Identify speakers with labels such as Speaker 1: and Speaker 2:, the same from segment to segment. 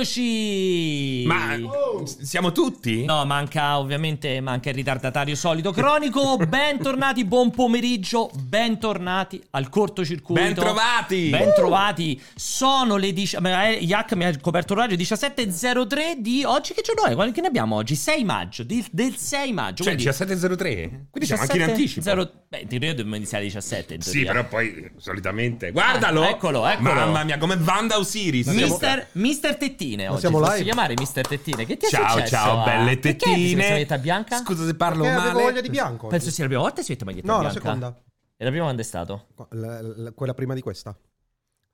Speaker 1: Eccoci!
Speaker 2: Ma
Speaker 3: Oh.
Speaker 2: s- siamo tutti? Cioè,
Speaker 1: No, manca ovviamente manca il ritardatario solito cronico. Bentornati, buon pomeriggio, bentornati al cortocircuito.
Speaker 2: Bentrovati!
Speaker 1: Bentrovati. Sono le 10. ma, eh, Iac mi ha coperto l'orario 17.03 di oggi. Che giorno è? Qual- Che ne abbiamo oggi? 6 maggio. di- del 6 maggio.
Speaker 2: Cioè
Speaker 1: quindi-
Speaker 2: 17.03? Quindi siamo anche in
Speaker 1: 17
Speaker 2: anticipo.
Speaker 1: zero- beh, in teoria dobbiamo iniziare alle 17. in
Speaker 2: Sì,
Speaker 1: teoria.
Speaker 2: però poi solitamente. Guardalo!
Speaker 1: Ah, eccolo, eccolo.
Speaker 2: Mamma mia, come Vanda Osiris.
Speaker 1: Mister, Mister Tettine oggi
Speaker 3: siamo
Speaker 1: ti posso
Speaker 3: live?
Speaker 1: chiamare Mister Tettine che ti è
Speaker 2: Ciao,
Speaker 1: successo?
Speaker 2: ciao,
Speaker 1: Ah,
Speaker 2: belle
Speaker 1: perché ti sei
Speaker 2: tettine.
Speaker 1: messa la maglietta bianca?
Speaker 2: Scusa se parlo
Speaker 3: Perché
Speaker 2: male.
Speaker 3: avevo voglia di bianco. oggi.
Speaker 1: Penso sia la prima volta che si mette maglietta
Speaker 3: no, la
Speaker 1: bianca
Speaker 3: seconda.
Speaker 1: E la prima quando è stato?
Speaker 3: La- la- quella prima di questa.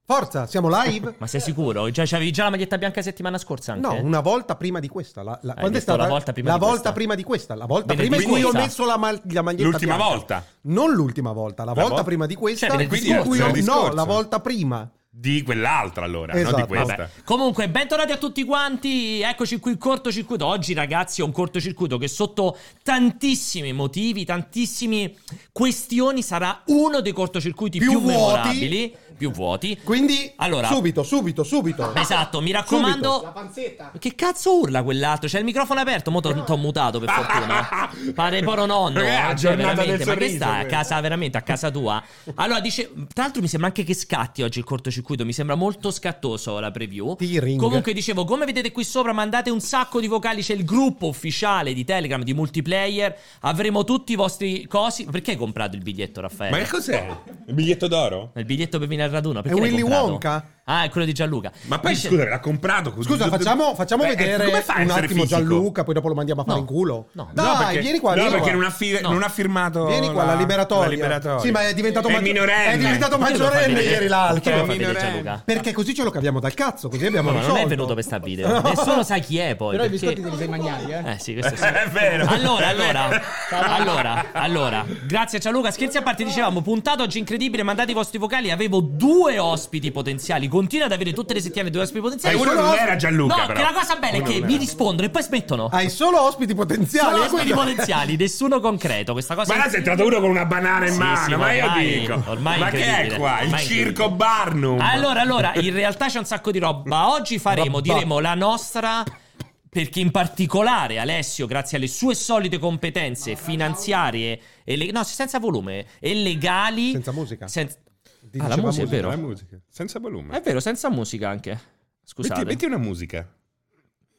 Speaker 3: Forza, siamo live?
Speaker 1: Ma sei sicuro? Già, c'avevi già la maglietta bianca settimana scorsa anche?
Speaker 3: No, una volta prima di questa. La, la-
Speaker 1: Hai
Speaker 3: quando è
Speaker 1: detto
Speaker 3: stata?
Speaker 1: la volta prima
Speaker 3: La
Speaker 1: di
Speaker 3: volta
Speaker 1: questa.
Speaker 3: prima di questa. La volta
Speaker 1: Venerdì
Speaker 3: prima in cui ho
Speaker 1: questa.
Speaker 3: messo la, mal- la maglietta
Speaker 2: L'ultima
Speaker 3: bianca.
Speaker 2: volta
Speaker 3: Non l'ultima volta, la, volta
Speaker 2: vol-
Speaker 3: prima di questa.
Speaker 1: Cioè, venerdì
Speaker 3: in cui ho-
Speaker 2: scorso.
Speaker 3: no, la volta prima.
Speaker 2: di quell'altra, allora, non
Speaker 3: Esatto.
Speaker 2: di questa.
Speaker 1: Vabbè. Comunque, bentornati a tutti quanti. Eccoci qui, il cortocircuito. Oggi, ragazzi, è un cortocircuito che sotto tantissimi motivi, tantissime questioni, sarà uno dei cortocircuiti più,
Speaker 3: Più vuoti.
Speaker 1: memorabili, più vuoti.
Speaker 3: Quindi,
Speaker 1: Allora-
Speaker 3: subito, subito, subito.
Speaker 1: Esatto, mi raccomando.
Speaker 3: Subito.
Speaker 1: Che cazzo urla quell'altro? C'è il microfono aperto, mo t'ho t'ho mutato
Speaker 3: Ah.
Speaker 1: per fortuna. Pare poro nonno.
Speaker 2: Perché è la
Speaker 1: eh,
Speaker 2: giornata
Speaker 1: veramente,
Speaker 2: del
Speaker 1: ma che
Speaker 2: sorriso, eh.
Speaker 1: sta a
Speaker 2: questo.
Speaker 1: casa, veramente a casa tua? Allora dice, tra l'altro mi sembra anche che scatti oggi il cortocircuito, mi sembra molto scattoso la preview.
Speaker 3: Tearing.
Speaker 1: Comunque dicevo, come vedete qui sopra mandate un sacco di vocali, c'è il gruppo ufficiale di Telegram di multiplayer, avremo tutti i vostri cosi. Perché hai comprato il biglietto Raffaele?
Speaker 2: Ma che cos'è? Il biglietto d'oro?
Speaker 1: Il biglietto per venire al raduno, perché
Speaker 3: È
Speaker 1: l'hai
Speaker 3: Willy
Speaker 1: comprato?
Speaker 3: Wonka?
Speaker 1: Ah, è quello di Gianluca.
Speaker 2: Ma poi,
Speaker 1: Dice-
Speaker 2: scusa, l'ha comprato così.
Speaker 3: Scusa, facciamo, facciamo
Speaker 1: eh,
Speaker 2: Beh,
Speaker 3: vedere
Speaker 2: Eh, come fa a
Speaker 3: un
Speaker 2: essere
Speaker 3: attimo
Speaker 2: fisico?
Speaker 3: Gianluca, poi dopo lo mandiamo a fare
Speaker 1: No.
Speaker 3: in culo.
Speaker 1: No.
Speaker 3: Dai,
Speaker 2: no, perché,
Speaker 3: vieni qua,
Speaker 2: no,
Speaker 3: vieni
Speaker 2: perché
Speaker 3: qua.
Speaker 2: non ha, fi-
Speaker 1: No.
Speaker 2: non ha firmato.
Speaker 3: Vieni qua, la liberatoria.
Speaker 2: La liberatoria.
Speaker 3: Sì, ma è diventato
Speaker 2: È
Speaker 3: maggi-
Speaker 2: minorenne.
Speaker 3: è diventato
Speaker 1: Perché lo fate
Speaker 3: maggiorenne
Speaker 1: vedere?
Speaker 3: ieri l'altro.
Speaker 1: Perché lo fate
Speaker 2: Minorenne.
Speaker 1: vedere, Gianluca?
Speaker 3: Perché così ce lo caviamo dal cazzo, così abbiamo
Speaker 1: No, ma non è
Speaker 3: risolto.
Speaker 1: venuto per sta video. Nessuno sa chi è poi.
Speaker 4: Però i
Speaker 1: perché-
Speaker 4: biscotti devi sei mangiati, eh.
Speaker 1: Eh sì, questo sì.
Speaker 2: È vero.
Speaker 1: Allora,
Speaker 2: È vero.
Speaker 1: allora, allora, allora, grazie a Gianluca. Scherzi a parte, dicevamo, puntata oggi incredibile. Mandate i vostri vocali. Avevo due ospiti potenziali. Continua ad avere tutte le settimane due ospiti
Speaker 2: Eh,
Speaker 1: potenziali.
Speaker 2: uno
Speaker 3: solo-
Speaker 2: non era Gianluca,
Speaker 1: no,
Speaker 2: però. Ah,
Speaker 1: che la cosa bella è che mi rispondono e poi smettono.
Speaker 3: Hai solo ospiti potenziali.
Speaker 1: Sono
Speaker 3: eh,
Speaker 1: ospiti
Speaker 3: quello-
Speaker 1: potenziali, nessuno concreto. Questa cosa
Speaker 2: Ma là sei entrato uno con una banana in
Speaker 1: Sì,
Speaker 2: mano,
Speaker 1: sì,
Speaker 2: ma io
Speaker 1: ormai-
Speaker 2: dico.
Speaker 1: ormai
Speaker 2: ma che è
Speaker 1: incredibile,
Speaker 2: qua? Il
Speaker 1: ormai
Speaker 2: circo
Speaker 1: incredibile.
Speaker 2: Barnum.
Speaker 1: Allora, allora, in realtà c'è un sacco di roba. Oggi faremo,
Speaker 3: Roba.
Speaker 1: diremo la nostra. Perché in particolare Alessio, grazie alle sue solite competenze finanziarie e le- no, senza volume e legali
Speaker 3: Senza musica.
Speaker 1: sen-
Speaker 3: Ti
Speaker 1: Ah, la
Speaker 3: diceva
Speaker 1: musica, è vero.
Speaker 2: La musica. Senza volume.
Speaker 1: È vero, senza musica anche. Scusate. Eh.
Speaker 2: Metti, metti una musica.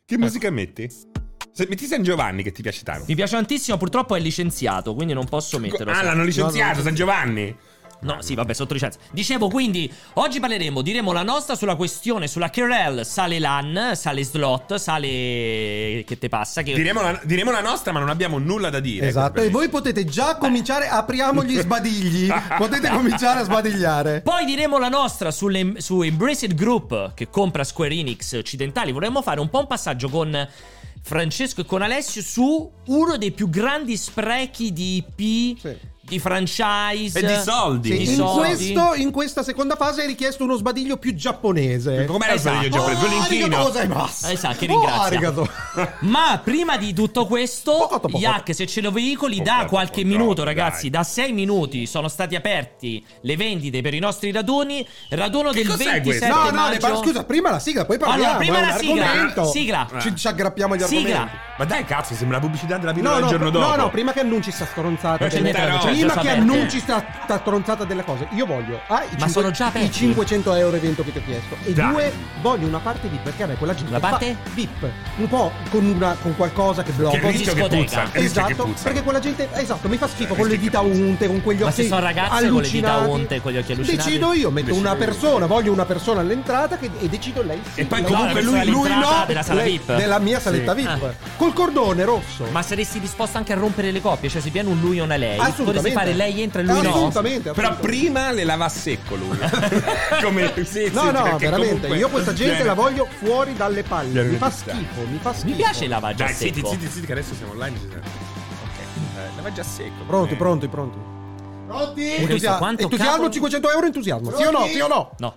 Speaker 2: Che musica metti? Se- metti San Giovanni che ti piace tanto.
Speaker 1: Mi piace tantissimo, purtroppo è licenziato, quindi non posso metterlo.
Speaker 2: Ah,
Speaker 1: sai.
Speaker 2: l'hanno licenziato San Giovanni.
Speaker 1: No, sì, vabbè, sotto licenza. Dicevo quindi, oggi parleremo, diremo la nostra sulla questione sulla Kerel sale LAN, sale slot, sale che te passa che
Speaker 2: Diremo la, diremo la nostra, ma non abbiamo nulla da dire.
Speaker 3: Esatto, e voi potete già
Speaker 4: Eh.
Speaker 3: cominciare, apriamo gli sbadigli, potete cominciare a sbadigliare.
Speaker 1: Poi diremo la nostra sulle, su Embraced Group che compra Square Enix occidentali. Vorremmo fare un po' un passaggio con Francesco e con Alessio su uno dei più grandi sprechi di IP,
Speaker 3: Sì.
Speaker 1: di franchise
Speaker 2: E di soldi.
Speaker 3: Sì,
Speaker 1: I
Speaker 3: in,
Speaker 1: soldi.
Speaker 3: questo- in questa seconda fase è richiesto uno sbadiglio più giapponese.
Speaker 2: Come era
Speaker 1: Esatto.
Speaker 2: il
Speaker 3: Oh,
Speaker 2: giapponese?
Speaker 3: arigato
Speaker 2: L'Olinchino.
Speaker 3: gozaimasu.
Speaker 1: Esatto, che
Speaker 3: Oh,
Speaker 1: ringrazia.
Speaker 3: arigato.
Speaker 1: Ma prima di tutto questo,
Speaker 3: Poco, poco.
Speaker 1: Yak, se ce lo veicoli,
Speaker 2: Poco,
Speaker 1: da
Speaker 2: poco,
Speaker 1: qualche
Speaker 2: poco,
Speaker 1: minuto,
Speaker 2: dai.
Speaker 1: ragazzi, da sei minuti sono stati aperti le vendite per i nostri raduni. Raduno del
Speaker 2: cos'è
Speaker 1: 27
Speaker 2: questo?
Speaker 3: No, no, ne
Speaker 1: maggio.
Speaker 3: parlo- scusa, prima la sigla, poi parliamo.
Speaker 1: Allora, prima
Speaker 3: è un
Speaker 1: la sigla,
Speaker 3: argomento.
Speaker 1: sigla.
Speaker 3: Ci, ci aggrappiamo agli
Speaker 1: Sigla.
Speaker 3: argomenti.
Speaker 2: Ma dai, cazzo, sembra la pubblicità della vita
Speaker 3: No
Speaker 2: del
Speaker 3: no,
Speaker 2: giorno
Speaker 3: no,
Speaker 2: dopo.
Speaker 3: no, prima che annunci sta stronzata.
Speaker 2: Non c'è
Speaker 3: delle-
Speaker 2: niente da- no,
Speaker 3: prima
Speaker 1: già
Speaker 3: che
Speaker 1: sapete.
Speaker 3: annunci sta, sta stronzata delle cose. Io voglio ah, i,
Speaker 1: Ma
Speaker 3: cinque-
Speaker 1: sono già aperti?
Speaker 3: i 500 euro evento che ti ho chiesto. E
Speaker 2: Dai.
Speaker 3: due, voglio una parte VIP perché a me quella gente
Speaker 1: La parte?
Speaker 3: fa VIP. Un po' con, una, con qualcosa che blocca.
Speaker 2: Che rischio che
Speaker 1: discoteca.
Speaker 2: puzza. che rischio che
Speaker 3: Esatto,
Speaker 2: puzza.
Speaker 3: perché quella gente, esatto, mi fa schifo con le
Speaker 2: rischio
Speaker 3: dita
Speaker 2: che puzza.
Speaker 3: unte, con quegli occhi
Speaker 1: Ma se sono ragazze con le dita
Speaker 3: allucinati.
Speaker 1: unte, con gli occhi allucinati?
Speaker 3: Decido io, metto
Speaker 2: Decido
Speaker 3: una
Speaker 2: io.
Speaker 3: persona, voglio una persona all'entrata che- e decido lei sì.
Speaker 2: E poi
Speaker 3: lei-
Speaker 2: comunque
Speaker 1: No,
Speaker 2: lui,
Speaker 1: questa è
Speaker 2: lui
Speaker 1: l'entrata
Speaker 2: no.
Speaker 1: della sala
Speaker 3: lei-
Speaker 1: VIP. Ah.
Speaker 3: Della mia saletta
Speaker 2: Sì.
Speaker 3: VIP. Col cordone rosso.
Speaker 1: Ma saresti disposto anche a rompere le coppie? Cioè, se viene un lui e una lei, potresti fare lei entra e lui no?
Speaker 3: Assolutamente.
Speaker 2: Però
Speaker 3: assolutamente.
Speaker 2: prima le lava a secco lui. Come sì, sì,
Speaker 3: No, no,
Speaker 2: perché
Speaker 3: veramente.
Speaker 2: comunque-
Speaker 3: Io questa gente
Speaker 2: Cioè,
Speaker 3: la voglio fuori dalle palle.
Speaker 2: Genere
Speaker 3: Mi fa
Speaker 2: di sta.
Speaker 3: schifo, mi fa schifo.
Speaker 1: Mi piace il lavaggio a
Speaker 2: Dai, zitti,
Speaker 1: secco.
Speaker 2: zitti, zitti, che adesso siamo online. Ci sento. Ok. Eh, lava già a secco.
Speaker 3: Pronti,
Speaker 2: Eh.
Speaker 3: pronti, pronti.
Speaker 1: Hai visto
Speaker 3: Entusia-
Speaker 1: quanto
Speaker 3: entusiasmo,
Speaker 1: cavolo-
Speaker 3: 500 euro entusiasmo. Sì o no? Sì o no?
Speaker 1: No.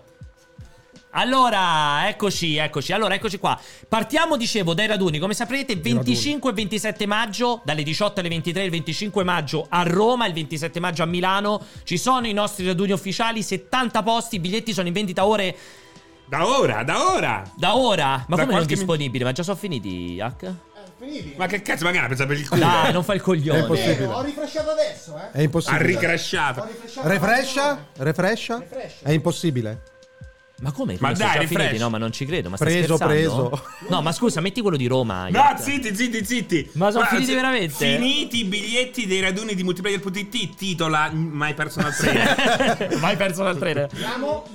Speaker 1: Allora, eccoci, eccoci, allora, eccoci qua. Partiamo, dicevo, dai raduni. Come saprete, 25 e 27 maggio, dalle 18 alle 23, il 25 maggio a Roma, il 27 maggio a Milano. Ci sono i nostri raduni ufficiali, 70 posti, i biglietti sono in vendita ore
Speaker 2: Da ora, da ora!
Speaker 1: Da ora? Ma
Speaker 2: Da
Speaker 1: come non
Speaker 2: qualche min-
Speaker 1: disponibile? Ma già sono finiti, Hack?
Speaker 4: Eh, finiti.
Speaker 2: Ma che cazzo, magari pensa per il culo.
Speaker 1: Dai, non fai il
Speaker 3: È
Speaker 1: coglione.
Speaker 3: possibile.
Speaker 4: Vero, ho rifresciato adesso, eh.
Speaker 3: È
Speaker 2: Ha
Speaker 3: impossibile.
Speaker 4: Ho
Speaker 2: ricrasciato.
Speaker 4: rifresciato.
Speaker 3: Refrescia? Refrescia?
Speaker 4: Refrescia.
Speaker 3: È impossibile.
Speaker 1: Ma come?
Speaker 2: Ma
Speaker 1: Come sono
Speaker 2: dai,
Speaker 1: già
Speaker 2: rifresh.
Speaker 1: finiti? No, ma non ci credo. Ma
Speaker 3: Preso,
Speaker 1: stai scherzando?
Speaker 3: preso.
Speaker 1: No, ma scusa, metti quello di Roma.
Speaker 2: No,
Speaker 1: Jack.
Speaker 2: zitti, zitti, zitti.
Speaker 1: Ma sono
Speaker 2: Guarda,
Speaker 1: finiti
Speaker 2: se-
Speaker 1: veramente?
Speaker 2: Finiti i biglietti dei raduni di multiplayer.it, titola My Personal Trainer.
Speaker 1: Mai perso dal trainer.
Speaker 4: Andiamo.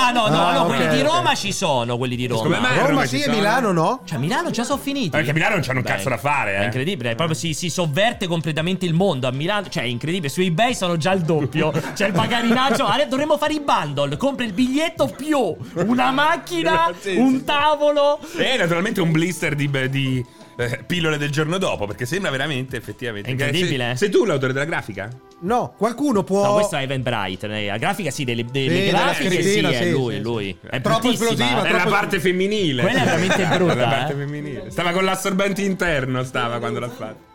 Speaker 1: Ah, no, no,
Speaker 3: Ah,
Speaker 1: no,
Speaker 3: ok,
Speaker 1: quelli di
Speaker 3: ok.
Speaker 1: Roma ci sono, quelli di Roma.
Speaker 2: Come mai? Eh, Roma
Speaker 3: Roma
Speaker 2: ci
Speaker 3: sì e
Speaker 2: sono.
Speaker 3: Milano no?
Speaker 1: Cioè, a Milano già sono finiti.
Speaker 2: Perché a Milano non c'hanno un
Speaker 1: Beh,
Speaker 2: cazzo da fare,
Speaker 1: È
Speaker 2: eh.
Speaker 1: incredibile, è proprio si, si sovverte completamente il mondo a Milano. Cioè, è incredibile. Su eBay sono già il doppio. C'è il bagarinaggio. Adesso dovremmo fare i bundle. Compri il biglietto più una macchina,
Speaker 2: Sì, sì.
Speaker 1: un tavolo.
Speaker 2: e naturalmente un blister di... di, eh, pillole del giorno dopo, perché sembra veramente effettivamente.
Speaker 1: È incredibile.
Speaker 2: Se- Sei tu l'autore della grafica?
Speaker 3: No, qualcuno può
Speaker 1: No, questa è Event Bright. La grafica, sì, delle, delle
Speaker 3: Sì, della
Speaker 1: grafiche, sì,
Speaker 3: schedina,
Speaker 1: è
Speaker 3: sì,
Speaker 1: lui.
Speaker 3: sì,
Speaker 1: lui. È
Speaker 3: Troppo
Speaker 1: bruttissima.
Speaker 3: esplosiva,
Speaker 2: È
Speaker 3: troppo-
Speaker 2: la parte femminile.
Speaker 1: Quella è veramente brutta,
Speaker 2: la parte
Speaker 1: eh.
Speaker 2: femminile. Stava con l'assorbente interno, stava quando l'ha fatto.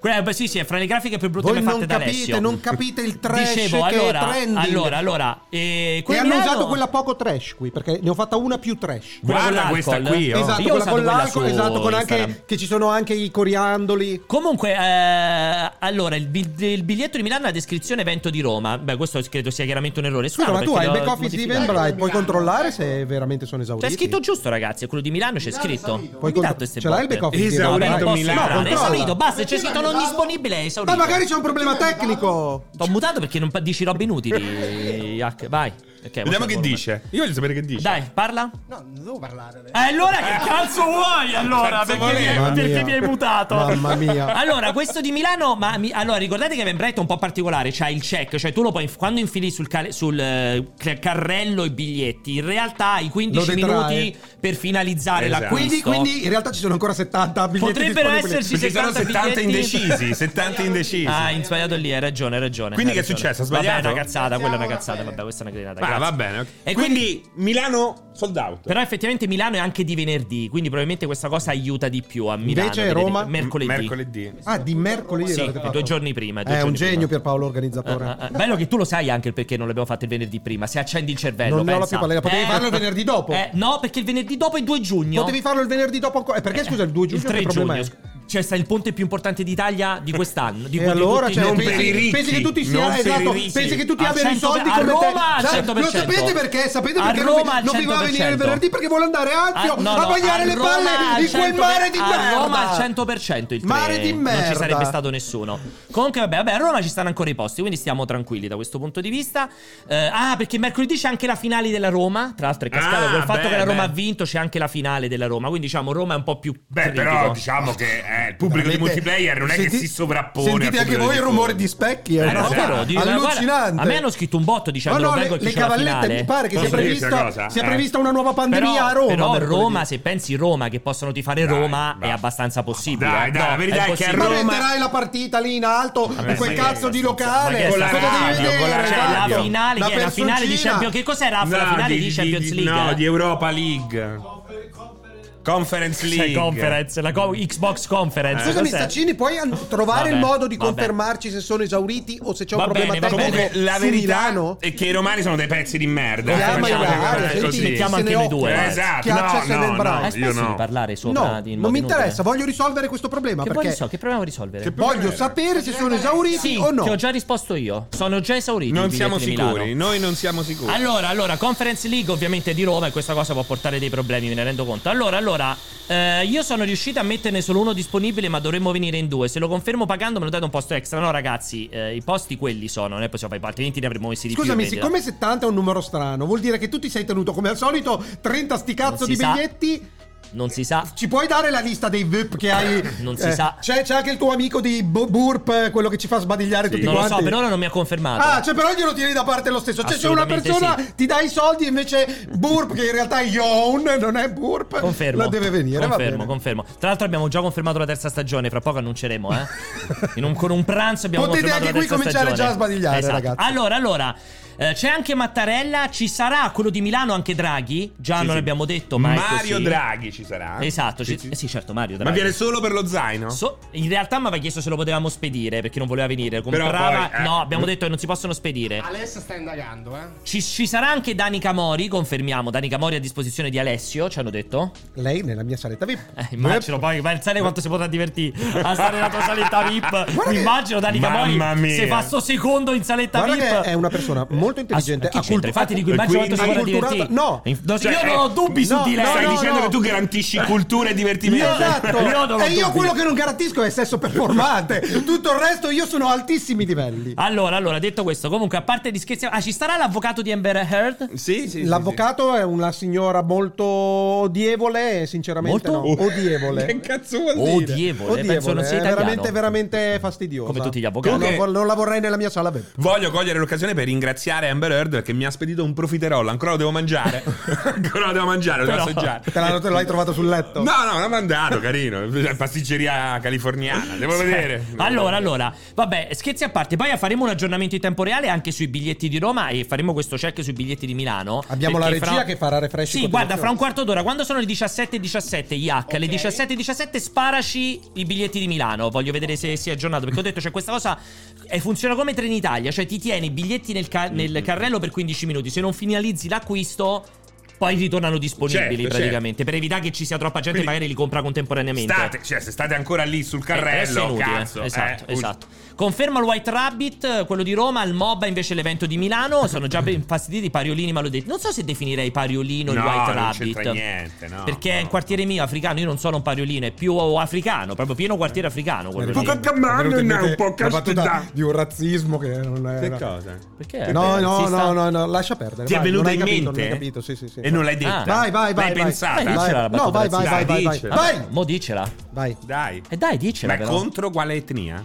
Speaker 1: Quella, eh, beh, sì, sì, è fra le grafiche più brutte
Speaker 3: Voi
Speaker 1: mai fatte
Speaker 3: non
Speaker 1: da
Speaker 3: capite,
Speaker 1: Alessio.
Speaker 3: non capite il trash
Speaker 1: Dicevo,
Speaker 3: che
Speaker 1: allora,
Speaker 3: è trending.
Speaker 1: allora, allora, eh,
Speaker 3: e
Speaker 1: quella
Speaker 3: hanno
Speaker 1: Milano-
Speaker 3: usato quella poco trash qui, perché ne ho fatta una più trash.
Speaker 1: quella con
Speaker 2: Guarda
Speaker 1: l'alcol.
Speaker 2: questa qui, oh.
Speaker 3: Esatto,
Speaker 1: Io ho
Speaker 3: quella
Speaker 1: usato
Speaker 3: con
Speaker 1: quella
Speaker 3: l'alcol,
Speaker 1: su
Speaker 3: esatto, con
Speaker 1: Instagram.
Speaker 3: anche che ci sono anche i coriandoli.
Speaker 1: Comunque, eh, allora, il, bi- il biglietto di Milano ha la descrizione evento di Roma. Beh, questo credo sia chiaramente un errore.
Speaker 3: Scusa,
Speaker 1: Strano,
Speaker 3: ma tu
Speaker 1: perché
Speaker 3: hai il
Speaker 1: l'ho
Speaker 3: back office di
Speaker 1: modificato.
Speaker 3: Eventbrite,
Speaker 4: Ecco,
Speaker 3: puoi
Speaker 4: Milano,
Speaker 3: controllare
Speaker 4: ecco.
Speaker 3: se veramente sono esauriti.
Speaker 1: C'è scritto giusto, ragazzi. è Quello di Milano c'è
Speaker 4: Milano
Speaker 1: scritto.
Speaker 4: esaurito.
Speaker 1: Mi
Speaker 3: Puoi
Speaker 1: date
Speaker 3: contro-
Speaker 1: ste
Speaker 3: ce l'hai il
Speaker 1: botte?
Speaker 3: back office di
Speaker 1: No,
Speaker 2: Esaurito
Speaker 1: Esatto,
Speaker 3: Eventbrite?
Speaker 1: non posso
Speaker 2: Milano.
Speaker 1: entrare,
Speaker 3: No, controlla.
Speaker 1: Esaurito, basta. C'è scritto non disponibile. è Esaurito.
Speaker 3: Ma magari c'è un problema tecnico.
Speaker 1: T'ho mutato perché non pa- dici robe inutili. Hack. Vai. Ok,
Speaker 2: Vediamo
Speaker 1: mostra
Speaker 2: che
Speaker 1: il
Speaker 2: dice. Io voglio sapere che dice.
Speaker 1: volume. Dai, parla.
Speaker 4: No, non devo parlare adesso.
Speaker 1: Eh, Allora che cazzo vuoi allora?
Speaker 2: Cazzo
Speaker 1: Perché, mi
Speaker 2: voleva.
Speaker 1: hai,
Speaker 3: Mamma
Speaker 1: perché
Speaker 3: mia.
Speaker 1: mi hai mutato?
Speaker 3: Mamma mia.
Speaker 1: Allora, questo di Milano, ma mi- allora ricordate che Eventbrite è un po' particolare, c'ha il check, cioè tu lo puoi quando infili sul, cal- sul, eh, ca- carrello i biglietti, in realtà hai 15
Speaker 3: Lo detrae.
Speaker 1: minuti per finalizzare
Speaker 2: Esatto.
Speaker 1: l'acquisto.
Speaker 3: Quindi, quindi in realtà ci sono ancora 70 biglietti
Speaker 1: potrebbero
Speaker 3: disponibili.
Speaker 1: esserci
Speaker 2: Perché sono 70
Speaker 1: biglietti.
Speaker 2: indecisi, 70 indecisi.
Speaker 1: Ah, hai sbagliato lì, hai ragione, hai ragione.
Speaker 2: Quindi
Speaker 1: hai
Speaker 2: che è
Speaker 1: ragione.
Speaker 2: successo? Ha sbagliato?
Speaker 1: Vabbè, è una cazzata, quella è una
Speaker 4: Siamo
Speaker 1: cazzata,
Speaker 4: d'accordo.
Speaker 1: vabbè, questa è una grenata.
Speaker 2: Ah,
Speaker 1: grazie.
Speaker 2: va bene. ok.
Speaker 1: E
Speaker 2: quindi, Milano sold out.
Speaker 1: Però effettivamente Milano è anche di venerdì, quindi probabilmente questa cosa aiuta di più a Milano.
Speaker 3: Invece
Speaker 1: che
Speaker 3: Roma?
Speaker 1: di- mercoledì.
Speaker 3: Ah, di mercoledì
Speaker 1: Sì,
Speaker 3: l'avete
Speaker 1: due
Speaker 3: fatto.
Speaker 1: giorni prima, due
Speaker 3: È un
Speaker 1: giorni prima.
Speaker 3: genio Pierpaolo
Speaker 1: Ah,
Speaker 3: organizzatore.
Speaker 1: ah, ah. Bello che tu lo sai anche il perché non l'abbiamo fatto il venerdì prima. Se accendi il cervello,
Speaker 3: Non ne ho la
Speaker 1: pensa.
Speaker 3: più pallina, potevi farlo il venerdì dopo.
Speaker 1: Eh, no, perché il venerdì dopo è 2 giugno.
Speaker 3: Potevi farlo il venerdì dopo ancora. Eh, perché scusa, il 2 giugno
Speaker 1: il 3
Speaker 3: che problema
Speaker 1: giugno.
Speaker 3: è?
Speaker 1: Cioè, sta il ponte più importante d'Italia di quest'anno. Di
Speaker 3: E
Speaker 1: cui- di
Speaker 3: allora
Speaker 1: tutti-
Speaker 3: cioè,
Speaker 2: non per i
Speaker 3: pensi,
Speaker 2: ricchi,
Speaker 3: pensi che tutti
Speaker 2: non
Speaker 3: sia
Speaker 2: per i
Speaker 3: esatto,
Speaker 2: ricchi.
Speaker 3: pensi che tutti
Speaker 1: Al
Speaker 3: abbiano i
Speaker 1: 100
Speaker 3: soldi
Speaker 1: a
Speaker 3: come te.
Speaker 1: Roma al
Speaker 3: Sai,
Speaker 1: 100%.
Speaker 3: Lo sapete perché? Sapete
Speaker 1: A
Speaker 3: perché
Speaker 1: Roma
Speaker 3: non, vi-
Speaker 1: al
Speaker 3: non vi va a venire
Speaker 1: 100%.
Speaker 3: il venerdì perché vuole andare
Speaker 1: Ah,
Speaker 3: anzio
Speaker 1: no,
Speaker 3: a
Speaker 1: no,
Speaker 3: bagnare
Speaker 1: a
Speaker 3: le
Speaker 1: Roma al
Speaker 3: palle in quel
Speaker 1: 100
Speaker 3: mare di
Speaker 1: a
Speaker 3: merda.
Speaker 1: Roma al 100% il 3
Speaker 3: Mare di
Speaker 1: Non ci
Speaker 3: merda.
Speaker 1: sarebbe stato nessuno Comunque vabbè, vabbè a Roma ci stanno ancora i posti Quindi stiamo tranquilli da questo punto di vista Eh, Ah perché mercoledì c'è anche la finale della Roma Tra l'altro è cascata
Speaker 2: Ah,
Speaker 1: Col fatto
Speaker 2: beh,
Speaker 1: che la Roma
Speaker 2: beh.
Speaker 1: ha vinto c'è anche la finale della Roma Quindi diciamo Roma è un po' più
Speaker 2: Beh,
Speaker 1: critico.
Speaker 2: però diciamo che eh, il pubblico di
Speaker 3: Veramente,
Speaker 2: multiplayer non è che
Speaker 3: senti-
Speaker 2: si sovrappone. al
Speaker 3: Sentite anche
Speaker 2: pubblico
Speaker 3: voi
Speaker 2: di
Speaker 3: il rumore di specchi, è
Speaker 1: Eh,
Speaker 2: diciamo
Speaker 3: una
Speaker 1: no,
Speaker 3: roba
Speaker 1: vero, di- guarda,
Speaker 3: allucinante.
Speaker 1: A me hanno scritto un botto dicendo
Speaker 3: No, no,
Speaker 1: non
Speaker 3: le,
Speaker 1: vengo che
Speaker 3: le
Speaker 1: c'è la
Speaker 3: cavallette
Speaker 1: finale
Speaker 3: mi pare che
Speaker 2: Non
Speaker 3: sia
Speaker 2: so dirti una
Speaker 3: prevista,
Speaker 2: cosa,
Speaker 3: sia
Speaker 2: eh.
Speaker 3: prevista una nuova pandemia
Speaker 1: Però,
Speaker 3: a Roma.
Speaker 1: però
Speaker 3: mercoledì.
Speaker 1: Roma, se pensi Roma che possono tifare
Speaker 2: Dai,
Speaker 1: Roma è
Speaker 2: basta.
Speaker 1: abbastanza possibile.
Speaker 2: Dai,
Speaker 1: eh.
Speaker 2: dai, la verità è che a
Speaker 1: possibile.
Speaker 3: Ma
Speaker 2: Roma-
Speaker 3: metterai la partita lì in alto in quel
Speaker 2: ma che-
Speaker 3: cazzo di
Speaker 1: ma che
Speaker 3: locale.
Speaker 1: è
Speaker 3: Cosa
Speaker 1: sta-
Speaker 3: devi
Speaker 2: radio, con la
Speaker 3: vedere?
Speaker 1: Cioè, la
Speaker 2: radio.
Speaker 1: finale,
Speaker 3: La
Speaker 1: che è la finale di
Speaker 3: personcina.
Speaker 1: Champions Che cos'era la
Speaker 2: No,
Speaker 1: finale di,
Speaker 2: di-
Speaker 1: Champions
Speaker 2: di-
Speaker 1: League?
Speaker 2: No, di Europa League. Conference
Speaker 1: Cioè,
Speaker 2: League.
Speaker 1: conference, la co- Xbox Conference.
Speaker 3: Scusami,
Speaker 1: cos'è?
Speaker 3: Staccini, puoi an- trovare il
Speaker 1: Vabbè,
Speaker 3: modo di
Speaker 1: vabbè.
Speaker 3: confermarci se sono esauriti o se c'è un
Speaker 1: Va
Speaker 3: problema
Speaker 1: bene, va
Speaker 3: tecnico?
Speaker 2: Comunque, la
Speaker 3: su
Speaker 2: verità
Speaker 3: Milano?
Speaker 2: è che i romani sono dei pezzi di merda. eh,
Speaker 1: Chiama
Speaker 2: Facciamo
Speaker 1: i
Speaker 2: le
Speaker 1: romani,
Speaker 2: cose
Speaker 1: senti,
Speaker 2: così.
Speaker 1: mettiamo anche noi due.
Speaker 2: Eh,
Speaker 1: guarda.
Speaker 2: Esatto,
Speaker 3: Schiacciasene
Speaker 2: no,
Speaker 3: il
Speaker 2: no,
Speaker 3: bravo.
Speaker 2: no,
Speaker 1: Hai
Speaker 2: io
Speaker 1: smesso di
Speaker 2: no.
Speaker 1: parlare sopra
Speaker 3: No,
Speaker 1: di- in
Speaker 3: non
Speaker 1: modo
Speaker 3: mi
Speaker 1: inutile?
Speaker 3: interessa, voglio risolviamo questo problema
Speaker 1: Che, vuoi
Speaker 3: perché
Speaker 1: risol- che proviamo a risolvere?
Speaker 3: voglio sapere se sono esauriti
Speaker 1: sì,
Speaker 3: o no.
Speaker 1: ti ho già risposto io. Sono già esauriti. i
Speaker 2: Non
Speaker 1: biglietti
Speaker 2: siamo
Speaker 1: di Milano.
Speaker 2: sicuri, noi non siamo sicuri.
Speaker 1: Allora, allora, Conference League ovviamente di Roma e questa cosa può portare dei problemi, me ne rendo conto. Allora, allora, eh, io sono riuscito a metterne solo uno disponibile, ma dovremmo venire in due. Se lo confermo pagando me lo date un posto extra. No, ragazzi, eh, i posti quelli sono, non è possiamo fare altrimenti ne avremmo messi di più.
Speaker 3: Scusami,
Speaker 1: vedi,
Speaker 3: siccome 70 è un numero strano, vuol dire che tu ti sei tenuto come al solito 30 sti cazzo
Speaker 1: Non
Speaker 3: di
Speaker 1: si sa.
Speaker 3: biglietti.
Speaker 1: Non si sa.
Speaker 3: Ci puoi dare la lista dei VIP che hai? eh,
Speaker 1: Non si sa.
Speaker 3: C'è, c'è anche il tuo amico di Bo- Burp, eh, quello che ci fa sbadigliare tutti
Speaker 1: Non lo
Speaker 3: quanti.
Speaker 1: so, per ora non mi ha confermato.
Speaker 3: Ah, cioè, però glielo tieni da parte lo stesso. Cioè, se una
Speaker 1: Assolutamente
Speaker 3: persona
Speaker 1: sì.
Speaker 3: ti dà i soldi, invece Burp, che in realtà è Youn, non è Burp,
Speaker 1: Confermo.
Speaker 3: la deve venire. va
Speaker 1: Confermo,
Speaker 3: bene.
Speaker 1: confermo. Tra l'altro abbiamo già confermato la terza stagione, fra poco annunceremo, eh. In un- con un pranzo abbiamo
Speaker 3: Potete
Speaker 1: confermato
Speaker 3: anche
Speaker 1: la
Speaker 3: qui
Speaker 1: terza
Speaker 3: cominciare
Speaker 1: stagione.
Speaker 3: già a sbadigliare,
Speaker 1: Esatto.
Speaker 3: ragazzi.
Speaker 1: Allora, allora Eh, c'è anche Mattarella, ci sarà quello di Milano, anche Draghi. Già
Speaker 2: Sì,
Speaker 1: non
Speaker 2: sì.
Speaker 1: l'abbiamo detto, ma. è
Speaker 2: Mario
Speaker 1: così.
Speaker 2: Draghi ci sarà.
Speaker 1: Esatto, ci-
Speaker 2: Sì, sì.
Speaker 1: eh sì, certo, Mario Draghi.
Speaker 2: Ma viene solo per lo zaino?
Speaker 1: So- in realtà mi aveva chiesto se lo potevamo spedire perché non voleva venire.
Speaker 2: Però
Speaker 1: Comprava.
Speaker 2: poi, eh.
Speaker 1: No, abbiamo detto che non si possono spedire.
Speaker 4: Alessa sta indagando, eh.
Speaker 1: Ci, ci sarà anche Dani Camori, confermiamo. Dani Camori a disposizione di Alessio, ci hanno detto.
Speaker 3: Lei nella mia saletta VIP.
Speaker 1: Eh, immagino poi, pensare quanto si potrà divertire a stare nella tua saletta VIP.
Speaker 5: Guarda che-
Speaker 1: immagino Dani
Speaker 2: Mamma
Speaker 1: Camori
Speaker 2: mia.
Speaker 1: se fa sto secondo in saletta
Speaker 3: Guarda
Speaker 1: VIP.
Speaker 3: che è una persona molto intelligente.
Speaker 1: Ah, chi
Speaker 3: ha
Speaker 1: c'entra?
Speaker 3: cultu-
Speaker 1: Infatti dico, immagino quanto si potrà
Speaker 3: quindi-
Speaker 1: divertire.
Speaker 3: No.
Speaker 1: Inf- non-
Speaker 2: Cioè,
Speaker 1: io non ho
Speaker 2: eh,
Speaker 1: dubbi su
Speaker 3: no,
Speaker 1: di lei.
Speaker 3: no,
Speaker 2: Stai
Speaker 3: no,
Speaker 2: dicendo
Speaker 3: no.
Speaker 2: che tu garantisci cultura e divertimento.
Speaker 3: Esatto.
Speaker 1: Io non ho
Speaker 3: e io
Speaker 1: dubbi.
Speaker 3: quello che non garantisco è sesso performante. Tutto il resto io sono a altissimi livelli.
Speaker 1: Allora, allora, detto questo, comunque, a parte di scherzi, ah, ci starà l'avvocato di Amber Heard?
Speaker 2: Sì, sì, sì,
Speaker 3: L'avvocato è una signora molto odievole, sinceramente
Speaker 1: Molto?
Speaker 2: sì.
Speaker 3: no, odievole.
Speaker 2: che cazzo vuol dire?
Speaker 1: Odievole, penso non sia
Speaker 3: è
Speaker 1: italiano.
Speaker 3: veramente, veramente fastidiosa.
Speaker 1: Come tutti gli avvocati.
Speaker 3: Non la-
Speaker 2: Comunque-
Speaker 3: non la vorrei nella mia sala VIP.
Speaker 2: Voglio cogliere l'occasione per ringraziare Amber Heard che mi ha spedito un profiterol. Ancora lo devo mangiare. Ancora lo devo mangiare, lo devo
Speaker 1: Però-
Speaker 2: assaggiare.
Speaker 3: Te l'hanno- te l'hai trovato sul letto?
Speaker 2: No, no, l'ha mandato, carino. Pasticceria californiana. Devo vedere.
Speaker 1: Cioè, Allora, allora, vabbè, scherzi a parte, poi faremo un aggiornamento in tempo reale anche sui biglietti di Roma e faremo questo check sui biglietti di Milano.
Speaker 3: Abbiamo
Speaker 1: Perché
Speaker 3: la regia che farà refresh in
Speaker 1: Sì, guarda,
Speaker 3: continuazione.
Speaker 1: fra un quarto d'ora, quando sono le 17.17, IH, alle 17.17 sparaci i biglietti di Milano. Voglio vedere se si è aggiornato, perché ho detto, cioè, questa cosa eh, funziona come Trenitalia, cioè ti tieni i biglietti nel, ca- nel
Speaker 2: Mm-hmm.
Speaker 1: carrello per 15 minuti, se non finalizzi l'acquisto... Poi ritornano disponibili
Speaker 2: Certo,
Speaker 1: praticamente per evitare che ci sia troppa gente
Speaker 2: Quindi-
Speaker 1: che magari li compra contemporaneamente.
Speaker 2: State, cioè, se state ancora lì sul
Speaker 1: Eh, adesso è
Speaker 2: carrello,
Speaker 1: inutile,
Speaker 2: cazzo.
Speaker 1: esatto,
Speaker 2: eh,
Speaker 1: esatto. Conferma il White Rabbit, eh, quello di Roma, il MOBA invece l'evento di Milano. Sono già ben infastiditi i pariolini, ma l'ho detto. Non so se definirei pariolino il
Speaker 2: No,
Speaker 1: White
Speaker 2: non
Speaker 1: Rabbit.
Speaker 2: c'entra niente, no,
Speaker 1: Perché
Speaker 2: no.
Speaker 1: è un quartiere mio africano, io non sono un pariolino, è più africano, proprio pieno quartiere africano quello
Speaker 2: Poco
Speaker 1: lì.
Speaker 2: a cammano,
Speaker 3: Mi è venuta in
Speaker 2: no, un
Speaker 3: mente
Speaker 2: po'
Speaker 3: la battuta
Speaker 2: caspita.
Speaker 3: di un razzismo che non è
Speaker 2: Che cosa?
Speaker 1: Perché?
Speaker 3: No,
Speaker 1: Eh,
Speaker 3: no,
Speaker 1: si sta-
Speaker 3: no, no, no, lascia perdere.
Speaker 2: Ti è
Speaker 3: vai, non
Speaker 2: venuta
Speaker 3: hai
Speaker 2: in
Speaker 3: capito,
Speaker 2: mente?
Speaker 3: Non hai capito, sì, sì, sì.
Speaker 2: E non l'hai detta?
Speaker 3: Vai,
Speaker 1: Ah.
Speaker 3: vai, vai.
Speaker 2: L'hai
Speaker 3: vai.
Speaker 2: pensata?
Speaker 1: Vai, dicela la battuta
Speaker 3: No, vai, vai,
Speaker 2: razzista.
Speaker 3: vai, vai, vai.
Speaker 2: Dicela.
Speaker 3: Vai,
Speaker 1: Mo dicela.
Speaker 3: vai.
Speaker 2: Dai.
Speaker 1: E dai, dicela
Speaker 2: Ma è
Speaker 1: Eh, però.
Speaker 2: contro quale etnia?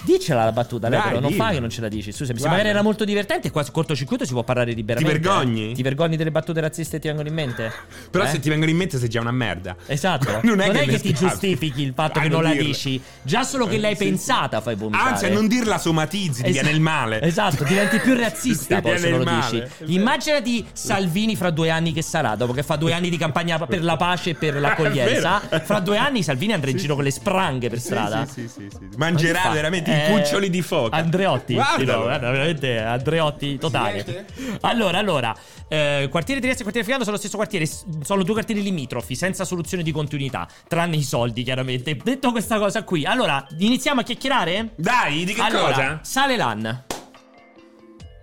Speaker 1: Dicela la battuta, lei
Speaker 2: Dai,
Speaker 1: però non
Speaker 2: dilla.
Speaker 1: fa che non ce la dici. Scusa, mi
Speaker 2: Guarda.
Speaker 1: magari era molto divertente, qua su cortocircuito si può parlare liberamente.
Speaker 2: Ti vergogni?
Speaker 1: Ti vergogni delle battute razziste che ti vengono in mente?
Speaker 2: Però
Speaker 1: Eh?
Speaker 2: se ti vengono in mente sei già una merda.
Speaker 1: Esatto.
Speaker 2: Non è che le
Speaker 1: ti
Speaker 2: scambi.
Speaker 1: giustifichi il fatto
Speaker 2: Ah,
Speaker 1: che non la
Speaker 2: dirla.
Speaker 1: dici. Già solo che
Speaker 2: Eh,
Speaker 1: l'hai
Speaker 2: sì, sì.
Speaker 1: pensata fai vomitare.
Speaker 2: Anzi, a non dirla somatizzi, ti
Speaker 1: Esa-
Speaker 2: viene il male.
Speaker 1: Esatto, diventi più razzista
Speaker 2: Ti
Speaker 1: poi se
Speaker 2: viene
Speaker 1: non
Speaker 2: il
Speaker 1: lo
Speaker 2: male. esatto.
Speaker 1: dici. Immaginati Salvini fra due anni che sarà, dopo che fa due anni di campagna per la pace e per l'accoglienza.
Speaker 2: È vero.
Speaker 1: Fra due anni Salvini andrà in giro con le spranghe per
Speaker 2: Sì,
Speaker 1: strada.
Speaker 2: Sì, sì, sì, sì.
Speaker 1: Ma che
Speaker 2: Mangerà
Speaker 1: fa?
Speaker 2: veramente
Speaker 1: Eh,
Speaker 2: i cuccioli di foca.
Speaker 1: Andreotti.
Speaker 2: Guardalo.
Speaker 1: Sì, no, guarda, veramente eh, Andreotti totale. Allora, allora, eh, quartiere Trieste e quartiere Fiano sono lo stesso quartiere, s- sono due quartieri limitrofi, senza soluzione di continuità, tranne i soldi, chiaramente. Detto questa cosa qui, allora, iniziamo a chiacchierare?
Speaker 2: Dai, di che
Speaker 1: allora,
Speaker 2: cosa?
Speaker 1: sale l'AN.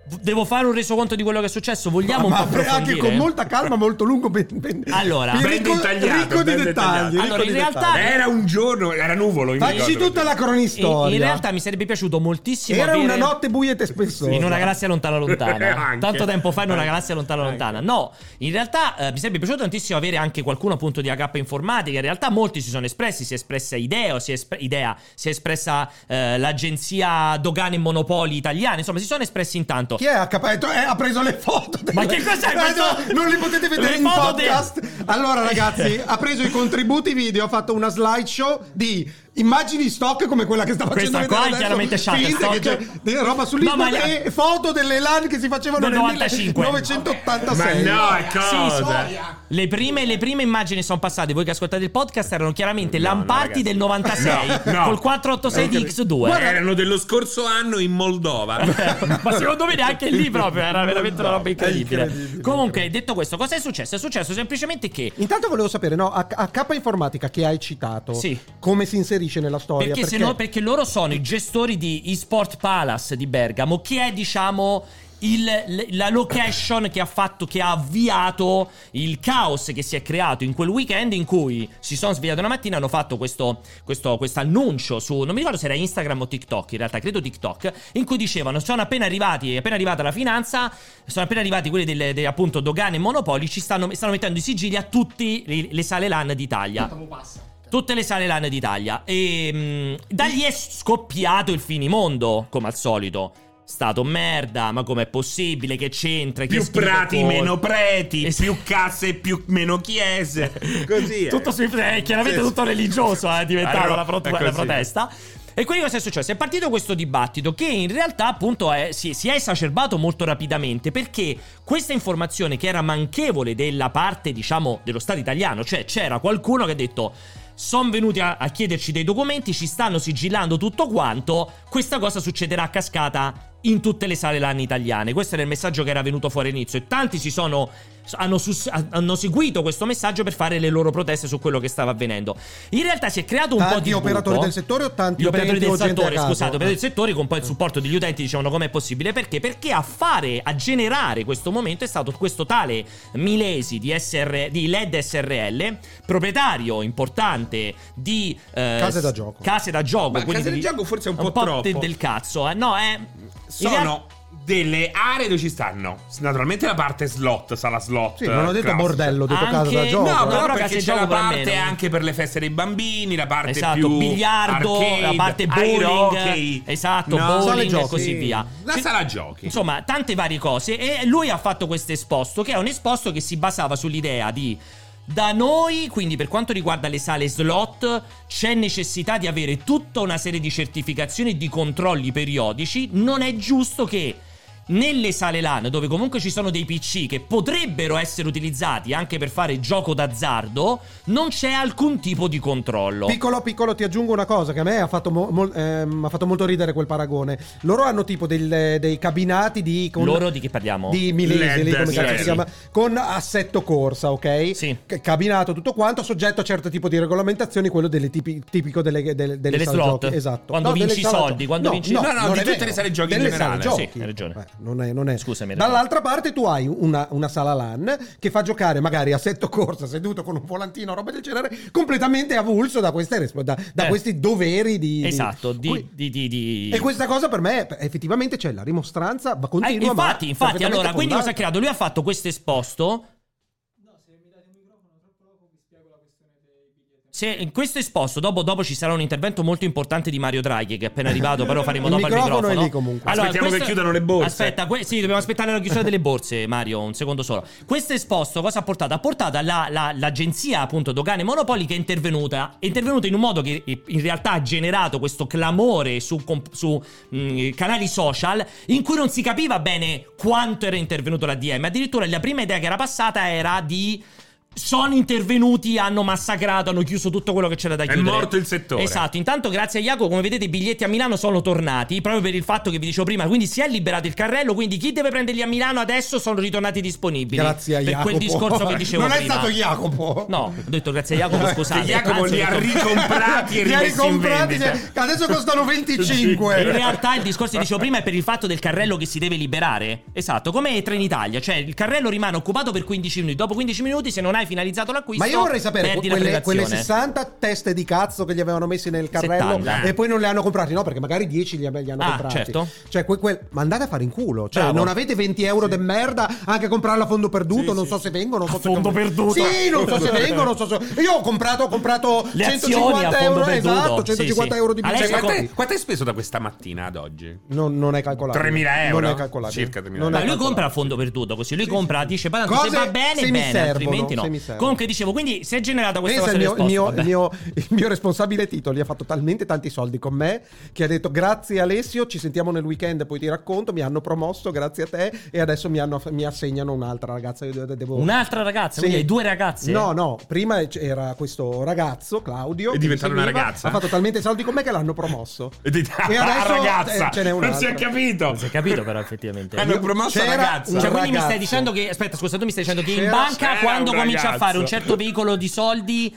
Speaker 1: V- Devo fare un resoconto di quello che è successo? Vogliamo
Speaker 3: Ma
Speaker 1: un po'
Speaker 3: anche
Speaker 1: approfondire?
Speaker 3: con molta calma, molto lungo. ben- ben-
Speaker 1: Allora.
Speaker 3: ricco-
Speaker 2: Ben dettagliato,
Speaker 3: ricco di
Speaker 2: ben dettagliato.
Speaker 3: dettagli.
Speaker 1: Allora,
Speaker 3: ricco
Speaker 1: in
Speaker 3: di
Speaker 1: realtà-
Speaker 3: dettagli.
Speaker 2: Era un giorno, era nuvolo. mi
Speaker 3: Facci
Speaker 2: ricordo.
Speaker 3: tutta la
Speaker 1: in,
Speaker 3: cronistoria.
Speaker 1: in realtà mi sarebbe piaciuto moltissimo
Speaker 3: Era una
Speaker 1: avere-
Speaker 3: notte buia e spessosa.
Speaker 1: In una galassia lontana lontana.
Speaker 2: Anche.
Speaker 1: Tanto tempo fa in una
Speaker 2: Anche.
Speaker 1: galassia lontana lontana. No, in realtà eh, mi sarebbe piaciuto tantissimo avere anche qualcuno appunto di HP Informatica. In realtà molti si sono espressi, si è espressa Ideo, si è, espre- Idea, si è espressa eh, l'agenzia Dogane e Monopoli italiana. Insomma, si sono espressi in tanto.
Speaker 3: Chi è ha capa- eh, ha preso le foto? delle-
Speaker 1: Ma che cos'è
Speaker 3: Eh,
Speaker 1: questo?
Speaker 3: no, non li potete vedere
Speaker 1: Le
Speaker 3: in
Speaker 1: foto del-
Speaker 3: podcast. Allora, ragazzi, ha preso i contributi video, ha fatto una slideshow di immagini stock come quella che sta facendo
Speaker 1: Questa
Speaker 3: vedere
Speaker 1: qua è
Speaker 3: adesso,
Speaker 1: chiaramente
Speaker 3: finte che
Speaker 1: Shutterstock.
Speaker 3: c'è de- roba sull'Istat
Speaker 1: No, ma-
Speaker 3: e foto delle LAN che si facevano
Speaker 1: Del
Speaker 3: nel
Speaker 1: 95.
Speaker 3: 1986.
Speaker 2: Ma no, è
Speaker 1: Sì,
Speaker 2: cosa?
Speaker 4: Storia.
Speaker 1: Le prime, le prime immagini sono passate, voi che ascoltate il podcast, erano chiaramente Lamparti
Speaker 2: ragazzi.
Speaker 1: del 96
Speaker 2: No, no.
Speaker 1: col 486 di X2.
Speaker 2: Erano dello scorso anno in Moldova.
Speaker 1: ma secondo me neanche lì proprio era veramente una roba incredibile.
Speaker 3: incredibile.
Speaker 1: Comunque, detto questo, cosa è successo? È successo semplicemente che
Speaker 3: Intanto volevo sapere, no, a, a K Informatica che hai citato,
Speaker 1: Sì.
Speaker 3: come si inserisce nella storia?
Speaker 1: perché, se no- perché loro sono i gestori di eSport Palace di Bergamo, che è diciamo. il- l- la location che ha fatto che ha avviato il caos che si è creato in quel weekend in cui si sono svegliati una mattina hanno fatto questo questo annuncio su non mi ricordo se era Instagram o TikTok in realtà credo TikTok in cui dicevano sono appena arrivati è appena arrivata la finanza sono appena arrivati quelli delle, delle, appunto dogane e monopoli ci stanno, stanno mettendo i sigilli a tutte le sale LAN d'Italia
Speaker 4: Tanto mo passa.
Speaker 1: Tutte le sale LAN d'Italia. E mm, da lì è scoppiato il finimondo, come al solito. Stato merda, ma com'è possibile? Che c'entra? Che
Speaker 2: più
Speaker 1: schifo
Speaker 2: prati,
Speaker 1: col-
Speaker 2: meno preti,
Speaker 1: Esatto.
Speaker 2: più casse, più meno chiese. Così. eh.
Speaker 1: Tutto sui- eh, chiaramente
Speaker 2: Sì, sì. eh,
Speaker 1: tutto religioso eh, è diventata
Speaker 2: Allora,
Speaker 1: la, prot-
Speaker 2: è
Speaker 1: la
Speaker 2: così.
Speaker 1: protesta. E quindi cosa è successo? È partito questo dibattito che in realtà appunto è- si, si è esacerbato molto rapidamente perché questa informazione che era manchevole della parte diciamo dello Stato italiano, cioè c'era qualcuno che ha detto sono venuti a, a chiederci dei documenti, ci stanno sigillando tutto quanto, questa cosa succederà a cascata in tutte le sale LAN italiane. Questo era il messaggio che era venuto fuori all'inizio e tanti si sono hanno, sus- hanno seguito questo messaggio per fare le loro proteste su quello che stava avvenendo. In realtà si è creato un po'
Speaker 3: Tanti
Speaker 1: di buco.
Speaker 3: operatori del settore o tanti
Speaker 1: gli operatori
Speaker 3: utenti
Speaker 1: del
Speaker 3: o gente
Speaker 1: settore,
Speaker 3: a Eh. caso?
Speaker 1: scusate, operatori del settore con poi il supporto degli utenti dicevano com'è possibile perché? Perché a fare a generare questo momento è stato questo tale Milesi di, SR, di LED SRL, proprietario importante di eh,
Speaker 3: Case da gioco.
Speaker 1: Case da gioco,
Speaker 2: Ma
Speaker 1: quindi
Speaker 2: case da
Speaker 1: di-
Speaker 2: gioco forse è un po' troppo.
Speaker 1: de- del cazzo, eh. No, è in realtà-
Speaker 2: Sono delle aree dove ci stanno. Naturalmente la parte slot, sala slot.
Speaker 3: Sì, non ho detto
Speaker 2: classica.
Speaker 3: bordello, ho detto casa da
Speaker 1: Anche-
Speaker 3: gioco.
Speaker 2: No,
Speaker 1: No,
Speaker 2: però
Speaker 1: però
Speaker 2: perché
Speaker 1: case
Speaker 2: c'è
Speaker 1: gioco
Speaker 2: la
Speaker 1: per me,
Speaker 2: parte
Speaker 1: no?
Speaker 2: anche per le feste dei bambini, la parte
Speaker 1: Esatto,
Speaker 2: più
Speaker 1: biliardo, la
Speaker 2: arcade,
Speaker 1: parte
Speaker 2: aereo,
Speaker 1: bowling,
Speaker 2: hockey.
Speaker 1: esatto,
Speaker 2: No,
Speaker 3: sale
Speaker 1: bowling e
Speaker 3: giochi.
Speaker 1: così via.
Speaker 2: La
Speaker 1: Ci-
Speaker 2: sala giochi.
Speaker 1: Insomma, tante varie cose. E lui ha fatto questo esposto, che è un esposto che si basava sull'idea di. Da noi, quindi per quanto riguarda le sale slot, c'è necessità di avere tutta una serie di certificazioni e di controlli periodici. Non è giusto che nelle sale LAN, dove comunque ci sono dei PC che potrebbero essere utilizzati anche per fare gioco d'azzardo, non c'è alcun tipo di controllo.
Speaker 3: Piccolo, piccolo, ti aggiungo una cosa che a me ha fatto, mo- mol- ehm, ha fatto molto ridere quel paragone. Loro hanno tipo del- dei cabinati di. con-
Speaker 1: Loro di che parliamo?
Speaker 3: Di Milese,
Speaker 2: Led,
Speaker 3: lì, come cazzo
Speaker 2: Milese.
Speaker 3: si chiama? Con assetto corsa, ok?
Speaker 1: Sì.
Speaker 3: C- cabinato tutto quanto, soggetto a certo tipo di regolamentazioni, quello delle tipi- tipico delle, delle, delle,
Speaker 1: Delle
Speaker 3: sale
Speaker 1: slot.
Speaker 3: giochi. Esatto.
Speaker 1: Quando
Speaker 3: delle
Speaker 1: vinci i
Speaker 3: sale
Speaker 1: soldi,
Speaker 3: giochi.
Speaker 1: quando vinci-
Speaker 2: No, no,
Speaker 3: non
Speaker 2: di
Speaker 3: è
Speaker 2: tutte
Speaker 3: vero.
Speaker 2: le sale giochi in
Speaker 3: Delle
Speaker 2: generale.
Speaker 3: sale
Speaker 1: Sì,
Speaker 3: giochi.
Speaker 1: hai ragione.
Speaker 3: Beh, non è, non è.
Speaker 1: Scusami, hai ragione.
Speaker 3: Dall'altra parte tu hai una, una sala LAN che fa giocare magari assetto corsa, seduto con un volantino, roba del genere, completamente avulso da, queste resp- da, da
Speaker 1: Eh.
Speaker 3: questi doveri di... di-
Speaker 1: Esatto, di,
Speaker 3: Qui-
Speaker 1: di, di, di-
Speaker 3: E questa cosa per me è- effettivamente c'è la rimostranza, va
Speaker 1: Eh,
Speaker 3: continua. ma
Speaker 1: infatti, infatti,
Speaker 3: perfettamente
Speaker 1: allora, quindi cosa ha
Speaker 3: fondata.
Speaker 1: creato? Lui ha fatto questo esposto. Se in questo esposto, dopo, dopo ci sarà un intervento molto importante di Mario Draghi, che è appena arrivato, però faremo
Speaker 3: Il
Speaker 1: dopo
Speaker 3: microfono
Speaker 1: il microfono.
Speaker 3: è lì comunque.
Speaker 2: Aspettiamo che chiudano le borse.
Speaker 1: Aspetta, que- sì, dobbiamo aspettare la chiusura delle borse, Mario, un secondo solo. Questo esposto cosa ha portato? Ha portato la- la- l'agenzia, appunto, Dogane e Monopoli, che è intervenuta. È intervenuta in un modo che eh, in realtà ha generato questo clamore su, comp- su mh, canali social in cui non si capiva bene quanto era intervenuto la DM. Addirittura la prima idea che era passata era di. Sono intervenuti, hanno massacrato, hanno chiuso tutto quello che c'era da
Speaker 2: È
Speaker 1: chiudere.
Speaker 2: morto il settore.
Speaker 1: Esatto. Intanto, grazie a Iaco, come vedete, i biglietti a Milano sono tornati proprio per il fatto che vi dicevo prima. Quindi si è liberato il carrello. Quindi chi deve prenderli a Milano adesso sono ritornati disponibili.
Speaker 3: Grazie a
Speaker 1: Per
Speaker 3: Jacopo.
Speaker 1: quel discorso che dicevo
Speaker 6: non
Speaker 1: prima.
Speaker 6: è stato Jacopo.
Speaker 1: No, ho detto grazie a
Speaker 3: Eh,
Speaker 1: Jacopo, scusate.
Speaker 2: Che Jacopo
Speaker 1: Anzi, ho
Speaker 2: li ha
Speaker 1: detto-
Speaker 2: ricomprati e
Speaker 6: Li hai
Speaker 2: rimessi in
Speaker 6: comprati,
Speaker 2: vendita.
Speaker 6: cioè, adesso costano 25.
Speaker 1: In realtà il discorso che dicevo prima è per il fatto del carrello che si deve liberare. Esatto, come Trenitalia, cioè il carrello rimane occupato per 15 minuti. Dopo 15 minuti, se non hai finalizzato l'acquisto,
Speaker 3: Ma io vorrei sapere
Speaker 1: perdi
Speaker 3: quelle,
Speaker 1: la
Speaker 3: quelle
Speaker 1: prelazione.
Speaker 3: 60 teste di cazzo che gli avevano messi nel carrello
Speaker 1: 70.
Speaker 3: e poi non le hanno comprati. No, perché magari 10 li, ab- li hanno
Speaker 1: Ah,
Speaker 3: comprati.
Speaker 1: certo.
Speaker 3: Cioè, que- quel- ma andate a fare in culo. Cioè,
Speaker 1: Bravo.
Speaker 3: non avete 20 euro de merda anche a comprarla a fondo perduto. non so se vengono. Non so
Speaker 1: A fondo
Speaker 3: se
Speaker 1: perduto.
Speaker 3: Sì, non so se vengono. Non so se... Io ho comprato, ho comprato
Speaker 1: Le azioni a
Speaker 3: 150
Speaker 1: fondo
Speaker 3: euro.
Speaker 1: perduto.
Speaker 3: Esatto,
Speaker 1: Sì,
Speaker 3: 150
Speaker 1: sì.
Speaker 3: euro di
Speaker 1: Adesso
Speaker 2: Cioè,
Speaker 1: Ecco.
Speaker 2: quanto,
Speaker 3: biglietto.
Speaker 2: è, quanto hai speso da questa mattina ad oggi?
Speaker 3: Non, non è calcolabile.
Speaker 2: 3.000 euro?
Speaker 3: Non è calcolabile.
Speaker 2: Circa 3.000
Speaker 3: Non
Speaker 1: Ma
Speaker 3: è
Speaker 1: lui
Speaker 3: calcolabile.
Speaker 1: compra a fondo perduto, così lui compra, dice, "Ma tanto
Speaker 3: Cose-
Speaker 1: se va bene,
Speaker 3: se mi
Speaker 1: bene,
Speaker 3: servono,
Speaker 1: altrimenti
Speaker 3: se
Speaker 1: no.
Speaker 3: mi servono.
Speaker 1: Comunque dicevo, quindi si è generata questa
Speaker 3: Pensa
Speaker 1: cosa
Speaker 3: il mio, il,
Speaker 1: risposta,
Speaker 3: mio,
Speaker 1: vabbè.
Speaker 3: il mio- il mio responsabile Titoli ha fatto talmente tanti soldi con me che ha detto grazie Alessio, ci sentiamo nel weekend poi ti racconto, mi hanno promosso, grazie a te e adesso mi, hanno- mi assegnano un'altra ragazza. Io de- devo-
Speaker 1: Un'altra ragazza,
Speaker 3: Sì.
Speaker 1: quindi hai due ragazze.
Speaker 3: No, no, prima c- era questo ragazzo, Claudio.
Speaker 2: È
Speaker 3: che
Speaker 2: diventata
Speaker 3: mi
Speaker 2: una
Speaker 3: seguiva,
Speaker 2: ragazza?
Speaker 3: Ha fatto talmente soldi con me che l'hanno promosso.
Speaker 2: E dite,
Speaker 3: E
Speaker 2: "Ah,
Speaker 3: adesso,
Speaker 2: ragazza,
Speaker 3: eh, ce n'è
Speaker 2: non si è
Speaker 3: un'altra.
Speaker 2: capito.
Speaker 1: Non si è capito però effettivamente.
Speaker 2: Hanno promosso
Speaker 3: C'era
Speaker 2: ragazza.
Speaker 3: un
Speaker 1: Cioè, quindi mi
Speaker 3: ragazzo.
Speaker 1: stai dicendo che aspetta, scusa, tu mi stai dicendo che in
Speaker 3: C'era-
Speaker 1: banca
Speaker 2: c'era
Speaker 1: quando
Speaker 2: un
Speaker 1: cominci a
Speaker 2: ragazzo.
Speaker 1: fare un certo veicolo di soldi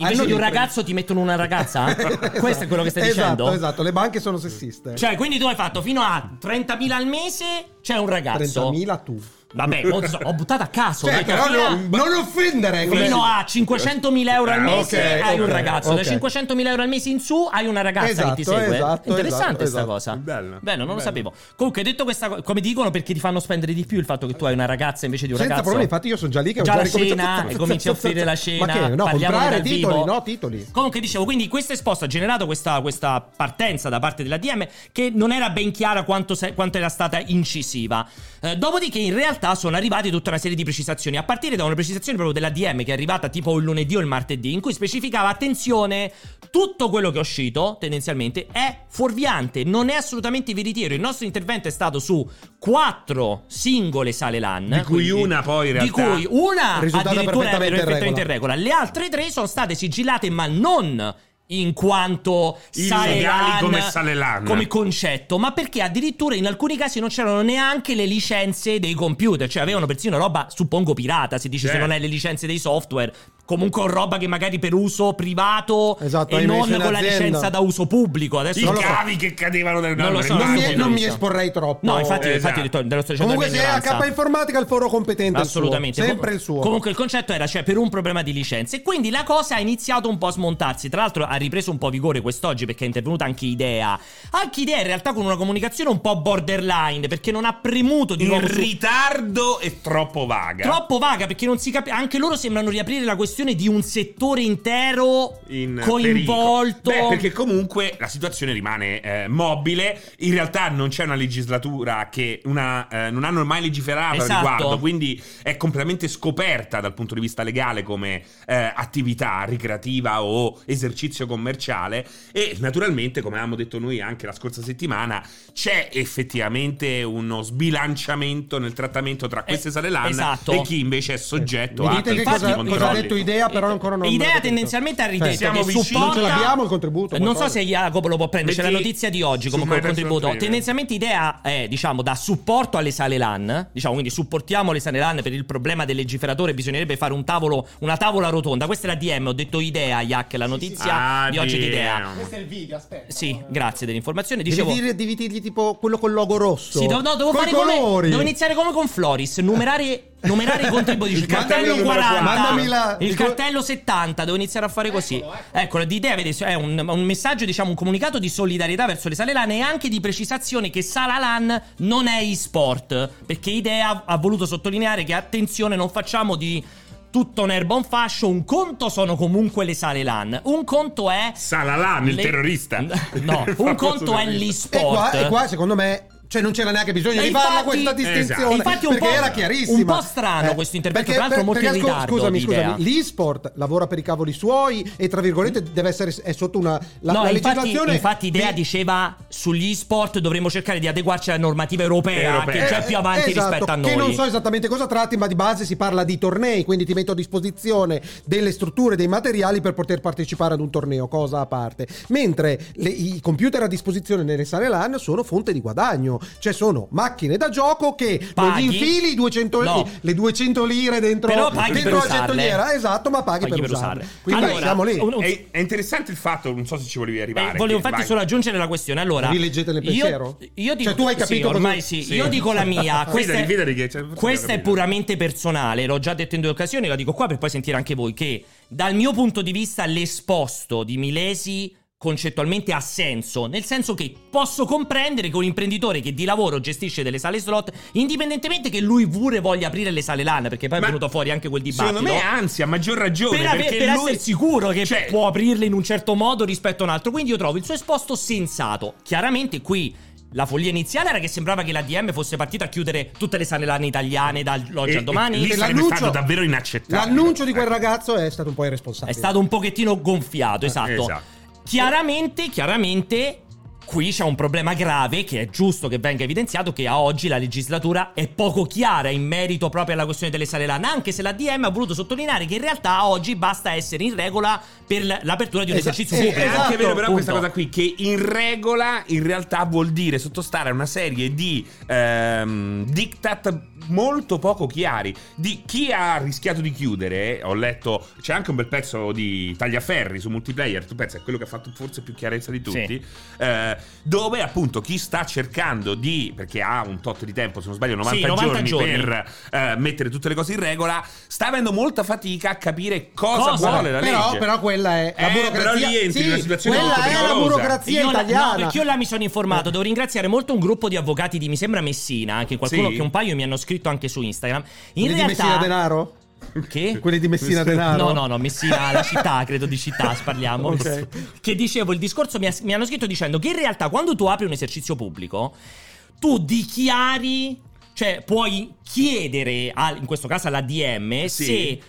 Speaker 1: invece
Speaker 3: Hanno
Speaker 1: di un
Speaker 3: di pre-
Speaker 1: ragazzo ti mettono una ragazza? Questo è quello che stai
Speaker 3: Esatto,
Speaker 1: dicendo?
Speaker 3: Esatto, le banche sono sessiste.
Speaker 1: Cioè, quindi tu hai fatto fino a 30.000 al mese c'è un ragazzo.
Speaker 3: 30.000 tu.
Speaker 1: Vabbè, mo so- ho buttato a caso. ho
Speaker 3: Cioè,
Speaker 1: detto,
Speaker 3: però
Speaker 1: fino a-
Speaker 3: non, non offendere.
Speaker 1: Fino
Speaker 3: come-
Speaker 1: a 500.000 euro al
Speaker 2: Ah,
Speaker 1: mese
Speaker 2: ok,
Speaker 1: hai un
Speaker 2: ok,
Speaker 1: ragazzo,
Speaker 3: ok.
Speaker 1: da 500.000 euro al mese in su hai una ragazza che ti
Speaker 3: Esatto,
Speaker 1: segue.
Speaker 3: esatto,
Speaker 1: Interessante
Speaker 3: esatto,
Speaker 1: sta
Speaker 3: esatto.
Speaker 1: cosa.
Speaker 2: Bello.
Speaker 1: Bello, non lo
Speaker 2: Bello.
Speaker 1: sapevo. Comunque, detto questa cosa, come dicono perché ti fanno spendere di più il fatto che tu hai una ragazza invece di un
Speaker 3: Senza
Speaker 1: ragazzo.
Speaker 3: problemi, infatti io sono già lì che ho
Speaker 1: Già la
Speaker 3: ricominciato-
Speaker 1: cena, e cominci a offrire la cena.
Speaker 3: Ma che? No,
Speaker 1: parliamone
Speaker 3: comprare
Speaker 1: dal vivo.
Speaker 3: titoli, no, titoli.
Speaker 1: Comunque dicevo, quindi questo esposto ha generato questa, questa partenza da parte della DM che non era ben chiara quanto, se- quanto era stata incisiva. successiva. Eh, dopodiché, in realtà, sono arrivati tutta una serie di precisazioni, a partire da una precisazione proprio della DM che è arrivata tipo il lunedì o il martedì, in cui specificava: attenzione, tutto quello che è uscito, tendenzialmente, è fuorviante, non è assolutamente veritiero. Il nostro intervento è stato su quattro singole sale LAN.
Speaker 2: Di cui
Speaker 1: quindi-
Speaker 2: una poi, in realtà,
Speaker 1: Di cui una
Speaker 3: risultata
Speaker 1: Ah, addirittura è
Speaker 3: perfettamente in
Speaker 1: perfettamente in regola. Le altre tre sono state sigillate, ma non in quanto
Speaker 2: Illegali
Speaker 1: Salelan
Speaker 2: come Salelan.
Speaker 1: come concetto, ma perché addirittura in alcuni casi non c'erano neanche le licenze dei computer, cioè avevano persino roba, suppongo, pirata, si dice se
Speaker 2: Certo.
Speaker 1: non è le licenze dei software, comunque roba che magari per uso privato
Speaker 3: Esatto,
Speaker 1: e
Speaker 3: hai
Speaker 1: non
Speaker 3: messo in
Speaker 1: con la
Speaker 3: azienda.
Speaker 1: licenza da uso pubblico. Adesso
Speaker 2: I
Speaker 1: non lo so.
Speaker 2: cavi che cadevano dal
Speaker 1: Non lo so,
Speaker 2: dal-
Speaker 3: Non mi,
Speaker 1: punto
Speaker 3: non
Speaker 1: di
Speaker 3: mi
Speaker 1: vista.
Speaker 3: esporrei troppo.
Speaker 1: No, infatti,
Speaker 2: Esatto.
Speaker 1: infatti sto- te lo sto dicendo
Speaker 3: Comunque,
Speaker 1: per
Speaker 3: se è a
Speaker 1: ignoranza.
Speaker 3: K informatica, il foro competente è il suo.
Speaker 1: Assolutamente.
Speaker 3: Sempre il suo.
Speaker 1: Comunque il concetto era, cioè, per un problema di licenze. Quindi la cosa ha iniziato un po' a smontarsi. Tra l'altro ha ripreso un po' vigore quest'oggi perché è intervenuta anche Idea. Anche Idea in realtà con una comunicazione un po' borderline perché non ha premuto di
Speaker 2: in
Speaker 1: nuovo su-
Speaker 2: ritardo e troppo vaga.
Speaker 1: Troppo vaga perché non si capisce. Anche loro sembrano riaprire la questione di un settore intero
Speaker 2: in
Speaker 1: coinvolto.
Speaker 2: pericolo. Beh, perché comunque la situazione rimane eh, mobile. In realtà non c'è una legislatura che una, eh, non hanno mai legiferato
Speaker 1: Esatto.
Speaker 2: al riguardo, quindi è completamente scoperta dal punto di vista legale come eh, attività ricreativa o esercizio commerciale. E naturalmente, come avevamo detto noi anche la scorsa settimana, c'è effettivamente uno sbilanciamento nel trattamento tra queste
Speaker 1: Eh,
Speaker 2: sale LAN
Speaker 1: esatto.
Speaker 2: e chi invece è soggetto
Speaker 3: Eh, Mi
Speaker 2: a
Speaker 3: dite che
Speaker 2: tantissimi
Speaker 3: cosa,
Speaker 1: infatti-
Speaker 3: cosa ha
Speaker 2: controlli.
Speaker 3: detto Idea, però ancora non. me lo
Speaker 1: Eh, Idea
Speaker 3: ricordo.
Speaker 1: tendenzialmente ha ridetto
Speaker 3: Cioè,
Speaker 2: Siamo
Speaker 1: che
Speaker 2: vicini.
Speaker 1: supporta...
Speaker 3: Non ce l'abbiamo il contributo.
Speaker 1: Non so
Speaker 3: qualcosa.
Speaker 1: se Jacopo lo può prendere, c'è la
Speaker 2: Metti
Speaker 1: notizia di oggi
Speaker 2: su
Speaker 1: come col
Speaker 2: My Personal
Speaker 1: contributo.
Speaker 2: Trainer.
Speaker 1: Tendenzialmente idea è, diciamo, da supporto alle sale LAN, diciamo, quindi supportiamo le sale LAN per il problema del legiferatore, bisognerebbe fare un tavolo, una tavola rotonda. Questa è la DM, ho detto idea, Jack, la notizia
Speaker 2: Ah,
Speaker 1: di oggi di
Speaker 2: DM.
Speaker 1: idea.
Speaker 4: Questo è il video, aspetta.
Speaker 1: Sì, grazie dell'informazione.
Speaker 3: Devi
Speaker 1: Dicevo
Speaker 3: dire- devi dirgli tipo quello col logo rosso.
Speaker 1: sì, devo, no, devo
Speaker 3: Esatto. Coi
Speaker 1: fare come
Speaker 3: colori.
Speaker 1: Devo iniziare come con Floris, numerare numerare i contributi, il
Speaker 2: Il cartello
Speaker 1: cartello
Speaker 2: numero
Speaker 1: 40,
Speaker 3: mandami la-
Speaker 1: il
Speaker 3: dico-
Speaker 1: cartello 70, devo iniziare a fare così.
Speaker 4: Eccolo, eccolo.
Speaker 1: Ecco, di idea vedete, è un, un messaggio, diciamo, un comunicato di solidarietà verso le sale LAN e anche di precisazione che sala LAN non è e-sport, perché Idea ha voluto sottolineare che attenzione, non facciamo di tutto un'erba un fascio, un conto sono comunque le sale LAN, un conto è
Speaker 2: Salalan, il
Speaker 1: le-
Speaker 2: terrorista.
Speaker 1: No,
Speaker 2: Il famoso
Speaker 1: un conto è
Speaker 2: terrorista.
Speaker 3: E
Speaker 1: l'e-sport.
Speaker 3: qua, e qua, secondo me. Cioè, non c'era neanche bisogno
Speaker 1: E
Speaker 3: di farla
Speaker 1: infatti-
Speaker 3: questa
Speaker 2: Esatto.
Speaker 3: distinzione.
Speaker 1: Infatti un
Speaker 3: perché
Speaker 1: po'-
Speaker 3: era chiarissima. Eh,
Speaker 1: un po' strano questo intervento, tra l'altro molto in
Speaker 3: scu-
Speaker 1: ritardo
Speaker 3: Scusami,
Speaker 1: di idea.
Speaker 3: scusami. L'e-sport lavora per i cavoli suoi e, tra virgolette, deve essere è sotto una. La,
Speaker 1: no,
Speaker 3: la
Speaker 1: infatti,
Speaker 3: legislazione.
Speaker 1: infatti Idea
Speaker 3: di-
Speaker 1: diceva sugli sport dovremmo cercare di adeguarci alla normativa europea, che
Speaker 2: Europea.
Speaker 1: è già
Speaker 3: Eh,
Speaker 1: Cioè, più avanti
Speaker 3: esatto,
Speaker 1: rispetto a noi.
Speaker 3: Che non so esattamente cosa tratti, ma di base si parla di tornei, quindi ti metto a disposizione delle strutture, dei materiali per poter partecipare ad un torneo, cosa a parte. Mentre le- i computer a disposizione nelle sale LAN sono fonte di guadagno, cioè sono macchine da gioco che
Speaker 1: Paghi?
Speaker 3: non gli infili 200
Speaker 1: No.
Speaker 3: le 200 lire dentro,
Speaker 1: Però paghi
Speaker 3: dentro
Speaker 1: per
Speaker 3: la
Speaker 1: usarle.
Speaker 3: gettoniera, esatto, ma paghi, per, usarle. Quindi
Speaker 1: Allora,
Speaker 3: siamo lì.
Speaker 1: un- un-
Speaker 2: È, è interessante il fatto, non so se ci volevi
Speaker 1: Eh,
Speaker 2: arrivare.
Speaker 1: volevo
Speaker 2: Pier,
Speaker 1: infatti
Speaker 2: vai.
Speaker 1: solo aggiungere la questione. Allora,
Speaker 3: Vi leggete nel
Speaker 1: io-
Speaker 3: pensiero?
Speaker 1: Io dico,
Speaker 3: Cioè, tu hai
Speaker 1: sì,
Speaker 3: capito cosa-
Speaker 1: ormai sì.
Speaker 2: Sì.
Speaker 1: Io dico la mia. Questa,
Speaker 2: Fidati,
Speaker 1: è-
Speaker 2: fidati che c'è-
Speaker 1: questa è
Speaker 2: capito.
Speaker 1: puramente personale. L'ho già detto in due occasioni. La dico qua per poi sentire anche voi. Che dal mio punto di vista, l'esposto di Milesi concettualmente ha senso, nel senso che posso comprendere che un imprenditore che di lavoro gestisce delle sale slot, indipendentemente che lui pure voglia aprire le sale LAN, perché poi
Speaker 2: Ma
Speaker 1: è venuto fuori anche quel dibattito.
Speaker 2: Secondo me, anzi, a maggior ragione.
Speaker 1: Per, ave-
Speaker 2: perché
Speaker 1: per
Speaker 2: lui-
Speaker 1: essere sicuro che
Speaker 2: Cioè,
Speaker 1: può aprirle in un certo modo rispetto a un altro. Quindi io trovo il suo esposto sensato. Chiaramente qui la follia iniziale era che sembrava che la DM fosse partita a chiudere tutte le sale lane italiane dall'oggi
Speaker 2: e-
Speaker 1: al cioè, domani.
Speaker 2: e Lì sarebbe
Speaker 3: l'annuncio-
Speaker 2: stato davvero inaccettabile.
Speaker 3: L'annuncio di quel
Speaker 2: Ecco.
Speaker 3: ragazzo è stato un po' irresponsabile.
Speaker 1: È stato un pochettino gonfiato, esatto.
Speaker 2: esatto.
Speaker 1: Chiaramente, chiaramente. Qui c'è un problema grave che è giusto che venga evidenziato che a oggi la legislatura è poco chiara in merito proprio alla questione delle sale LAN, anche se la DM ha voluto sottolineare che in realtà a oggi basta essere in regola per l- l'apertura di un
Speaker 3: Esa-
Speaker 1: esercizio
Speaker 3: eh,
Speaker 1: pubblico.
Speaker 2: È anche
Speaker 3: Esatto,
Speaker 2: vero, però, questa
Speaker 1: Punto.
Speaker 2: cosa qui che in regola in realtà vuol dire sottostare a una serie di ehm, diktat molto poco chiari di chi ha rischiato di chiudere. Ho letto, c'è anche un bel pezzo di Tagliaferri su multiplayer. Tu pensi, è quello che ha fatto forse più chiarezza di tutti.
Speaker 1: Sì.
Speaker 2: eh, dove appunto chi sta cercando di, perché ha un tot di tempo, se non sbaglio, 90,
Speaker 1: Sì, 90
Speaker 2: giorni,
Speaker 1: giorni.
Speaker 2: per eh, mettere tutte le cose in regola, sta avendo molta fatica a capire cosa,
Speaker 1: Cosa?
Speaker 2: vuole la
Speaker 3: però,
Speaker 2: legge.
Speaker 3: però quella è la
Speaker 2: Eh,
Speaker 3: burocrazia.
Speaker 2: però lì entri
Speaker 3: Sì,
Speaker 2: in una situazione
Speaker 3: quella
Speaker 2: molto
Speaker 3: è la
Speaker 2: pericolosa.
Speaker 3: burocrazia
Speaker 1: Io la-
Speaker 3: italiana. Eh.
Speaker 1: no, perché io là mi sono informato. Devo ringraziare molto un gruppo di avvocati di, mi sembra, Messina. Anche qualcuno
Speaker 2: Sì.
Speaker 1: che un paio mi hanno scritto anche su Instagram. In
Speaker 3: Quelli di Messina
Speaker 1: realtà.
Speaker 3: Denaro?
Speaker 1: che?
Speaker 3: Quelli di Messina Denaro?
Speaker 1: No, no, no, Messina, la città, credo di città, parliamo.
Speaker 3: Ok.
Speaker 1: Che dicevo, il discorso mi, ha- mi hanno scritto dicendo che in realtà quando tu apri un esercizio pubblico, tu dichiari Cioè, puoi chiedere, al- in questo caso alla DM,
Speaker 3: Eh
Speaker 2: Sì.
Speaker 1: se.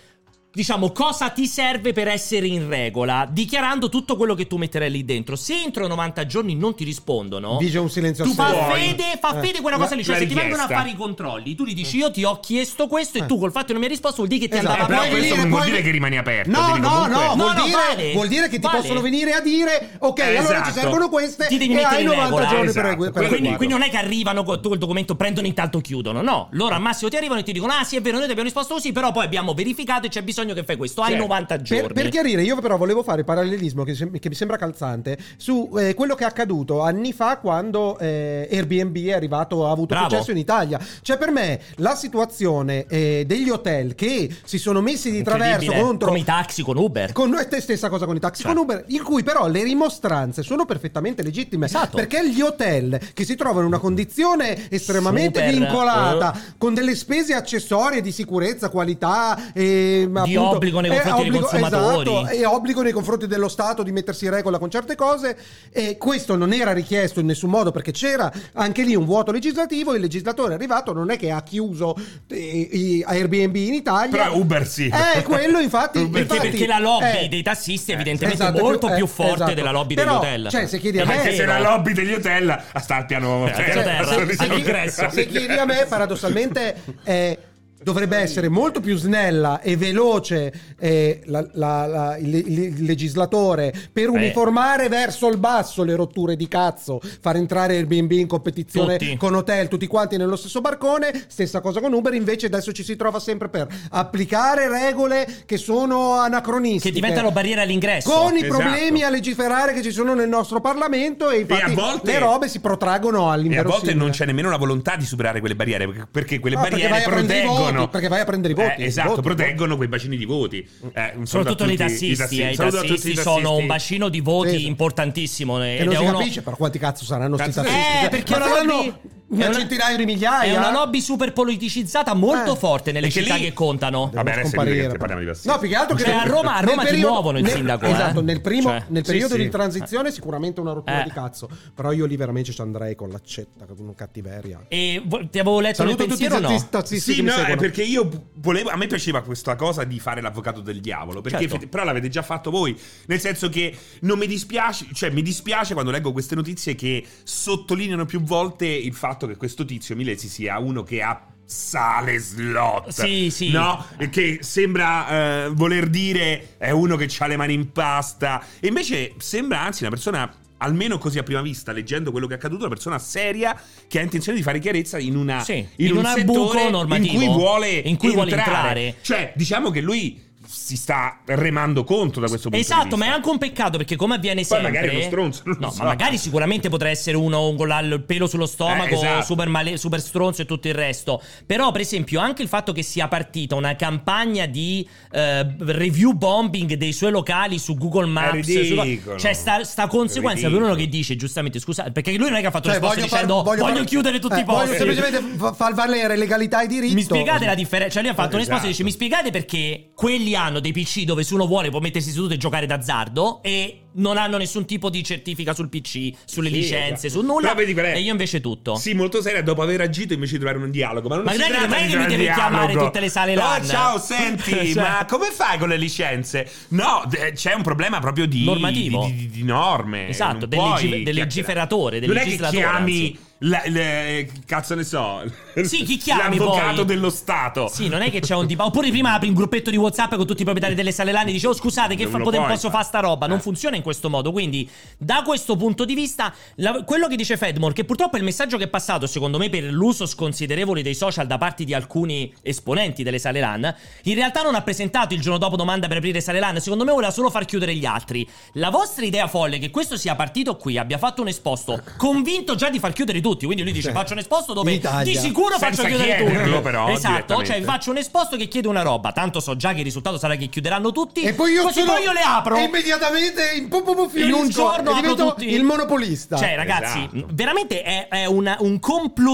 Speaker 1: Diciamo cosa ti serve per essere in regola, dichiarando tutto quello che tu metterai lì dentro. Se entro 90 giorni non ti rispondono,
Speaker 3: Vige un silenzio
Speaker 1: tu fa
Speaker 2: Puoi.
Speaker 1: fede, fa
Speaker 3: Eh.
Speaker 1: fede quella cosa lì. Cioè,
Speaker 2: La
Speaker 1: se ti vengono a
Speaker 2: richiesta.
Speaker 1: fare i controlli, tu gli dici io ti ho chiesto questo e tu col fatto che non mi hai risposto vuol dire che ti
Speaker 3: Eh. Esatto.
Speaker 2: Eh,
Speaker 1: andava
Speaker 2: però
Speaker 1: bene.
Speaker 6: puoi
Speaker 2: questo
Speaker 6: venire,
Speaker 2: non vuol Eh,
Speaker 6: puoi-
Speaker 2: dire che rimani aperto.
Speaker 6: No,
Speaker 2: devi
Speaker 6: no,
Speaker 2: comunque-
Speaker 6: no, vuol,
Speaker 1: no,
Speaker 6: dire,
Speaker 1: vale.
Speaker 6: vuol dire che ti
Speaker 1: Vale.
Speaker 6: possono venire a dire ok,
Speaker 2: Eh,
Speaker 6: allora ci
Speaker 2: esatto.
Speaker 6: servono queste
Speaker 1: Ti devi
Speaker 6: e
Speaker 1: mettere
Speaker 6: hai
Speaker 1: in
Speaker 6: 90
Speaker 1: regola.
Speaker 6: giorni per,
Speaker 2: Esatto.
Speaker 6: per
Speaker 2: Quello
Speaker 1: Quindi,
Speaker 2: dico.
Speaker 1: quindi non è che arrivano con tu il documento, prendono intanto chiudono. No, loro al massimo ti arrivano e ti dicono: Ah, sì, è vero, noi ti abbiamo risposto così, però poi abbiamo verificato e c'è bisogno che fai questo. Hai
Speaker 2: Certo.
Speaker 1: 90 giorni.
Speaker 3: Per, per chiarire, io però volevo fare il parallelismo che, sem- che mi sembra calzante su eh, quello che è accaduto anni fa quando eh, Airbnb è arrivato, ha avuto
Speaker 1: Bravo.
Speaker 3: successo in Italia. Cioè, per me, la situazione eh, degli hotel che si sono messi di traverso
Speaker 1: Incredibile.
Speaker 3: contro. Eh,
Speaker 1: Come i taxi con Uber.
Speaker 3: Con noi te stessa cosa con i taxi
Speaker 1: Cioè.
Speaker 3: con Uber, in cui però le rimostranze sono perfettamente legittime.
Speaker 1: Esatto.
Speaker 3: Perché gli hotel che si trovano in una condizione estremamente
Speaker 1: Super,
Speaker 3: vincolata,
Speaker 1: eh.
Speaker 3: con delle spese accessorie di sicurezza, qualità e ma
Speaker 1: Di obbligo nei
Speaker 3: eh,
Speaker 1: confronti dei consumatori.
Speaker 3: esatto, e obbligo nei confronti dello Stato di mettersi in regola con certe cose. E questo non era richiesto in nessun modo perché c'era anche lì un vuoto legislativo. Il legislatore è arrivato, non è che ha chiuso eh, i- Airbnb in Italia.
Speaker 2: Però Uber sì.
Speaker 3: Eh, quello infatti.
Speaker 2: Uber
Speaker 1: Perché,
Speaker 3: infatti,
Speaker 1: perché la lobby
Speaker 3: eh,
Speaker 1: dei tassisti è evidentemente
Speaker 3: esatto,
Speaker 1: molto
Speaker 3: più-
Speaker 1: più
Speaker 3: eh,
Speaker 1: forte
Speaker 3: esatto.
Speaker 1: della lobby
Speaker 3: Però,
Speaker 1: degli hotel.
Speaker 3: cioè, se chiedi a
Speaker 1: Eh,
Speaker 3: me-
Speaker 1: ma è
Speaker 2: Anche se
Speaker 1: vero.
Speaker 2: la lobby degli hotel ah, sta al piano diciamo
Speaker 1: al piano terra,
Speaker 2: terra.
Speaker 1: sì,
Speaker 2: sono
Speaker 1: sì.
Speaker 2: ingresso.
Speaker 1: ingresso.
Speaker 3: Eh, certo, Se chiedi a me, paradossalmente, eh, dovrebbe essere molto più snella e veloce eh, la- la- la- il, il- il legislatore
Speaker 1: Eh.
Speaker 3: per uniformare verso il basso le rotture di cazzo, far entrare Airbnb in competizione
Speaker 1: Tutti.
Speaker 3: con hotel, tutti quanti nello stesso barcone. Stessa cosa con Uber, invece adesso ci si trova sempre per applicare regole che sono anacronistiche.
Speaker 1: Che diventano barriera all'ingresso.
Speaker 3: Con i
Speaker 2: Esatto.
Speaker 3: problemi a legiferare che ci sono nel nostro Parlamento e infatti
Speaker 2: a volte-
Speaker 3: le robe si protraggono
Speaker 2: E a
Speaker 3: all'inverosimile.
Speaker 2: volte non c'è nemmeno la volontà di superare quelle barriere perché, perché quelle
Speaker 3: No, perché
Speaker 2: barriere
Speaker 3: vai a prendere i
Speaker 2: proteggono.
Speaker 3: voti, perché vai a prendere i voti,
Speaker 2: Eh,
Speaker 3: i
Speaker 2: esatto,
Speaker 3: voti,
Speaker 2: proteggono quei bacini di voti. Eh, un saluto a
Speaker 1: Soprattutto nei
Speaker 2: tutti
Speaker 1: tassisti, eh, i
Speaker 2: Saluto a tutti
Speaker 1: tassisti
Speaker 2: i
Speaker 1: sono
Speaker 2: tassisti.
Speaker 1: un bacino di voti
Speaker 3: Sì, sì.
Speaker 1: importantissimo. eh,
Speaker 3: Che
Speaker 1: ed
Speaker 3: non
Speaker 1: è
Speaker 3: si
Speaker 1: uno-
Speaker 3: capisce però quanti cazzo saranno sti
Speaker 2: Cazzo-
Speaker 3: tassisti.
Speaker 1: Eh, perché
Speaker 3: Ma
Speaker 1: è una
Speaker 3: saranno
Speaker 1: lobby
Speaker 3: una
Speaker 1: è una-
Speaker 3: centinaia di migliaia.
Speaker 1: È una lobby super politicizzata, molto
Speaker 3: ah. Eh.
Speaker 1: forte nelle
Speaker 2: Perché
Speaker 1: città
Speaker 2: lì-
Speaker 1: che contano.
Speaker 2: Vabbè, adesso è inutile che
Speaker 3: scomparire.
Speaker 2: parliamo di tassisti.
Speaker 3: No, più che altro che
Speaker 1: Cioè,
Speaker 3: nel-
Speaker 1: a Roma- a
Speaker 3: nel
Speaker 1: Roma di
Speaker 3: periodo-
Speaker 1: nuovo il
Speaker 3: nel-
Speaker 1: sindaco, eh.
Speaker 3: Esatto, nel, primo-
Speaker 1: Cioè,
Speaker 3: nel
Speaker 2: sì,
Speaker 3: periodo
Speaker 2: sì.
Speaker 3: di transizione sicuramente una rottura
Speaker 1: Eh.
Speaker 3: di cazzo. Però io lì veramente ci andrei con l'accetta, con un cattiveria.
Speaker 1: E vo- ti avevo letto
Speaker 3: Saluto
Speaker 1: nel
Speaker 3: tutti i
Speaker 1: pensiero o no?
Speaker 3: tassisti, tassisti
Speaker 2: Sì,
Speaker 3: che mi
Speaker 2: no, è
Speaker 3: seguono.
Speaker 2: perché io volevo. A me piaceva questa cosa di fare l'avvocato del diavolo. Perché
Speaker 1: Certo.
Speaker 2: effetti- però l'avete già fatto voi. Nel senso che non mi dispiace. Cioè, mi dispiace quando leggo queste notizie che sottolineano più volte il fatto che questo tizio Milesi sia uno che ha. Sale slot,
Speaker 1: Sì, sì.
Speaker 2: no? E Che sembra eh, voler dire è uno che ha le mani in pasta. E invece sembra anzi una persona, almeno così a prima vista, leggendo quello che è accaduto, una persona seria che ha intenzione di fare chiarezza in una
Speaker 1: Sì,
Speaker 2: Ah, in,
Speaker 1: in
Speaker 2: un,
Speaker 1: un
Speaker 2: settore
Speaker 1: buco normativo
Speaker 2: in cui vuole,
Speaker 1: in cui vuole
Speaker 2: entrare.
Speaker 1: entrare.
Speaker 2: Cioè, diciamo che lui si sta remando contro da questo punto di
Speaker 1: Esatto, ma è
Speaker 2: vista.
Speaker 1: anche un peccato perché come avviene
Speaker 2: Poi
Speaker 1: sempre
Speaker 2: magari è uno stronzo, non lo
Speaker 1: No,
Speaker 2: so.
Speaker 1: ma magari sicuramente potrà essere uno con la- il pelo sullo stomaco,
Speaker 2: Eh, esatto.
Speaker 1: super, male- super stronzo e tutto il resto. Però per esempio anche il fatto che sia partita una campagna di eh, review bombing dei suoi locali su Google Maps, su-
Speaker 2: ridicolo.
Speaker 1: cioè sta, sta conseguenza per uno
Speaker 2: Ridicolo.
Speaker 1: che dice giustamente scusa, perché lui non è che ha fatto
Speaker 3: Cioè,
Speaker 1: risposta
Speaker 3: far-
Speaker 1: dicendo voglio,
Speaker 3: far-
Speaker 1: chiudere tutti
Speaker 3: eh,
Speaker 1: i posti.
Speaker 3: Voglio semplicemente fa- far valere legalità e diritto.
Speaker 1: Mi spiegate la differenza? Cioè, lui ha fatto un esposto e dice:
Speaker 2: Esatto.
Speaker 1: Mi spiegate perché quelli hanno dei PC dove se uno vuole può mettersi seduto e giocare d'azzardo e non hanno nessun tipo di certifica sul PC, sulle
Speaker 2: Sì,
Speaker 1: licenze,
Speaker 2: esatto.
Speaker 1: su nulla.
Speaker 2: Però vedi qual è?
Speaker 1: E io invece tutto.
Speaker 2: Sì, molto seria dopo aver agito invece di trovare un dialogo. Ma non
Speaker 1: Ma
Speaker 2: si
Speaker 1: non è che-
Speaker 2: tratta
Speaker 1: non è
Speaker 2: di
Speaker 1: che mi
Speaker 2: trovare un
Speaker 1: deve chiamare
Speaker 2: dialogo.
Speaker 1: tutte le sale LAN.
Speaker 2: Oh, ciao, senti,
Speaker 1: Cioè-
Speaker 2: ma come fai con le licenze? No, d- c'è un problema proprio di
Speaker 1: Normativo.
Speaker 2: di, di- di norme.
Speaker 1: Esatto,
Speaker 2: Non
Speaker 1: del
Speaker 2: puoi
Speaker 1: legi- del
Speaker 2: chiacchierare.
Speaker 1: legiferatore, del
Speaker 2: non è che
Speaker 1: legislatore,
Speaker 2: chiami
Speaker 1: anzi.
Speaker 2: la- le- cazzo ne so.
Speaker 1: Sì, chi chiami
Speaker 2: L'avvocato
Speaker 1: poi?
Speaker 2: dello Stato.
Speaker 1: Sì, non è che c'è un tipo. Oppure prima apri un gruppetto di WhatsApp con tutti i proprietari delle sale LAN e dici: Oh, scusate, che
Speaker 2: Non
Speaker 1: fa-
Speaker 2: lo
Speaker 1: pote-
Speaker 2: puoi
Speaker 1: posso
Speaker 2: fare."
Speaker 1: fare sta roba? Non
Speaker 2: Eh.
Speaker 1: funziona in questo modo. Quindi, da questo punto di vista, la- quello che dice Fedmore, che purtroppo è il messaggio che è passato, secondo me, per l'uso sconsiderevole dei social da parte di alcuni esponenti delle sale LAN, in realtà non ha presentato il giorno dopo domanda per aprire sale LAN. Secondo me voleva solo far chiudere gli altri. La vostra idea folle che questo sia partito qui, abbia fatto un esposto, convinto già di far chiudere tutti. Quindi lui dice: Faccio un esposto dove
Speaker 3: in Italia.
Speaker 1: di sicuro
Speaker 2: Senza
Speaker 1: faccio chiudere
Speaker 2: chiederlo,
Speaker 1: tutti.
Speaker 2: però,
Speaker 1: esatto, cioè
Speaker 2: direttamente.
Speaker 1: faccio un esposto che chiede una roba. Tanto so già che il risultato sarà che chiuderanno tutti.
Speaker 6: E poi io
Speaker 1: Così
Speaker 6: sono
Speaker 1: poi io le apro.
Speaker 6: immediatamente in
Speaker 3: pum, pum, pum,
Speaker 1: in un
Speaker 3: fiorisco
Speaker 1: giorno
Speaker 3: e
Speaker 1: apro
Speaker 3: divento
Speaker 1: tutti-
Speaker 3: il monopolista.
Speaker 1: Cioè, ragazzi,
Speaker 2: Esatto.
Speaker 1: veramente è, è una- un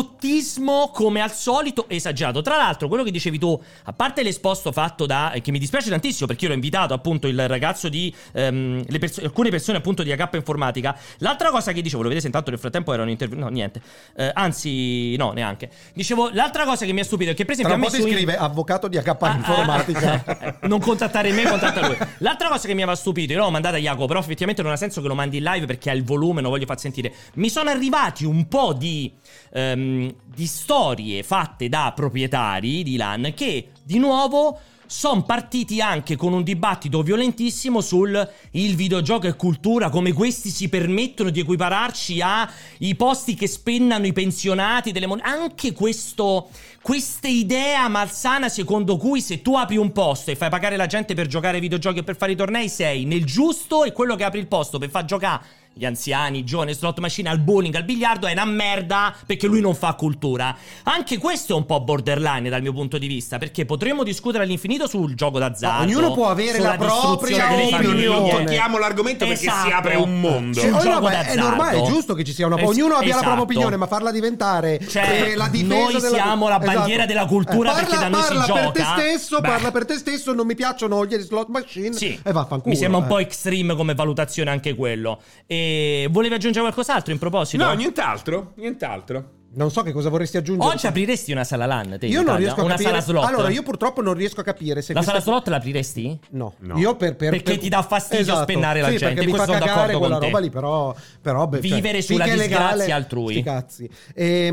Speaker 1: complottismo come al solito esagerato. Tra l'altro, quello che dicevi tu, a parte l'esposto fatto da. eh, che mi dispiace tantissimo perché io l'ho invitato appunto il ragazzo di. ehm, le perso- alcune persone appunto di AK Informatica. L'altra cosa che dicevo, lo vedete, intanto nel frattempo erano intervenuti. No, niente. Eh, anzi, no, neanche. Dicevo, l'altra cosa che mi ha stupito è che, per esempio,
Speaker 3: Tra un
Speaker 1: a me
Speaker 3: po' ti
Speaker 1: su-
Speaker 3: scrive avvocato di HP
Speaker 1: Ah, ah,
Speaker 3: informatica.
Speaker 1: ah, eh, non contattare me, contatta lui. L'altra cosa che mi aveva stupito, io l'ho mandata a Jacopo, però effettivamente non ha senso che lo mandi in live perché ha il volume, non voglio far sentire. Mi sono arrivati un po' di, ehm, di storie fatte da proprietari di LAN che di nuovo. Sono partiti anche con un dibattito violentissimo sul il videogioco e cultura, come questi si permettono di equipararci ai posti che spennano i pensionati delle mon- Anche questo, questa idea malsana secondo cui se tu apri un posto e fai pagare la gente per giocare ai videogiochi e per fare i tornei sei nel giusto e quello che apri il posto per far giocare gli anziani, i giovani, slot machine, al bowling, al biliardo è una merda perché lui non fa cultura. Anche questo è un po' borderline dal mio punto di vista perché potremmo discutere all'infinito sul gioco d'azzardo.
Speaker 6: Ma ognuno può avere
Speaker 1: sulla
Speaker 6: la propria
Speaker 1: distruzione delle famiglie.
Speaker 2: Non
Speaker 3: opinione.
Speaker 2: tocchiamo Diciamo, l'argomento perché
Speaker 1: Esatto.
Speaker 2: si apre un mondo.
Speaker 1: Sì,
Speaker 3: Eh,
Speaker 1: un
Speaker 3: oh, no,
Speaker 1: gioco
Speaker 3: ma è
Speaker 1: d'azzardo.
Speaker 3: normale, è giusto che ci sia una.
Speaker 1: Es-
Speaker 3: ognuno abbia la
Speaker 1: esatto.
Speaker 3: propria opinione, ma farla diventare
Speaker 1: Cioè,
Speaker 3: eh, la difesa
Speaker 1: noi
Speaker 3: della-
Speaker 1: siamo la bandiera
Speaker 3: Esatto.
Speaker 1: della cultura
Speaker 3: parla,
Speaker 1: perché da noi si
Speaker 3: parla per
Speaker 1: gioca.
Speaker 3: te stesso,
Speaker 1: Beh.
Speaker 3: parla per te stesso, non mi piacciono gli slot machine
Speaker 1: Sì.
Speaker 3: e vaffanculo.
Speaker 1: Mi sembra un
Speaker 3: eh.
Speaker 1: po' extreme come valutazione anche quello. E volevi aggiungere qualcos'altro in proposito?
Speaker 2: No, nient'altro, nient'altro.
Speaker 3: Non so che cosa vorresti aggiungere.
Speaker 1: Oggi apriresti una sala LAN, te, in
Speaker 3: io non
Speaker 1: Italia?
Speaker 3: riesco a
Speaker 1: una
Speaker 3: capire.
Speaker 1: sala slot.
Speaker 3: Allora, io purtroppo non riesco a capire se
Speaker 1: la
Speaker 3: questa-
Speaker 1: sala slot l'aapriresti?
Speaker 3: No.
Speaker 2: No.
Speaker 3: Io per, per-
Speaker 1: Perché
Speaker 3: per-
Speaker 1: ti dà fastidio
Speaker 3: Esatto.
Speaker 1: spennare la
Speaker 3: Sì,
Speaker 1: gente,
Speaker 3: Perché mi
Speaker 1: questo
Speaker 3: fa
Speaker 1: sono
Speaker 3: cagare
Speaker 1: d'accordo
Speaker 3: quella
Speaker 1: con te.
Speaker 3: roba lì, però, però beh,
Speaker 1: Vivere sulla
Speaker 3: finché è
Speaker 1: disgrazia
Speaker 3: legale,
Speaker 1: altrui.
Speaker 3: sti cazzi.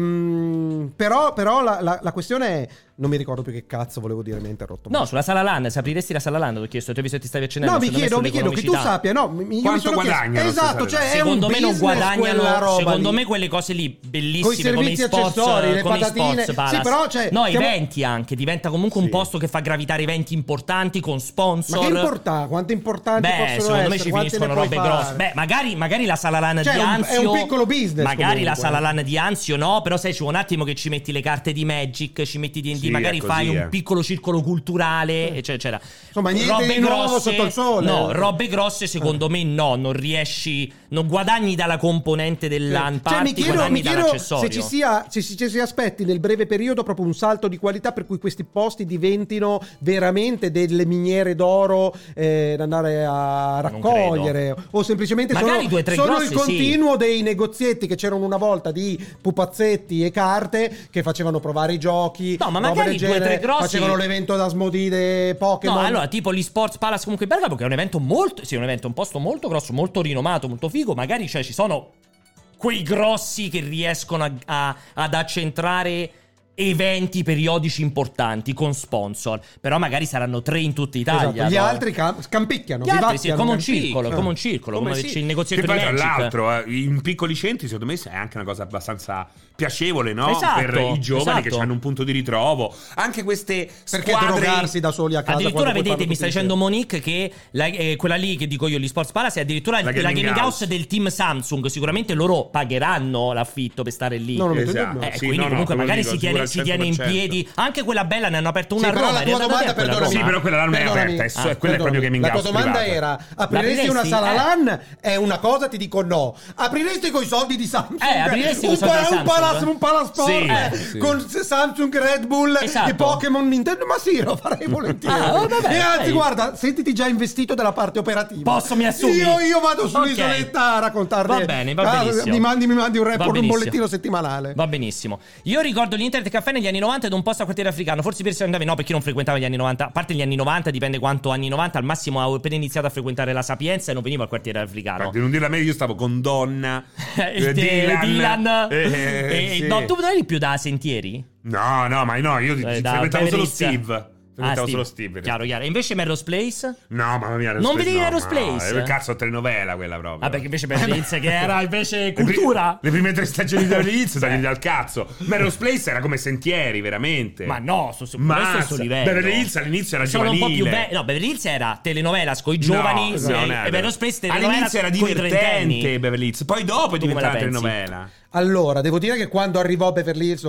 Speaker 3: Ehm, però però la, la- la questione è. Non mi ricordo più che cazzo volevo dire, mi ha interrotto.
Speaker 1: No, sulla sala LAN, se apriresti la sala LAN, ti ho chiesto, ti ho visto che ti stavi accennando.
Speaker 3: No, mi
Speaker 1: secondo me
Speaker 3: chiedo, mi chiedo che tu
Speaker 1: sull'economicità.
Speaker 3: sappia, no, mi, mi- io mi
Speaker 2: Quanto
Speaker 3: sono chiesto-
Speaker 2: guadagnano,
Speaker 3: Esatto,
Speaker 2: se
Speaker 3: cioè è
Speaker 1: Secondo
Speaker 3: un
Speaker 1: me non
Speaker 3: business quella
Speaker 1: guadagnano.
Speaker 3: roba
Speaker 1: Secondo
Speaker 3: lì.
Speaker 1: me quelle cose lì
Speaker 3: Coi
Speaker 1: bellissime come i
Speaker 3: servizi
Speaker 1: sport,
Speaker 3: accessori, le
Speaker 1: come i
Speaker 3: patatine.
Speaker 1: sports bar.
Speaker 3: Sì, però, cioè,
Speaker 1: no,
Speaker 3: stiamo-
Speaker 1: eventi anche, diventa comunque un
Speaker 2: Sì.
Speaker 1: posto che fa gravitare eventi importanti con
Speaker 3: Ma
Speaker 1: sponsor.
Speaker 3: che importa, quanto importanti
Speaker 1: Beh,
Speaker 3: possono
Speaker 1: secondo me
Speaker 3: essere,
Speaker 1: ci
Speaker 3: quante
Speaker 1: finiscono
Speaker 3: ne puoi
Speaker 1: robe
Speaker 3: fare?
Speaker 1: grosse. Beh, magari, magari la sala lana
Speaker 3: Cioè,
Speaker 1: di
Speaker 3: è un- è
Speaker 1: Anzio.
Speaker 3: un piccolo business
Speaker 1: Magari la
Speaker 3: comunque,
Speaker 1: sala
Speaker 3: eh.
Speaker 1: lana di Anzio, no. Però, sai, ci vuole un attimo che ci metti le carte di Magic, ci metti DD,
Speaker 2: Sì,
Speaker 1: magari
Speaker 2: è così,
Speaker 1: fai un
Speaker 2: eh.
Speaker 1: piccolo circolo culturale, eccetera, eccetera.
Speaker 3: Insomma, niente di nuovo sotto il sole. Eh.
Speaker 1: No, robe grosse, secondo me, no. Non riesci, non guadagni dalla componente
Speaker 3: Cioè,
Speaker 1: dell'AN
Speaker 3: mi
Speaker 1: party,
Speaker 3: chiedo,
Speaker 1: guadagni
Speaker 3: mi chiedo se
Speaker 1: dall'accessorio.
Speaker 3: ci sia, se ci- ci si aspetti nel breve periodo proprio un salto di qualità per cui questi posti diventino veramente delle miniere d'oro eh, da andare a raccogliere. O semplicemente
Speaker 1: Magari
Speaker 3: sono,
Speaker 1: due o tre
Speaker 3: sono
Speaker 1: grossi,
Speaker 3: il
Speaker 1: sì.
Speaker 3: continuo dei negozietti che c'erano una volta di pupazzetti e carte che facevano provare i giochi.
Speaker 1: No, ma
Speaker 3: roba
Speaker 1: magari
Speaker 3: del
Speaker 1: due o tre
Speaker 3: genere,
Speaker 1: grossi-
Speaker 3: Facevano l'evento da smodide Pokémon.
Speaker 1: No, allora, tipo l'eSports Palace comunque è bella perché è un evento molto. Sì, è un evento, un posto molto grosso, molto rinomato, molto figo. Magari cioè, ci sono quei grossi che riescono a- a- ad accentrare eventi periodici importanti con sponsor. Però magari saranno tre in tutta Italia.
Speaker 3: Esatto, Gli
Speaker 1: no?
Speaker 3: altri cam- scampicchiano.
Speaker 1: Gli altri, sì,
Speaker 3: vivacchiano,
Speaker 1: come un
Speaker 3: campicchiano.
Speaker 1: circolo, come un circolo, come,
Speaker 2: sì.
Speaker 1: c'è il negozietto di
Speaker 2: che poi,
Speaker 1: Magic.
Speaker 2: tra l'altro eh, in piccoli centri secondo me è anche una cosa abbastanza piacevole no?
Speaker 1: Esatto,
Speaker 2: per i giovani che
Speaker 1: esatto.
Speaker 2: hanno un punto di ritrovo anche queste
Speaker 3: Perché
Speaker 2: squadre
Speaker 3: drogarsi da soli a casa?
Speaker 1: Addirittura
Speaker 3: quando puoi
Speaker 1: vedete,
Speaker 3: farlo tutti
Speaker 1: mi sta dicendo
Speaker 3: insieme?
Speaker 1: Monique che la- eh, quella lì che dico io, gli Sports Palace, è addirittura la,
Speaker 2: La
Speaker 1: gaming,
Speaker 2: gaming
Speaker 1: house
Speaker 2: house.
Speaker 1: del team Samsung. Sicuramente loro pagheranno l'affitto per stare lì.
Speaker 3: No, no, metto in
Speaker 2: Esatto,
Speaker 3: dubbio.
Speaker 1: Eh,
Speaker 2: sì,
Speaker 1: quindi
Speaker 2: no, no,
Speaker 1: comunque
Speaker 2: te lo
Speaker 1: magari
Speaker 2: dico,
Speaker 1: si, tiene, si
Speaker 2: sicuro al
Speaker 1: tiene in
Speaker 2: 100%.
Speaker 1: piedi. Anche quella bella ne hanno aperto una
Speaker 3: Sì,
Speaker 1: a Roma.
Speaker 3: però la
Speaker 1: è
Speaker 3: tua
Speaker 1: andata
Speaker 3: domanda,
Speaker 1: via quella
Speaker 3: perdonami,
Speaker 1: Roma?
Speaker 2: Sì, però quella là non è
Speaker 3: Perdonami.
Speaker 2: aperta, eh, è so-
Speaker 3: Ah,
Speaker 2: quella è
Speaker 3: perdonami.
Speaker 2: proprio gaming
Speaker 3: La tua
Speaker 2: house
Speaker 3: domanda
Speaker 2: privata.
Speaker 3: era: apriresti una
Speaker 1: L'apriresti?
Speaker 3: sala
Speaker 1: Eh.
Speaker 3: LAN? È una cosa, ti dico no. Apriresti con i soldi di Samsung?
Speaker 1: Eh, apriresti coi
Speaker 3: un,
Speaker 1: soldi di
Speaker 3: un
Speaker 1: Samsung?
Speaker 3: palas- un palasport
Speaker 2: Sì.
Speaker 3: eh,
Speaker 2: Sì.
Speaker 3: con Samsung, Red Bull
Speaker 1: Esatto.
Speaker 3: e Pokémon Nintendo? Ma sì, lo farei volentieri.
Speaker 1: Ah, oh, vabbè,
Speaker 3: e anzi,
Speaker 1: dai.
Speaker 3: guarda, sentiti già investito della parte operativa.
Speaker 1: Posso, mi assumi?
Speaker 3: Io, io vado
Speaker 1: Ok.
Speaker 3: sull'isoletta a raccontarle.
Speaker 1: Va bene, va
Speaker 3: Ah,
Speaker 1: benissimo.
Speaker 3: mi, mandi, mi mandi un
Speaker 1: Va
Speaker 3: report, un
Speaker 1: benissimo.
Speaker 3: bollettino settimanale.
Speaker 1: Va benissimo. Io ricordo l'internet caffè negli anni 90 ed un posto al quartiere africano. Forse per se andavi, no, perché io non frequentavo gli anni 90. A parte gli anni 90, dipende quanto anni 90. Al massimo avevo appena iniziato a frequentare la Sapienza e non venivo al quartiere africano.
Speaker 2: di non dirla meglio io stavo con Donna
Speaker 1: Eh,
Speaker 2: eh,
Speaker 1: Dylan.
Speaker 2: eh,
Speaker 1: E-
Speaker 2: sì.
Speaker 1: no, tu non eri più da sentieri?
Speaker 2: no no ma no io
Speaker 1: Eh, da
Speaker 2: frequentavo solo
Speaker 1: Beverly Hills.
Speaker 2: Steve
Speaker 1: Ah,
Speaker 2: frequentavo solo Steve
Speaker 1: Chiaro, chiaro. E invece Melrose Place?
Speaker 2: no mamma mia
Speaker 1: Non
Speaker 2: Aerospace,
Speaker 1: vedevi
Speaker 2: no,
Speaker 1: Aerospace?
Speaker 2: ma- eh, cazzo telenovela quella proprio
Speaker 1: Ah, perché invece Beverly Hills che era invece
Speaker 2: Le pri-
Speaker 1: cultura. Eh.
Speaker 2: Le prime tre stagioni da Leeds sono venute al cazzo. Melrose Place era come Sentieri, veramente.
Speaker 1: Ma no, su, su,
Speaker 2: Ma
Speaker 1: questo è il suo livello.
Speaker 2: Beverly Hills all'inizio era
Speaker 1: Sono un po' più
Speaker 2: giovanile.
Speaker 1: be- No, Beverly Hills era telenovela con i giovani
Speaker 2: No,
Speaker 1: sì,
Speaker 2: non era.
Speaker 1: e Beverly Space telenovela
Speaker 2: All'inizio era
Speaker 1: coi trentenni.
Speaker 2: divertente Beverly Hills, poi dopo è
Speaker 1: Tu come
Speaker 2: diventata
Speaker 1: la pensi? Eh,
Speaker 2: telenovela.
Speaker 3: Allora, devo dire che quando arrivò Beverly Hills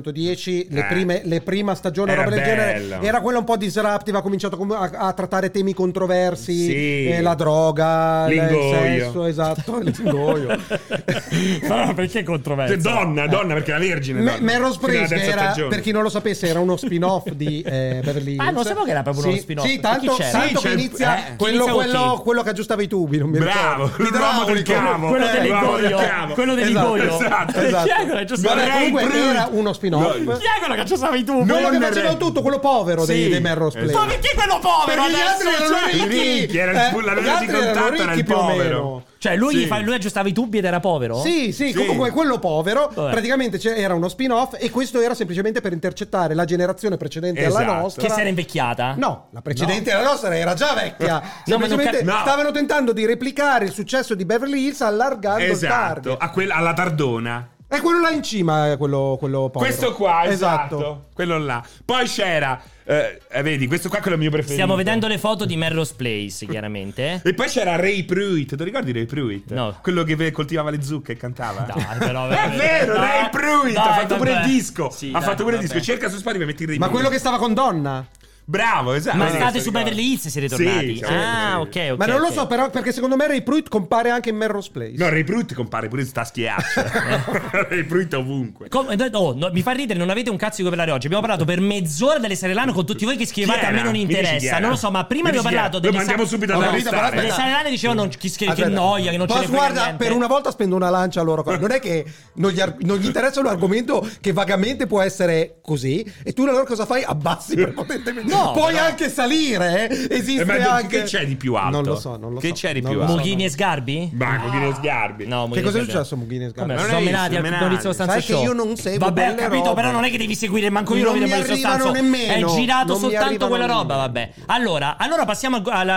Speaker 3: 90-210, le,
Speaker 2: Eh.
Speaker 3: prime, le prima stagione,
Speaker 2: Era
Speaker 3: roba del genere,
Speaker 2: bello.
Speaker 3: era quella un po' disruptiva, ha cominciato com- a, a trattare temi controversi,
Speaker 2: Sì.
Speaker 3: eh, la droga, l- il
Speaker 2: L'ingoio.
Speaker 3: sesso, esatto, l'ingoio.
Speaker 1: Ma perché controverso?
Speaker 2: Cioè,
Speaker 1: eh.
Speaker 2: donna, donna, perché la vergine.
Speaker 3: Me-
Speaker 2: donna.
Speaker 3: Melrose
Speaker 2: Fino alla
Speaker 3: Place, che
Speaker 2: terza
Speaker 3: era,
Speaker 2: stagione.
Speaker 3: per chi non lo sapesse, era uno spin-off di eh, Beverly Hills.
Speaker 1: Ah, non sapevo che era proprio
Speaker 3: Sì,
Speaker 1: uno spin-off.
Speaker 3: Sì,
Speaker 1: E
Speaker 3: tanto,
Speaker 1: chi c'era?
Speaker 3: tanto
Speaker 2: Sì,
Speaker 3: che
Speaker 2: c'è-
Speaker 3: inizia,
Speaker 2: eh, chi
Speaker 3: quello,
Speaker 1: inizia con
Speaker 3: quello-
Speaker 1: chi?
Speaker 3: quello che aggiustava i tubi, non mi
Speaker 2: Bravo,
Speaker 3: ricordo.
Speaker 2: l'uomo del
Speaker 3: L'idraulico.
Speaker 2: cavo.
Speaker 1: Quello
Speaker 2: Eh, l'uomo del
Speaker 1: dell'ingoio.
Speaker 2: cavo.
Speaker 1: Quello dell'ingoio.
Speaker 2: Esatto,
Speaker 1: Chi è quello che aggiustava-
Speaker 3: Guarda, comunque
Speaker 2: Vorrei brut-
Speaker 3: era uno spin-off.
Speaker 2: No,
Speaker 1: Chi è quello che aggiustava i tubi?
Speaker 3: Quello che
Speaker 2: esatto. Non
Speaker 3: faceva
Speaker 2: re-
Speaker 3: tutto, quello povero dei,
Speaker 2: Sì.
Speaker 3: dei Melrose
Speaker 2: Esatto.
Speaker 1: Ma
Speaker 3: Place.
Speaker 1: perché quello povero
Speaker 3: Perché gli
Speaker 1: adesso?
Speaker 3: altri erano
Speaker 1: Cioè-
Speaker 3: ricchi.
Speaker 2: ricchi, era il
Speaker 3: Eh,
Speaker 2: fu- la
Speaker 3: gli
Speaker 2: rete di
Speaker 3: altri erano
Speaker 2: contatto era
Speaker 3: ricchi
Speaker 2: il
Speaker 3: più o
Speaker 2: povero.
Speaker 3: meno.
Speaker 1: Cioè, lui, gli
Speaker 2: Sì.
Speaker 1: fa- lui aggiustava i tubi ed era povero?
Speaker 3: Sì, sì,
Speaker 2: Sì.
Speaker 3: comunque quello povero,
Speaker 1: Vabbè.
Speaker 3: praticamente c'era- era uno spin-off e questo era semplicemente per intercettare la generazione precedente alla
Speaker 2: Esatto.
Speaker 3: nostra.
Speaker 1: Che si era invecchiata?
Speaker 3: No, la precedente alla nostra era già vecchia.
Speaker 1: No, ma non
Speaker 3: Semplicemente
Speaker 2: ca- no.
Speaker 3: stavano tentando di replicare il successo di Beverly Hills allargando il
Speaker 2: Esatto,
Speaker 3: target.
Speaker 2: a quella- alla Tardona.
Speaker 3: È quello là in cima, è quello, quello povero.
Speaker 2: Questo qua, esatto. Quello là. Poi c'era, eh, eh, vedi, questo qua è quello mio preferito.
Speaker 1: Stiamo vedendo le foto di Melrose Place, chiaramente.
Speaker 2: E poi c'era Ray Pruitt, ti ricordi Ray Pruitt?
Speaker 1: No.
Speaker 2: Quello che ve- coltivava le zucche e cantava.
Speaker 1: Dai, però,
Speaker 2: è
Speaker 1: veramente.
Speaker 2: vero,
Speaker 1: Dai,
Speaker 2: Ray Pruitt ha
Speaker 1: dai,
Speaker 2: fatto pure il
Speaker 1: vabbè.
Speaker 2: disco.
Speaker 1: Sì,
Speaker 2: ha
Speaker 1: dai,
Speaker 2: fatto pure il
Speaker 1: vabbè.
Speaker 2: disco. Cerca su Spotify e metti il Ray
Speaker 3: Ma
Speaker 2: Pruitt.
Speaker 3: quello che stava con Donna.
Speaker 2: Bravo, esatto.
Speaker 1: Ma
Speaker 2: Vedi,
Speaker 1: state
Speaker 2: questo
Speaker 1: su
Speaker 2: ricordo.
Speaker 1: Beverly Hills e siete tornati?
Speaker 2: Sì,
Speaker 1: ah,
Speaker 2: sì.
Speaker 1: ok, ok.
Speaker 3: Ma non lo
Speaker 1: ok.
Speaker 3: so, però, perché secondo me Ray Pruitt compare anche in Melrose Place.
Speaker 2: No, Ray Pruitt compare pure in sta
Speaker 1: Eh.
Speaker 2: schiaccia. Ray Pruitt ovunque.
Speaker 1: Com- oh, no, mi fa ridere, non avete un cazzo di cui parlare oggi. Abbiamo parlato per mezz'ora delle serie Lano con tutti voi che
Speaker 2: Chi
Speaker 1: scrivevate. A
Speaker 2: era?
Speaker 1: me non
Speaker 2: Mi dici chi
Speaker 1: interessa,
Speaker 2: era?
Speaker 1: non lo so. Ma prima
Speaker 2: Mi
Speaker 1: abbiamo
Speaker 2: dici chi era?
Speaker 1: parlato
Speaker 2: Lo
Speaker 1: delle
Speaker 2: mandiamo
Speaker 1: sa-
Speaker 2: subito
Speaker 3: Ho
Speaker 2: ad
Speaker 3: capito, però
Speaker 2: arrestare.
Speaker 1: Le serie Lano dicevano non- chi- che, che
Speaker 3: Aspetta.
Speaker 1: noia, che non ce
Speaker 3: Posso-
Speaker 1: ne frega
Speaker 3: guarda,
Speaker 1: niente.
Speaker 3: per una volta spendo una lancia a loro. Non è che non gli, ar- non gli interessa un argomento che vagamente può essere così, e tu allora cosa fai? Abbassi prepotentemente.
Speaker 1: No,
Speaker 3: Puoi
Speaker 1: però-
Speaker 3: anche salire, eh? esiste
Speaker 2: Eh, ma
Speaker 3: anche.
Speaker 2: che c'è di più alto?
Speaker 3: Non lo so, non lo
Speaker 2: Che
Speaker 3: so.
Speaker 2: c'è di
Speaker 3: Non
Speaker 2: più
Speaker 3: lo so.
Speaker 2: alto?
Speaker 1: Mughini e Sgarbi?
Speaker 2: Ma con Dino Sgarbi.
Speaker 1: No,
Speaker 3: Che
Speaker 1: Mughini
Speaker 3: cosa
Speaker 1: e
Speaker 3: è
Speaker 1: Sgarbi.
Speaker 3: succsso a Mughini e Sgarbi?
Speaker 1: Come,
Speaker 2: Ma
Speaker 1: si
Speaker 2: non
Speaker 1: sono
Speaker 2: è
Speaker 1: menati al
Speaker 2: menati.
Speaker 1: Domizio Stanza
Speaker 3: Sai che
Speaker 1: Show.
Speaker 3: io non seguo
Speaker 1: Vabbè, ho
Speaker 3: quelle
Speaker 1: capito,
Speaker 3: robe.
Speaker 1: però non è che devi seguire manco io
Speaker 3: Non
Speaker 1: Domizio
Speaker 3: mi arrivano
Speaker 1: Stanza. È
Speaker 3: nemmeno.
Speaker 1: girato
Speaker 3: Non mi
Speaker 1: soltanto
Speaker 3: arrivano
Speaker 1: quella roba,
Speaker 3: nemmeno.
Speaker 1: vabbè. Allora, allora passiamo al- alla-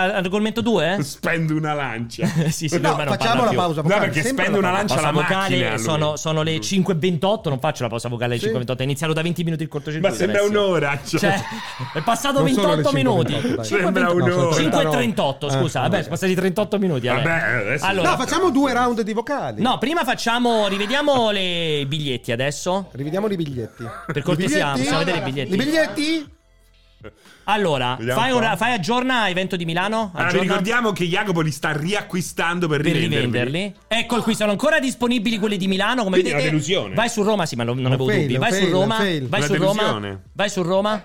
Speaker 1: all'argomento 2?
Speaker 2: Spendo una lancia.
Speaker 1: sì, sì,
Speaker 3: No,
Speaker 1: ormai non
Speaker 3: facciamo
Speaker 1: parla
Speaker 3: la
Speaker 1: più.
Speaker 3: pausa.
Speaker 2: No,
Speaker 3: vocale,
Speaker 2: perché
Speaker 3: sempre
Speaker 2: spendo una
Speaker 3: pausa.
Speaker 2: lancia
Speaker 1: Pausa
Speaker 2: alla macchina.
Speaker 1: vocale
Speaker 2: lui.
Speaker 1: sono, sono le 5.28, non faccio la pausa vocale alle 5.28, è iniziato da 20 minuti il cortocircuito.
Speaker 2: Ma sembra
Speaker 1: adesso.
Speaker 2: un'ora. Cioè,
Speaker 1: Cioè, è passato
Speaker 3: Non sono le
Speaker 1: 28 minuti.
Speaker 3: 5.28, dai.
Speaker 2: Sembra
Speaker 1: 5.28.
Speaker 2: un'ora.
Speaker 3: No, sono
Speaker 1: 5.38, scusa,
Speaker 3: Ah,
Speaker 1: vabbè,
Speaker 3: ok.
Speaker 1: sono passati 38 minuti. vabbè.
Speaker 2: Vabbè, eh, adesso-
Speaker 1: allora,
Speaker 3: No, facciamo due round di vocali.
Speaker 1: no, prima facciamo, rivediamo le- i biglietti adesso.
Speaker 3: Rivediamo i biglietti.
Speaker 1: Per cortesia,
Speaker 3: I
Speaker 1: possiamo vedere i biglietti?
Speaker 3: I biglietti?
Speaker 1: Allora,
Speaker 2: Vediamo
Speaker 1: fai,
Speaker 2: un
Speaker 1: un-
Speaker 2: po'. Ah,
Speaker 1: fai aggiorna evento di Milano?
Speaker 2: Allora, vi
Speaker 1: aggiorna
Speaker 2: ricordiamo che Jacopo li sta riacquistando per,
Speaker 1: Per
Speaker 2: rivenderli.
Speaker 1: rivenderli. Eccoli qui, sono ancora disponibili quelli di Milano. Come
Speaker 2: Quindi è
Speaker 1: vedete,
Speaker 2: una delusione.
Speaker 1: vai su Roma. Sì, ma non, non avevo
Speaker 3: fail,
Speaker 1: dubbi.
Speaker 3: un
Speaker 1: Vai
Speaker 3: fail,
Speaker 1: su Roma.
Speaker 3: un fail.
Speaker 1: Vai
Speaker 2: Una
Speaker 1: su Roma.
Speaker 2: delusione.
Speaker 1: Vai su Roma.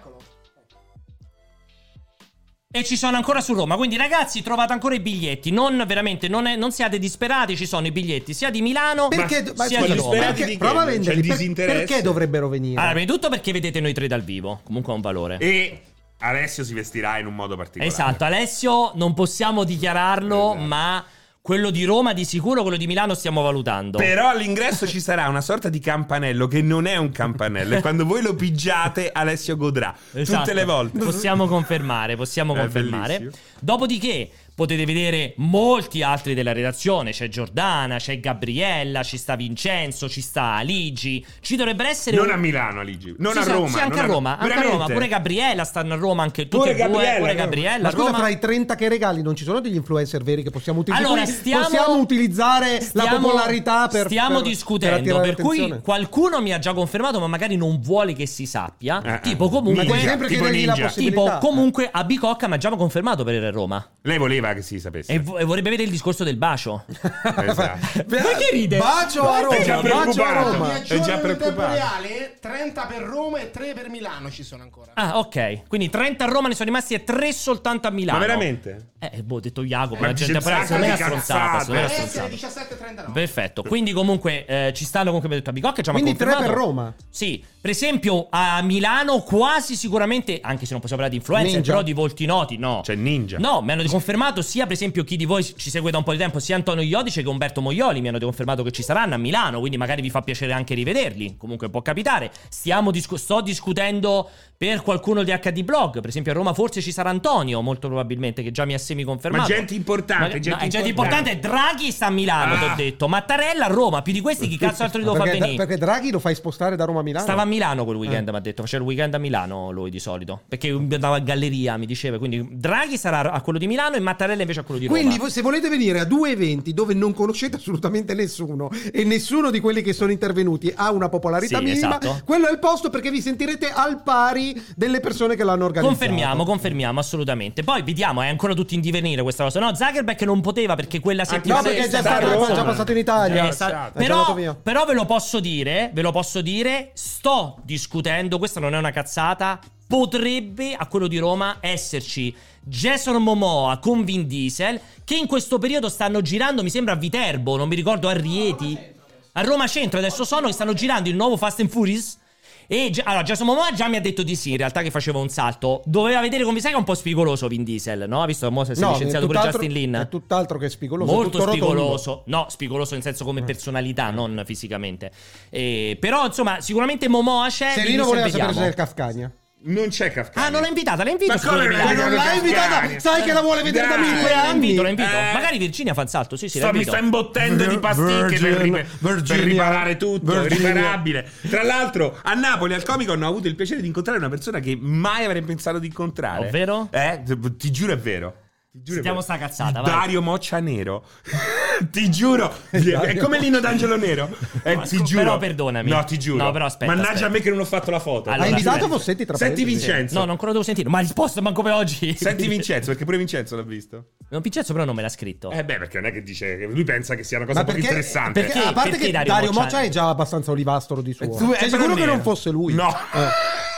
Speaker 1: E ci sono ancora su Roma, quindi ragazzi trovate ancora i biglietti, non veramente, non, è- non siate disperati, ci sono i biglietti sia di Milano
Speaker 3: Perché?
Speaker 1: ma
Speaker 3: scusa,
Speaker 1: sia di Ah,
Speaker 2: quelli
Speaker 1: Roma.
Speaker 2: sperati
Speaker 3: perché-
Speaker 2: di che?
Speaker 3: prova a
Speaker 2: C'è il
Speaker 3: venderli. Per-
Speaker 2: disinteresse?
Speaker 3: perché dovrebbero venire?
Speaker 1: Allora, prima di tutto perché vedete noi tre dal vivo, comunque ha un valore.
Speaker 2: E Alessio si vestirà in un modo particolare.
Speaker 1: Esatto, Alessio non possiamo dichiararlo,
Speaker 2: Esatto.
Speaker 1: ma quello di Roma di sicuro, quello di Milano stiamo valutando.
Speaker 2: Però all'ingresso ci sarà una sorta di campanello che non è un campanello. e quando voi lo pigiate, Alessio godrà.
Speaker 1: Esatto.
Speaker 2: Tutte le volte.
Speaker 1: Possiamo confermare, possiamo
Speaker 2: È
Speaker 1: confermare.
Speaker 2: bellissimo.
Speaker 1: Dopodiché potete vedere molti altri della redazione, c'è Giordana, c'è Gabriella, ci sta Vincenzo, ci sta Aligi, ci dovrebbero essere...
Speaker 2: Non
Speaker 1: un-
Speaker 2: a Milano, Aligi. Non
Speaker 1: Sì,
Speaker 2: a
Speaker 1: sì,
Speaker 2: Roma.
Speaker 1: Sì, anche
Speaker 2: non
Speaker 1: a Roma, anche a
Speaker 2: Veramente? Eh,
Speaker 1: Roma. Pure Gabriella stanno a Roma, anche tutte
Speaker 2: Pure
Speaker 1: e due,
Speaker 2: Gabriella,
Speaker 1: pure
Speaker 2: no?
Speaker 1: Gabriella.
Speaker 3: Ma
Speaker 1: a
Speaker 3: scusa,
Speaker 1: Roma.
Speaker 3: fra i 30 che regali non ci sono degli influencer veri che possiamo utilizzare?
Speaker 1: Allora,
Speaker 3: Quindi
Speaker 1: stiamo-
Speaker 3: possiamo utilizzare la popolarità per.
Speaker 1: stiamo
Speaker 3: per-
Speaker 1: discutendo,
Speaker 3: attirare
Speaker 1: per, cui
Speaker 3: l'attenzione?
Speaker 1: qualcuno mi ha già confermato, ma magari non vuole che si sappia.
Speaker 2: Eh, eh.
Speaker 1: tipo,
Speaker 3: Ma devi
Speaker 2: Ninja,
Speaker 1: comunque,
Speaker 3: sempre
Speaker 2: tipo
Speaker 3: chiedergli la
Speaker 2: ninja.
Speaker 3: possibilità.
Speaker 1: tipo, comunque, a Bicocca mi ha già confermato per il Roma.
Speaker 2: Lei voleva che si sapesse.
Speaker 1: E, vo- e vorrebbe vedere il discorso del bacio.
Speaker 2: Esatto.
Speaker 1: Perché ride?
Speaker 3: Bacio a
Speaker 2: È già
Speaker 3: Roma, bacio a
Speaker 2: preoccupato.
Speaker 3: Roma.
Speaker 2: È
Speaker 4: È già
Speaker 2: già
Speaker 4: in tempo
Speaker 2: preoccupato.
Speaker 4: reale 30 per Roma e 3 per Milano ci sono ancora.
Speaker 1: Ah, ok. Quindi 30 a Roma ne sono rimasti e 3 soltanto a Milano.
Speaker 2: Ma veramente?
Speaker 1: Eh, boh, ho detto Jacopo,
Speaker 2: Ma
Speaker 1: la gente
Speaker 2: dice un
Speaker 1: però
Speaker 2: sacco
Speaker 1: secondo me è
Speaker 2: di
Speaker 1: una stronzata,
Speaker 2: cazzate.
Speaker 1: secondo me è una
Speaker 4: Deve essere
Speaker 1: stronzata.
Speaker 4: 17.39.
Speaker 1: Perfetto, quindi comunque eh, ci stanno comunque abbiamo detto a Bicocca già mi ha
Speaker 3: Quindi tre
Speaker 1: confermato.
Speaker 3: per Roma.
Speaker 1: Sì, per esempio a Milano quasi sicuramente, anche se non possiamo parlare di influencer,
Speaker 3: Ninja.
Speaker 1: però di volti noti no.
Speaker 2: C'è Cioè, Ninja.
Speaker 1: No, mi hanno confermato sia per esempio chi di voi ci segue da un po' di tempo, sia Antonio Iodice che Umberto Moioli mi hanno confermato che ci saranno a Milano, quindi magari vi fa piacere anche rivederli, comunque può capitare. Stiamo discu- sto discutendo per qualcuno di HD Blog, per esempio a Roma forse ci sarà Antonio, molto probabilmente che già mi ha semi
Speaker 2: Ma
Speaker 1: confermato.
Speaker 2: gente importante.
Speaker 1: Ma-
Speaker 2: gente
Speaker 1: no, è gente importante, Draghi sta a Milano,
Speaker 2: Ah.
Speaker 1: ti ho detto. Mattarella a Roma, più di questi chi cazzo altro li devo far
Speaker 3: Perché,
Speaker 1: venire?
Speaker 3: perché Draghi lo fai spostare da Roma a Milano?
Speaker 1: Stava a Milano quel weekend, mi ha detto. Faceva il weekend a Milano lui di solito. Perché andava a galleria, mi diceva. Quindi Draghi sarà a quello di Milano e Mattarella invece a quello di Roma.
Speaker 6: Quindi voi- se volete venire a due eventi dove non conoscete assolutamente nessuno e nessuno di quelli che sono intervenuti ha una popolarità
Speaker 1: Sì,
Speaker 6: minima,
Speaker 1: esatto.
Speaker 6: quello è il posto perché vi sentirete al pari delle persone che l'hanno organizzato.
Speaker 1: Confermiamo, confermiamo, assolutamente. Poi vediamo, è ancora tutti in divenire questa cosa. No, Zuckerberg non poteva perché quella settimana...
Speaker 6: No, perché è già,
Speaker 2: Sta a
Speaker 6: stato,
Speaker 2: Roma.
Speaker 6: è già passato in Italia.
Speaker 1: Eh, sa-
Speaker 6: È già andato
Speaker 1: però,
Speaker 6: via.
Speaker 1: però ve lo posso dire, ve lo posso dire, sto discutendo, questa non è una cazzata, potrebbe a quello di Roma esserci Jason Momoa con Vin Diesel che in questo periodo stanno girando, mi sembra a Viterbo, non mi ricordo a Rieti, a Roma Centro adesso sono che stanno girando il nuovo Fast and Furious. E già- allora, Jason Momoa già mi ha detto di sì, in realtà che faceva un salto. Doveva vedere come sai che è un po' spigoloso Vin Diesel, no? Ha visto che mo si è
Speaker 3: No,
Speaker 1: licenziato
Speaker 3: è
Speaker 1: per
Speaker 3: tutt'altro-
Speaker 1: Justin Lin.
Speaker 3: È tutt'altro che spigoloso.
Speaker 1: Molto
Speaker 3: tutto rotondo. Mm.
Speaker 1: spigoloso, no, spigoloso in senso come personalità, non fisicamente. Eh, però, insomma, sicuramente Momoa c'è. quindi
Speaker 3: Serino
Speaker 1: se
Speaker 3: voleva
Speaker 1: vediamo.
Speaker 3: sapere se è il Cascagna.
Speaker 2: Non c'è Kafka.
Speaker 1: Ah, non l'ha invitata, l'ha invitata.
Speaker 2: Ma come
Speaker 1: secondo me,
Speaker 2: l'ha
Speaker 1: dai.
Speaker 2: invitata?
Speaker 6: Non l'hai invitata,
Speaker 2: Dai.
Speaker 6: sai che la vuole vedere da
Speaker 2: Dai.
Speaker 6: mille
Speaker 1: L'ha
Speaker 6: anni.
Speaker 1: invito, l'ha invito.
Speaker 2: Eh.
Speaker 1: Magari Virginia fa il salto, sì, sì, l'ha
Speaker 2: Sto- mi sta
Speaker 1: invitato.
Speaker 2: imbottendo di pasticche per, ri- per
Speaker 6: Virginia.
Speaker 2: riparare tutto, è
Speaker 6: Virginia.
Speaker 2: riparabile. Tra l'altro, a Napoli al Comic Con ho avuto il piacere di incontrare una persona che mai avrei pensato di incontrare.
Speaker 1: Ovvero?
Speaker 2: Eh, t- ti giuro è vero. Ti giuro è
Speaker 1: Sentiamo
Speaker 2: vero.
Speaker 1: sta cazzata, vai.
Speaker 2: Dario Moccia Nero. ti giuro, è come Lino d'Angelo Nero. Eh,
Speaker 1: No,
Speaker 2: ti
Speaker 1: scu-
Speaker 2: giuro.
Speaker 1: però perdonami.
Speaker 2: No, ti giuro.
Speaker 1: No, però aspetta,
Speaker 2: Mannaggia
Speaker 1: aspetta.
Speaker 2: a me che non ho fatto la foto.
Speaker 1: Allora,
Speaker 3: ha invitato
Speaker 1: aspetta.
Speaker 3: Fossetti tra
Speaker 2: Senti
Speaker 3: parentesi.
Speaker 2: Vincenzo.
Speaker 1: No, non ancora devo sentire, ma risposta manco per oggi.
Speaker 2: Senti Vincenzo, perché pure Vincenzo l'ha visto.
Speaker 1: Non Vincenzo, però, non me l'ha scritto.
Speaker 2: Eh beh, perché non è che dice che lui pensa che sia una cosa
Speaker 3: Ma
Speaker 2: poco
Speaker 3: perché-
Speaker 2: interessante.
Speaker 1: perché-
Speaker 3: a parte
Speaker 1: perché
Speaker 3: che
Speaker 1: Dario
Speaker 3: Dario,
Speaker 1: Moccia-
Speaker 3: Moccia, è già abbastanza olivastro di suo.
Speaker 2: Tu- eh,
Speaker 3: Sei
Speaker 2: però
Speaker 3: sicuro che
Speaker 2: nero.
Speaker 3: non fosse lui? Eh.
Speaker 2: No.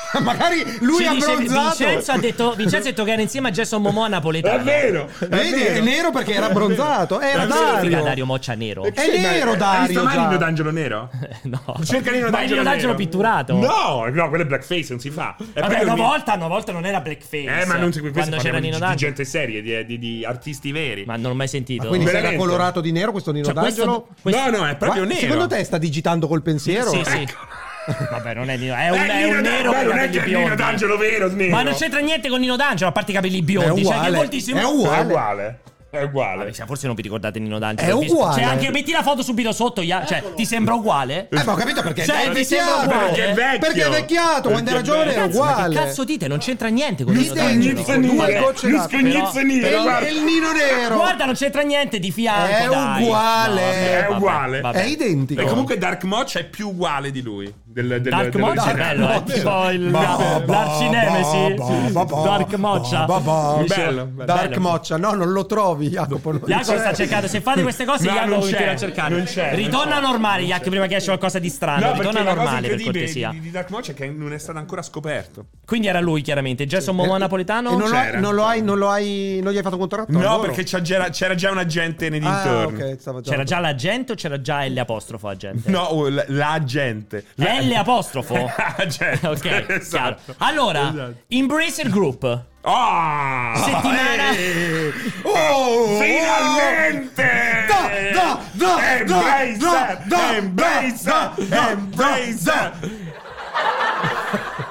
Speaker 6: Magari lui
Speaker 1: Ci
Speaker 6: ha
Speaker 1: dice-
Speaker 6: bronzato.
Speaker 1: Vincenzo ha detto, Vincenzo ha detto che era insieme a Jason Momoa napoletano.
Speaker 2: È vero, è
Speaker 6: Vedi, è
Speaker 2: vero.
Speaker 6: nero perché era bronzato. Era
Speaker 1: Però non significa
Speaker 6: Dario.
Speaker 1: Dario Moccia nero.
Speaker 6: È nero Dario,
Speaker 2: Cioè, Hai visto mai
Speaker 6: già.
Speaker 2: Lino d'Angelo Nero?
Speaker 1: No.
Speaker 2: Cerca Lino
Speaker 1: Ma è
Speaker 2: d'Angelo
Speaker 1: Lino d'Angelo
Speaker 2: Nero.
Speaker 1: pitturato.
Speaker 2: No, no, quello è blackface, non si fa. È
Speaker 1: Vabbè,
Speaker 2: proprio
Speaker 1: una
Speaker 2: un-
Speaker 1: volta, una volta non era blackface.
Speaker 2: Eh, ma non si questo
Speaker 1: Quando c'era
Speaker 2: parliamo di-
Speaker 1: Nino
Speaker 2: di
Speaker 1: D'Angelo.
Speaker 2: gente seria, di, di- di artisti veri.
Speaker 1: Ma non l'ho mai sentito.
Speaker 3: Ah, Quindi se era
Speaker 2: Veramente.
Speaker 3: colorato di nero questo Nino
Speaker 1: Cioè, questo-
Speaker 3: d'Angelo.
Speaker 1: questo-
Speaker 2: No, no, è proprio
Speaker 3: Ma
Speaker 2: nero. Ecco.
Speaker 3: Secondo te sta digitando col pensiero?
Speaker 1: Sì, sì.
Speaker 6: Ecco.
Speaker 1: Vabbè, non è Nino, è un, è un nero
Speaker 2: ma
Speaker 1: con i
Speaker 2: Eh, non è
Speaker 1: capelli
Speaker 2: che è Lino
Speaker 1: biondi.
Speaker 2: d'Angelo vero, nero.
Speaker 1: Ma non c'entra niente con Nino D'Angelo, a parte i capelli biondi. Cioè, che
Speaker 3: uguale,
Speaker 1: voltissimo.
Speaker 3: è
Speaker 2: È
Speaker 3: uguale.
Speaker 2: uguale. È uguale.
Speaker 1: Vabbè, cioè, forse non vi ricordate Nino D'Angelo.
Speaker 3: È
Speaker 1: ho visto-
Speaker 3: uguale.
Speaker 1: Cioè, anche metti la foto subito sotto. ya- Cioè, ti sembra uguale?
Speaker 6: Eh, ma ho capito perché
Speaker 1: Cioè,
Speaker 6: è
Speaker 1: mi sembra
Speaker 6: vecchiato.
Speaker 1: uguale.
Speaker 2: Perché è vecchio.
Speaker 6: Perché è vecchiato, quando
Speaker 2: Perché
Speaker 6: era
Speaker 2: è
Speaker 6: giovane era
Speaker 2: vecchio.
Speaker 1: Che
Speaker 6: uguale.
Speaker 1: cazzo dite? Non c'entra niente con
Speaker 6: Mi
Speaker 1: Nino
Speaker 6: stai
Speaker 1: D'Angelo.
Speaker 6: dicendo- Due gocce
Speaker 2: Gli
Speaker 6: d'acqua.
Speaker 2: scognizze nero.
Speaker 6: È,
Speaker 2: guarda.
Speaker 6: è il Nino Nero.
Speaker 1: Guarda, non c'entra niente di fianco.
Speaker 6: È
Speaker 1: dai.
Speaker 6: uguale.
Speaker 2: È uguale.
Speaker 1: vabbè.
Speaker 6: è identico.
Speaker 2: E comunque Dark Moch è più uguale di lui. Del, del,
Speaker 1: Dark
Speaker 2: del-
Speaker 1: Moccia è
Speaker 2: del-
Speaker 1: bello, è
Speaker 2: Dark
Speaker 1: tipo il
Speaker 6: Ba- ba-
Speaker 1: l'arcinemesi.
Speaker 6: ba- ba- ba-
Speaker 1: Dark Moccia.
Speaker 6: ba- ba-
Speaker 1: Dice-
Speaker 2: Bello, bello.
Speaker 6: Dark
Speaker 1: bello.
Speaker 6: Moccia, no, non lo trovi, Jacopo. non
Speaker 1: Jacopo
Speaker 6: c'è.
Speaker 1: sta cercando, se fate queste cose,
Speaker 2: Cioè,
Speaker 1: Jacopo
Speaker 2: No, non c'è,
Speaker 1: continua a cercare.
Speaker 2: non c'è, non
Speaker 1: ritorna
Speaker 2: c'è.
Speaker 1: normale, Jacopo, prima che esce qualcosa di strano.
Speaker 2: No, perché
Speaker 1: ritorna
Speaker 2: la cosa
Speaker 1: normale, per
Speaker 2: incredibile
Speaker 1: cortesia.
Speaker 2: di, di Dark Moch è che non è stato ancora scoperto.
Speaker 1: Quindi era lui, chiaramente. Jason Momoa napoletano.
Speaker 6: Eh, E non, lo hai-
Speaker 2: c'era.
Speaker 6: non lo hai, non lo hai, non gli hai fatto un contratto? al
Speaker 2: No,
Speaker 6: lavoro?
Speaker 2: perché c'ha- c'era, c'era già un agente nei
Speaker 6: Ah,
Speaker 2: dintorni.
Speaker 6: ok, stavo già.
Speaker 1: C'era già l'agente o c'era già L apostrofo agente?
Speaker 2: No, oh, l- l'agente. La-
Speaker 1: L apostrofo.
Speaker 2: L'agente.
Speaker 1: Eh? ok, chiaro.
Speaker 2: esatto.
Speaker 1: Allora,
Speaker 2: Esatto.
Speaker 1: Embracer Group.
Speaker 2: Ah!
Speaker 1: Settimana-
Speaker 2: Eh!
Speaker 6: Oh!
Speaker 2: Finalmente!
Speaker 6: Da, da, da,
Speaker 2: Embracer!
Speaker 6: da, da,
Speaker 2: Embracer!
Speaker 6: da, da,
Speaker 2: Embracer!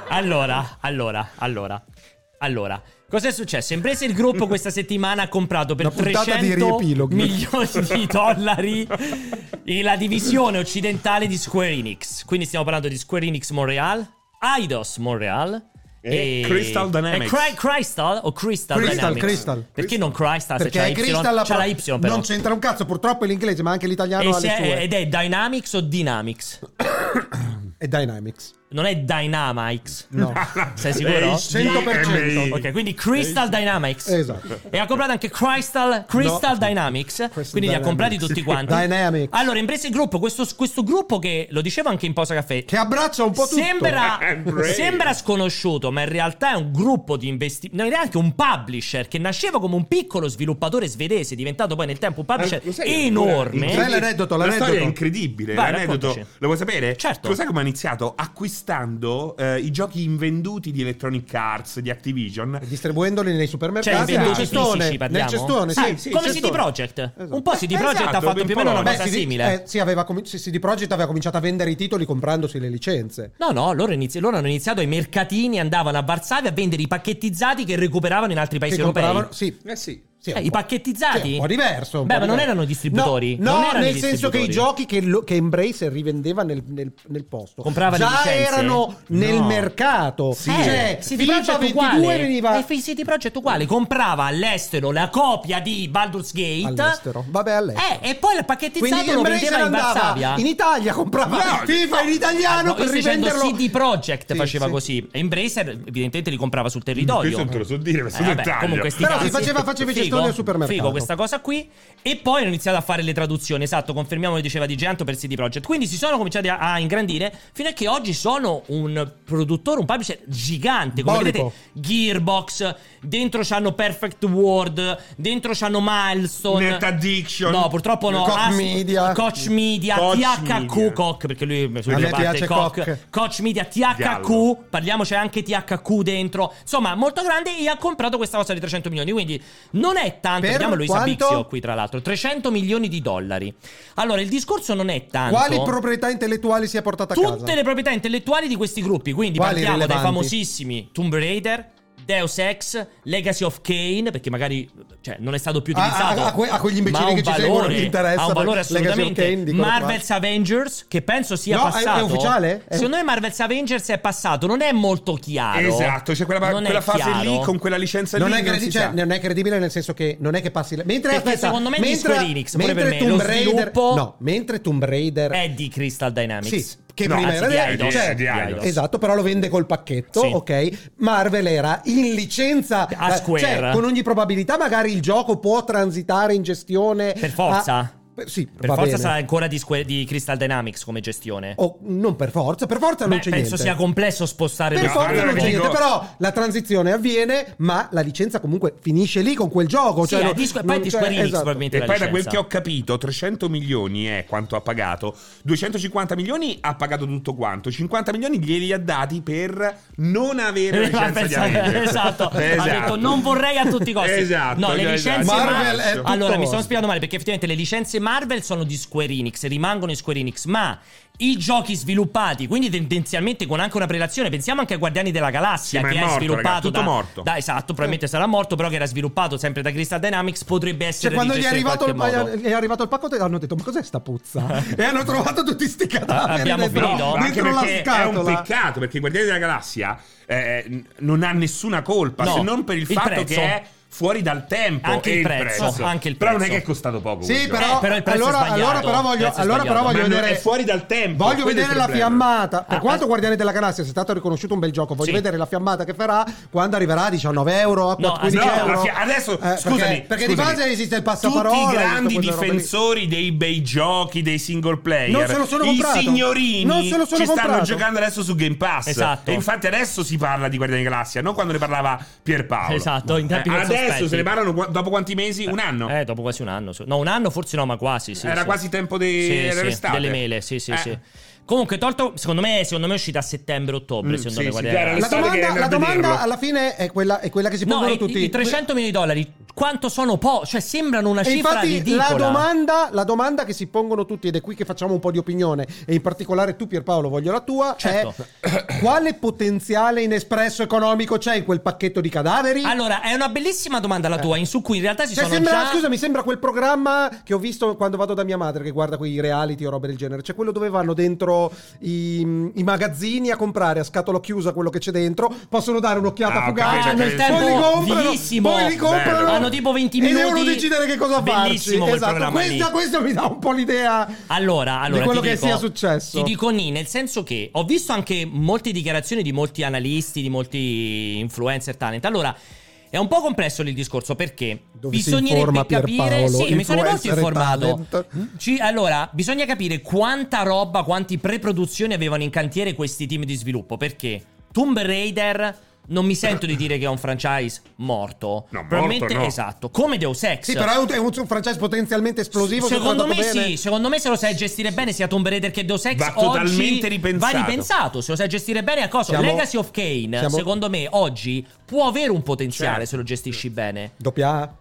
Speaker 1: Allora, allora, allora, allora. Cos'è successo? Embracer Group questa settimana ha comprato per
Speaker 6: Una puntata di
Speaker 1: 300
Speaker 6: riepiloghi.
Speaker 1: milioni di dollari e la divisione occidentale di Square Enix. Quindi stiamo parlando di Square Enix Montreal, Eidos Montreal
Speaker 2: E Crystal Dynamics.
Speaker 1: e Cry- Crystal o Crystal,
Speaker 6: Crystal,
Speaker 1: Dynamics?
Speaker 6: Crystal.
Speaker 1: Perché non Crystal?
Speaker 6: Perché
Speaker 1: se
Speaker 6: è
Speaker 1: c'è
Speaker 6: Crystal la
Speaker 1: c'è la Y
Speaker 6: pro-
Speaker 1: però.
Speaker 6: Non c'entra un cazzo, purtroppo è l'inglese, ma anche l'italiano
Speaker 1: E
Speaker 6: ha le
Speaker 1: se è-
Speaker 6: sue.
Speaker 1: ed è Dynamics o Dynamics?
Speaker 6: È Dynamics.
Speaker 1: Non è Dynamics.
Speaker 6: No.
Speaker 1: Sei sicuro?
Speaker 6: 100%.
Speaker 1: Ok, quindi Crystal Dynamics.
Speaker 6: Esatto.
Speaker 1: E ha comprato anche Crystal, Crystal Dynamics. quindi li ha
Speaker 6: Dynamics.
Speaker 1: comprati tutti quanti.
Speaker 6: Dynamics.
Speaker 1: Allora, Embrace Group, questo, questo gruppo che lo dicevo anche in Posa Caffè.
Speaker 6: Che abbraccia un po' tutto.
Speaker 1: Sembra,
Speaker 2: Embrace.
Speaker 1: sembra sconosciuto, ma in realtà è un gruppo di investimenti. Non è neanche un publisher che nasceva come un piccolo sviluppatore svedese, diventato poi nel tempo un
Speaker 6: Eh,
Speaker 1: publisher
Speaker 2: Ma Eh, lo sai,
Speaker 1: Cioè, enorme.
Speaker 6: Sai l'aneddoto,
Speaker 2: La
Speaker 6: l'aneddoto.
Speaker 2: storia è incredibile.
Speaker 1: Vai,
Speaker 2: l'aneddoto
Speaker 1: raccontaci.
Speaker 2: lo vuoi sapere?
Speaker 1: Certo.
Speaker 2: Lo sai come ha iniziato? Acquistando eh, i giochi invenduti di Electronic Arts, di Activision.
Speaker 6: Distribuendoli nei
Speaker 1: Cioè,
Speaker 6: supermercati. nel
Speaker 1: venduti
Speaker 6: cestone.
Speaker 1: fisici,
Speaker 6: Nel
Speaker 1: parliamo.
Speaker 6: cestone,
Speaker 1: Ah,
Speaker 6: sì. sì,
Speaker 1: come
Speaker 6: cestone.
Speaker 1: CD Projekt.
Speaker 6: Esatto.
Speaker 1: Un po' CD
Speaker 2: Eh,
Speaker 1: Projekt ha
Speaker 2: esatto,
Speaker 1: fatto più o meno una
Speaker 2: Beh,
Speaker 1: cosa
Speaker 6: CD
Speaker 1: simile.
Speaker 6: eh, sì, aveva comin- sì, CD Projekt aveva cominciato a vendere i titoli comprandosi le licenze.
Speaker 1: No, no, loro, inizi- loro hanno iniziato ai mercatini, andavano a Varsavia a vendere i pacchettizzati che recuperavano in altri paesi
Speaker 6: Che
Speaker 1: europei.
Speaker 6: compravano- sì.
Speaker 2: Eh sì.
Speaker 3: Sì,
Speaker 1: Eh,
Speaker 3: un
Speaker 1: I
Speaker 3: po'.
Speaker 1: pacchettizzati?
Speaker 3: Sì, un po' diverso. un
Speaker 1: Beh,
Speaker 3: po'
Speaker 1: ma non
Speaker 3: diverso.
Speaker 1: erano distributori.
Speaker 3: No,
Speaker 1: Non
Speaker 3: no,
Speaker 1: erano
Speaker 3: nel senso che
Speaker 1: distributori.
Speaker 3: i giochi che, lo- che Embracer rivendeva nel, nel- nel posto
Speaker 1: Comprava le
Speaker 3: già
Speaker 1: licenze?
Speaker 3: erano nel
Speaker 2: No.
Speaker 3: mercato.
Speaker 1: Sì. Eh,
Speaker 3: Cioè,
Speaker 1: City
Speaker 3: FIFA
Speaker 1: Projekt
Speaker 3: 22
Speaker 1: uguale.
Speaker 3: veniva
Speaker 1: Eh, fi- City Project uguale. Comprava all'estero la copia di Baldur's Gate.
Speaker 3: all'estero. Vabbè, all'estero.
Speaker 1: Eh, e poi il
Speaker 3: Quindi
Speaker 1: pacchettizzato lo
Speaker 3: Embracer
Speaker 1: vendeva in
Speaker 3: andava
Speaker 1: Varsavia. Ah,
Speaker 3: in Italia, comprava
Speaker 2: No,
Speaker 3: FIFA in italiano
Speaker 1: No, io
Speaker 3: per
Speaker 1: sto dicendo
Speaker 3: rivenderlo.
Speaker 1: CD Projekt
Speaker 3: Sì,
Speaker 1: faceva
Speaker 3: sì.
Speaker 1: così. E Embracer evidentemente li comprava sul
Speaker 2: Questo
Speaker 1: territorio.
Speaker 2: non te lo so dire, questo
Speaker 1: Eh, vabbè,
Speaker 2: dettaglio.
Speaker 1: comunque sti
Speaker 3: Però
Speaker 1: cazzi.
Speaker 3: si faceva- faceva i gestori al supermercato.
Speaker 1: Figo questa cosa qui. E poi hanno iniziato a fare le traduzioni. Esatto, confermiamo che diceva di Geanto per CD Projekt. Quindi si sono cominciati a, a ingrandire fino a che oggi sono un produttore, un publisher gigante. Come
Speaker 3: Bolico.
Speaker 1: vedete, Gearbox. Dentro c'hanno Perfect World. Dentro c'hanno Milestone.
Speaker 2: Net Addiction.
Speaker 1: No, purtroppo no.
Speaker 3: Koch
Speaker 1: As-
Speaker 3: Media.
Speaker 1: Coach Media.
Speaker 2: Coach
Speaker 1: THQ
Speaker 2: Media.
Speaker 1: Koch. Perché lui
Speaker 3: A
Speaker 1: sulla
Speaker 3: me
Speaker 1: parte
Speaker 3: piace
Speaker 1: Koch.
Speaker 3: Koch.
Speaker 1: Coach Media THQ,
Speaker 2: Diallo.
Speaker 1: parliamoci anche THQ dentro, insomma molto grande e ha comprato questa cosa di 300 milioni, quindi non è tanto,
Speaker 3: Per
Speaker 1: vediamo Luisa
Speaker 3: quanto?
Speaker 1: Bixio qui tra l'altro, 300 milioni di dollari. Allora il discorso non è tanto...
Speaker 3: Quali
Speaker 6: proprietà intellettuali si è portata a casa.
Speaker 1: Tutte le proprietà intellettuali di questi gruppi, quindi
Speaker 3: Quali
Speaker 1: partiamo dai
Speaker 3: rilevanti?
Speaker 1: famosissimi Tomb Raider. Deus Ex, Legacy of Kane, perché magari cioè, non è stato più
Speaker 3: A- a-
Speaker 1: utilizzato.
Speaker 3: a que- a quegli imbecilli
Speaker 1: ma ha un
Speaker 3: che ci seguono
Speaker 1: valore,
Speaker 3: gli interessa
Speaker 1: Ha un valore
Speaker 3: Legacy of
Speaker 1: assolutamente.
Speaker 3: Kane, dicono qua.
Speaker 1: Marvel's Avengers, che penso sia
Speaker 3: No, è- è
Speaker 1: passato.
Speaker 3: ufficiale? Eh. È-
Speaker 1: Secondo me Marvel's Avengers è passato, non è molto chiaro.
Speaker 2: Esatto, c'è quella,
Speaker 1: Non è
Speaker 2: quella fase
Speaker 1: chiaro.
Speaker 2: lì con quella licenza
Speaker 3: Non
Speaker 2: lì.
Speaker 3: è, credi-
Speaker 2: si
Speaker 3: cioè,
Speaker 2: sa.
Speaker 3: non è credibile nel senso che non è che passi la- mentre
Speaker 1: Perché
Speaker 3: aspetta,
Speaker 1: secondo me gli
Speaker 3: mentre,
Speaker 1: Square Enix, pure
Speaker 3: mentre
Speaker 1: per me,
Speaker 3: Tomb
Speaker 1: lo
Speaker 3: Raider
Speaker 1: sviluppo-
Speaker 3: no mentre Tomb Raider
Speaker 1: È di Crystal Dynamics.
Speaker 3: Sì, che
Speaker 1: No,
Speaker 3: prima
Speaker 1: anzi,
Speaker 3: era
Speaker 1: di
Speaker 3: di-
Speaker 1: Eidos,
Speaker 2: cioè,
Speaker 1: di
Speaker 2: di
Speaker 1: Eidos.
Speaker 2: Eidos.
Speaker 3: Esatto, però lo vende col pacchetto,
Speaker 1: Sì.
Speaker 3: ok? Marvel era in licenza
Speaker 1: A
Speaker 3: eh,
Speaker 1: Square.
Speaker 3: Cioè, con ogni probabilità magari il gioco può transitare in gestione
Speaker 1: Per forza.
Speaker 3: a- per- sì,
Speaker 1: Per
Speaker 3: va
Speaker 1: forza
Speaker 3: bene.
Speaker 1: sarà ancora di, Square- di Crystal Dynamics come gestione.
Speaker 3: O non per forza, per forza
Speaker 1: Beh,
Speaker 3: non c'è
Speaker 1: penso
Speaker 3: niente.
Speaker 1: sia complesso spostare
Speaker 3: per
Speaker 1: le
Speaker 2: No,
Speaker 3: forza
Speaker 2: allora
Speaker 3: non c'è
Speaker 2: dico-
Speaker 3: niente, però la transizione avviene, ma la licenza comunque finisce lì con quel gioco.
Speaker 1: Sì,
Speaker 3: cioè,
Speaker 1: è
Speaker 3: non-
Speaker 1: di Square-
Speaker 3: non
Speaker 1: poi è di
Speaker 3: c'è-
Speaker 1: Square Enix
Speaker 3: esatto.
Speaker 1: probabilmente
Speaker 2: E
Speaker 1: la
Speaker 2: poi da quel
Speaker 1: licenza.
Speaker 2: che ho capito, 300 milioni è quanto ha pagato, 250 milioni ha pagato tutto quanto, 50 milioni glieli ha dati per non avere la licenza di Avengers.
Speaker 1: esatto, ha detto non vorrei a tutti i costi.
Speaker 2: Esatto.
Speaker 1: no,
Speaker 2: cioè,
Speaker 1: le licenze
Speaker 2: esatto.
Speaker 6: Marvel è tutto
Speaker 1: Allora, mi sono
Speaker 6: vostro.
Speaker 1: spiegato male perché effettivamente le licenze Marvel sono di Square Enix, rimangono in Square Enix, ma i giochi sviluppati, quindi tendenzialmente con anche una prelazione, pensiamo anche a Guardiani della Galassia
Speaker 2: Sì, ma
Speaker 1: che
Speaker 2: è
Speaker 1: è,
Speaker 2: morto,
Speaker 1: sviluppato
Speaker 2: ragazzi, tutto
Speaker 1: da,
Speaker 2: morto.
Speaker 1: da- esatto, probabilmente sarà morto, però che era sviluppato sempre da Crystal Dynamics, potrebbe essere
Speaker 3: Cioè, quando gli è
Speaker 1: rigesto in
Speaker 3: arrivato, il,
Speaker 1: qualche modo.
Speaker 3: gli è arrivato il pacchetto hanno detto ma cos'è sta puzza
Speaker 6: E hanno trovato tutti sti cadaveri
Speaker 1: Abbiamo
Speaker 6: dentro,
Speaker 1: finito?
Speaker 2: ma anche
Speaker 6: dentro la
Speaker 2: perché è un
Speaker 6: scatola.
Speaker 2: peccato perché i Guardiani della Galassia eh, n- non ha nessuna colpa
Speaker 1: No,
Speaker 2: se non per il,
Speaker 1: il
Speaker 2: fatto
Speaker 1: prezzo.
Speaker 2: che è fuori dal tempo
Speaker 1: Anche
Speaker 2: e
Speaker 1: il prezzo, anche il
Speaker 2: però non è
Speaker 1: prezzo.
Speaker 2: che è costato poco quel
Speaker 6: Sì,
Speaker 2: gioco.
Speaker 6: però,
Speaker 1: Eh, però il prezzo è
Speaker 6: allora,
Speaker 1: sbagliato,
Speaker 6: allora però
Speaker 1: il
Speaker 6: voglio,
Speaker 1: prezzo è
Speaker 6: allora però
Speaker 1: sbagliato.
Speaker 6: voglio
Speaker 2: Ma non-
Speaker 6: vedere
Speaker 2: è fuori dal tempo,
Speaker 6: Voglio
Speaker 2: quello è il
Speaker 6: vedere la
Speaker 2: problema. eh.
Speaker 6: fiammata. Per
Speaker 1: Ah,
Speaker 6: quanto
Speaker 1: ah.
Speaker 6: Guardiani della Galassia sia stato riconosciuto un bel gioco, voglio
Speaker 1: Sì.
Speaker 6: vedere la fiammata che farà quando arriverà a 19 euro, a
Speaker 1: No,
Speaker 6: 14
Speaker 2: No,
Speaker 1: Dicevo-
Speaker 6: euro.
Speaker 2: la fia- adesso
Speaker 6: Eh,
Speaker 2: scusami,
Speaker 6: perché, perché di
Speaker 2: scusami.
Speaker 6: base esiste il passaparola.
Speaker 2: Tutti i
Speaker 6: esiste
Speaker 2: grandi
Speaker 6: quella roba lì.
Speaker 2: difensori dei bei giochi, dei single player,
Speaker 6: Non se lo sono
Speaker 2: i
Speaker 6: comprato.
Speaker 2: signorini
Speaker 6: Non se lo sono
Speaker 2: ci stanno
Speaker 6: comprato.
Speaker 2: giocando adesso su Game Pass.
Speaker 1: Esatto.
Speaker 2: E infatti adesso si parla di Guardiani della Galassia, non quando ne parlava Pierpaolo.
Speaker 1: Esatto, in tempi
Speaker 2: Eh,
Speaker 1: non
Speaker 2: adesso
Speaker 1: sospetti.
Speaker 2: se ne parlano gu- dopo quanti mesi? Un anno.
Speaker 1: Eh, dopo quasi un anno. so- No, un anno forse no, ma quasi. sì,
Speaker 2: Era
Speaker 1: sì.
Speaker 2: quasi tempo de-
Speaker 1: Sì, sì,
Speaker 2: dell'estate.
Speaker 1: delle mele, sì, sì,
Speaker 2: Eh.
Speaker 1: sì. Comunque, tolto, secondo me, secondo me è uscita a settembre-ottobre.
Speaker 2: Mm,
Speaker 1: secondo me,
Speaker 2: sì, sì,
Speaker 1: guarda-
Speaker 2: chiaro,
Speaker 6: La
Speaker 2: Pensate che
Speaker 6: domanda,
Speaker 2: andrà
Speaker 6: la
Speaker 2: a
Speaker 6: domanda
Speaker 2: vederlo.
Speaker 6: alla fine è quella, è quella che si
Speaker 1: No,
Speaker 6: pongono
Speaker 1: i,
Speaker 6: tutti.
Speaker 1: i 300 milioni di dollari, quanto sono po'? Cioè, sembrano una
Speaker 6: E
Speaker 1: cifra
Speaker 6: infatti
Speaker 1: ridicola.
Speaker 6: la domanda, la domanda che si pongono tutti, ed è qui che facciamo un po' di opinione, e in particolare tu Pierpaolo voglio la tua,
Speaker 1: Certo.
Speaker 6: è quale potenziale inespresso economico c'è in quel pacchetto di cadaveri?
Speaker 1: Allora, è una bellissima domanda la tua, in su cui in realtà si
Speaker 6: Eh. Cioè,
Speaker 1: sono
Speaker 6: sembra,
Speaker 1: già...
Speaker 6: scusa, mi sembra quel programma che ho visto quando vado da mia madre che guarda quei reality o robe del genere. Cioè, quello dove vanno dentro i, i magazzini a comprare a scatola chiusa quello che c'è dentro. Possono dare un'occhiata
Speaker 2: Ah, ho
Speaker 6: fugace.
Speaker 1: Ah,
Speaker 2: capito,
Speaker 1: nel
Speaker 2: Cioè,
Speaker 1: tempo
Speaker 6: poi li comprano.
Speaker 1: vivissimo.
Speaker 6: Poi li comprano.
Speaker 2: Bello.
Speaker 1: Hanno tipo 20
Speaker 6: E
Speaker 1: minuti.
Speaker 6: devono decidere che cosa farci.
Speaker 1: Bellissimo quel
Speaker 6: Esatto.
Speaker 1: programma lì.
Speaker 6: Questa, questo mi dà un po' l'idea
Speaker 1: Allora, allora
Speaker 6: di quello
Speaker 1: ti
Speaker 6: che
Speaker 1: dico-
Speaker 6: sia successo.
Speaker 1: Ti dico ni, nel senso che ho visto anche molte dichiarazioni di molti analisti, di molti influencer talent. Allora, è un po' complesso lì il discorso perché
Speaker 6: Dove si
Speaker 1: bisognerebbe
Speaker 6: informa
Speaker 1: capire,
Speaker 6: Pierpaolo,
Speaker 1: sì, mi sono molto
Speaker 6: influencer e
Speaker 1: informato. Mm?
Speaker 6: talent.
Speaker 1: Ci- allora, bisogna capire quanta roba, quanti pre-produzioni avevano in cantiere questi team di sviluppo, perché Tomb Raider non mi sento di dire che è un franchise morto.
Speaker 2: No, morto
Speaker 1: Probabilmente
Speaker 2: no.
Speaker 1: esatto, come Deus Ex.
Speaker 6: Sì, però è un, è un- un franchise potenzialmente esplosivo. se
Speaker 1: Secondo me
Speaker 6: guardato bene.
Speaker 1: sì, secondo me se lo sai gestire bene sia Tomb Raider che Deus Ex
Speaker 2: Va
Speaker 1: oggi
Speaker 2: totalmente ripensato.
Speaker 1: Va ripensato, se lo sai gestire bene a cosa?
Speaker 6: Siamo-
Speaker 1: Legacy of Kane,
Speaker 6: siamo-
Speaker 1: secondo me oggi può avere un potenziale
Speaker 2: Certo.
Speaker 1: se lo gestisci bene.
Speaker 6: Doppia A.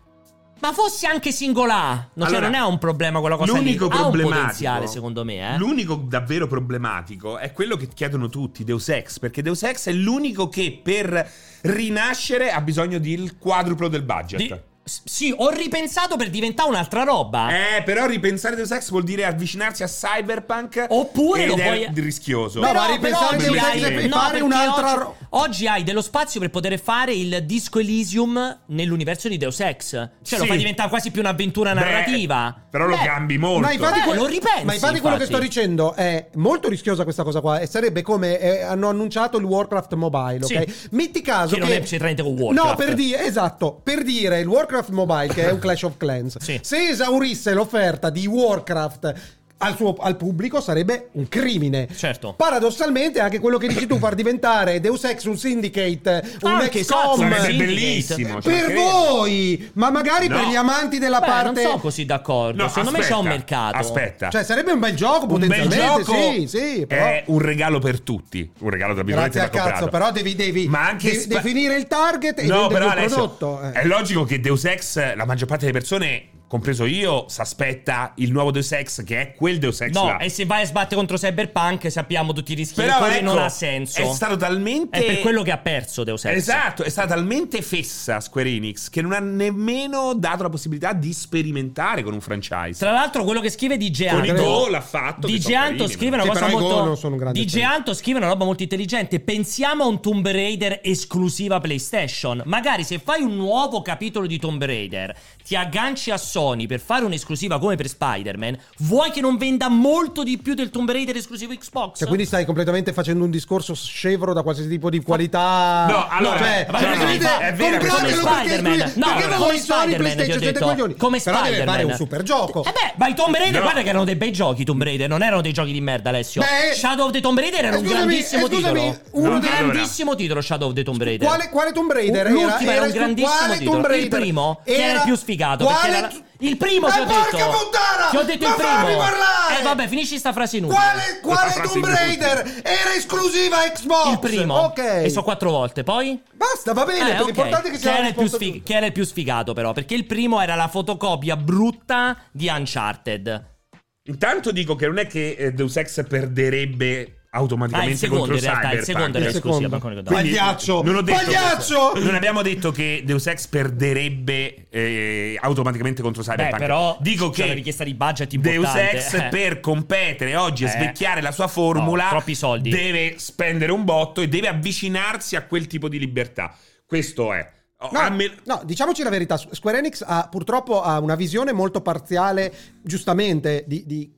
Speaker 1: Ma fosse anche singola, no, cioè,
Speaker 2: Allora,
Speaker 1: non è un problema quella cosa lì. Ha
Speaker 2: L'unico
Speaker 1: un
Speaker 2: problematico-
Speaker 1: potenziale secondo me, eh.
Speaker 2: L'unico davvero problematico è quello che chiedono tutti, Deus Ex, perché Deus Ex è l'unico che per rinascere ha bisogno del quadruplo del budget.
Speaker 1: Di- Ah. S- Sì, ho ripensato per diventare un'altra roba.
Speaker 2: Eh, però ripensare Deus Ex vuol dire avvicinarsi a Cyberpunk.
Speaker 1: Oppure
Speaker 2: ed
Speaker 1: lo
Speaker 2: è
Speaker 1: puoi-
Speaker 2: rischioso.
Speaker 3: No, ma ripensare
Speaker 1: oggi
Speaker 2: Deus Ex
Speaker 1: hai-
Speaker 2: e
Speaker 3: fare
Speaker 1: perché
Speaker 3: un'altra
Speaker 1: oggi,
Speaker 3: ro-
Speaker 1: oggi hai dello spazio per poter fare il disco Elysium nell'universo di Deus Ex. Cioè, lo
Speaker 2: Sì.
Speaker 1: fa diventare quasi più un'avventura
Speaker 2: Beh,
Speaker 1: narrativa.
Speaker 2: però lo
Speaker 1: Beh,
Speaker 2: cambi molto.
Speaker 3: Ma infatti,
Speaker 1: Beh,
Speaker 3: que-
Speaker 1: Eh, lo ripensi,
Speaker 3: ma infatti quello che
Speaker 1: infatti.
Speaker 3: sto dicendo è molto rischiosa questa cosa qua. E sarebbe come eh, hanno annunciato il Warcraft Mobile, ok?
Speaker 1: Sì.
Speaker 3: Metti caso
Speaker 1: Che
Speaker 3: che.
Speaker 1: non è- c'entra niente con Warcraft.
Speaker 3: No, per dire, esatto. Per dire il Warcraft Mobile, che è un Clash of Clans,
Speaker 1: Sì.
Speaker 3: se esaurisse l'offerta di Warcraft. Al, suo- al pubblico sarebbe un crimine.
Speaker 1: Certo.
Speaker 3: Paradossalmente, anche quello che dici tu, far diventare Deus Ex un syndicate, un
Speaker 1: Anche, ah, cazzo,
Speaker 3: XCOM.
Speaker 1: sì.
Speaker 2: Sarebbe bellissimo. cioè,
Speaker 3: Per
Speaker 2: che-
Speaker 3: voi, ma magari
Speaker 2: No.
Speaker 3: per gli amanti della
Speaker 1: Beh,
Speaker 3: parte.
Speaker 1: non sono così d'accordo.
Speaker 2: No,
Speaker 1: Secondo me c'è un
Speaker 2: aspetta,
Speaker 1: mercato.
Speaker 2: Aspetta.
Speaker 3: Cioè, sarebbe un bel gioco,
Speaker 2: un bel
Speaker 3: potenzialmente.
Speaker 2: gioco Eh,
Speaker 3: sì, sì, però.
Speaker 2: è un regalo per tutti. Un regalo tra virgolette
Speaker 3: Grazie
Speaker 2: da
Speaker 3: al cazzo,
Speaker 2: comprato.
Speaker 3: però devi, devi-
Speaker 2: Ma anche
Speaker 3: devi
Speaker 2: spa-
Speaker 3: definire il target e
Speaker 2: No,
Speaker 3: vendere
Speaker 2: però
Speaker 3: il
Speaker 2: Alessio,
Speaker 3: prodotto. eh.
Speaker 2: è logico che Deus Ex, la maggior parte delle persone, compreso io, si aspetta il nuovo Deus Ex, che è quel Deus Ex
Speaker 1: No,
Speaker 2: là.
Speaker 1: e se vai a sbattere contro Cyberpunk, sappiamo tutti i rischi.
Speaker 2: Però
Speaker 1: che
Speaker 2: ecco,
Speaker 1: non ha senso.
Speaker 2: È stato talmente.
Speaker 1: È per quello che ha perso Deus Ex.
Speaker 2: Esatto, è stata talmente fessa Square Enix che non ha nemmeno dato la possibilità di sperimentare con un franchise.
Speaker 1: Tra l'altro, quello che scrive di Geanto.
Speaker 2: Con i gol ha fatto.
Speaker 1: Di
Speaker 2: che sono
Speaker 1: Geanto
Speaker 2: carini,
Speaker 1: scrive una
Speaker 3: Sì,
Speaker 1: cosa
Speaker 3: però i
Speaker 1: molto.
Speaker 3: gol non sono un grande
Speaker 1: di
Speaker 3: fan.
Speaker 1: Geanto scrive una roba molto intelligente. Pensiamo a un Tomb Raider esclusiva PlayStation. Magari se fai un nuovo capitolo di Tomb Raider, ti agganci a Sony per fare un'esclusiva come per Spider-Man, vuoi che non venda molto di più del Tomb Raider esclusivo Xbox?
Speaker 3: Cioè, quindi stai completamente facendo un discorso scevro da qualsiasi tipo di qualità.
Speaker 2: No, allora,
Speaker 3: cioè,
Speaker 2: ma
Speaker 1: no, no,
Speaker 3: semplicemente
Speaker 1: no, Eh, è
Speaker 2: vero,
Speaker 3: compratelo
Speaker 1: come
Speaker 3: perché
Speaker 1: Spider-Man.
Speaker 3: perché
Speaker 1: No,
Speaker 3: voi
Speaker 1: allora, come
Speaker 3: Sony
Speaker 1: Spider-Man,
Speaker 3: PlayStation
Speaker 1: ti ho
Speaker 3: siete
Speaker 1: detto.
Speaker 3: coglioni.
Speaker 1: Come
Speaker 3: Però deve
Speaker 1: Spider-Man.
Speaker 3: fare un super gioco.
Speaker 1: Eh beh, ma i Tomb Raider,
Speaker 2: No.
Speaker 1: guarda che erano dei bei giochi. i Tomb Raider, non erano dei giochi di merda, Alessio.
Speaker 3: Beh,
Speaker 1: Shadow of the Tomb Raider era
Speaker 3: eh,
Speaker 1: un
Speaker 3: scusami,
Speaker 1: grandissimo
Speaker 3: eh, scusami,
Speaker 1: titolo.
Speaker 3: uno
Speaker 1: un
Speaker 2: dei-
Speaker 1: grandissimo titolo, Shadow of the Tomb Raider.
Speaker 3: Quale, quale Tomb Raider?
Speaker 1: L'ultimo
Speaker 3: era,
Speaker 1: era un grandissimo
Speaker 3: quale
Speaker 1: titolo.
Speaker 3: Tomb
Speaker 1: Il
Speaker 3: Raider?
Speaker 1: primo, che era il più sfigato,
Speaker 3: Quale
Speaker 1: perché era-
Speaker 3: tu-
Speaker 1: il primo
Speaker 3: Eh,
Speaker 1: ti ho detto.
Speaker 3: porca puttana!
Speaker 1: Ti ho detto il
Speaker 3: Ma fammi
Speaker 1: primo.
Speaker 3: parlare!
Speaker 1: Eh, vabbè, finisci sta frase inutile.
Speaker 3: Quale, quale
Speaker 2: Questa frase
Speaker 3: Tomb
Speaker 2: inutile.
Speaker 3: Raider? Era esclusiva Xbox.
Speaker 1: Il primo.
Speaker 3: Ok.
Speaker 1: E so quattro volte, poi?
Speaker 3: Basta, va bene.
Speaker 1: Eh,
Speaker 3: per-
Speaker 1: ok.
Speaker 3: L'importante è che
Speaker 1: Chi era
Speaker 3: sia
Speaker 1: il più sfig- chi era il più sfigato, però? Perché il primo era la fotocopia brutta di Uncharted. Ah,
Speaker 2: Intanto dico che non è che eh, Deus Ex perderebbe
Speaker 1: Ah, il
Speaker 2: automaticamente
Speaker 1: secondo,
Speaker 2: contro
Speaker 1: in realtà, il
Speaker 2: Cyberpunk.
Speaker 1: secondo era
Speaker 3: Il
Speaker 1: esclusiva.
Speaker 3: secondo.
Speaker 1: ma ancora-
Speaker 3: Quindi-
Speaker 2: Quindi-
Speaker 3: Pagliaccio!
Speaker 2: Non ho detto
Speaker 3: Pagliaccio!
Speaker 2: questo. Non abbiamo detto che Deus Ex perderebbe eh, automaticamente contro Cyberpunk.
Speaker 1: Beh, però
Speaker 2: Dico
Speaker 1: c'è
Speaker 2: che
Speaker 1: una richiesta di budget
Speaker 2: Deus
Speaker 1: importante.
Speaker 2: Ex
Speaker 1: Eh.
Speaker 2: per competere oggi e
Speaker 1: Eh.
Speaker 2: svecchiare la sua formula
Speaker 1: No, troppi soldi.
Speaker 2: deve spendere un botto e deve avvicinarsi a quel tipo di libertà. Questo è. Oh,
Speaker 3: No,
Speaker 2: a me-
Speaker 3: no, diciamoci la verità, Square Enix ha, purtroppo ha una visione molto parziale, giustamente, di, di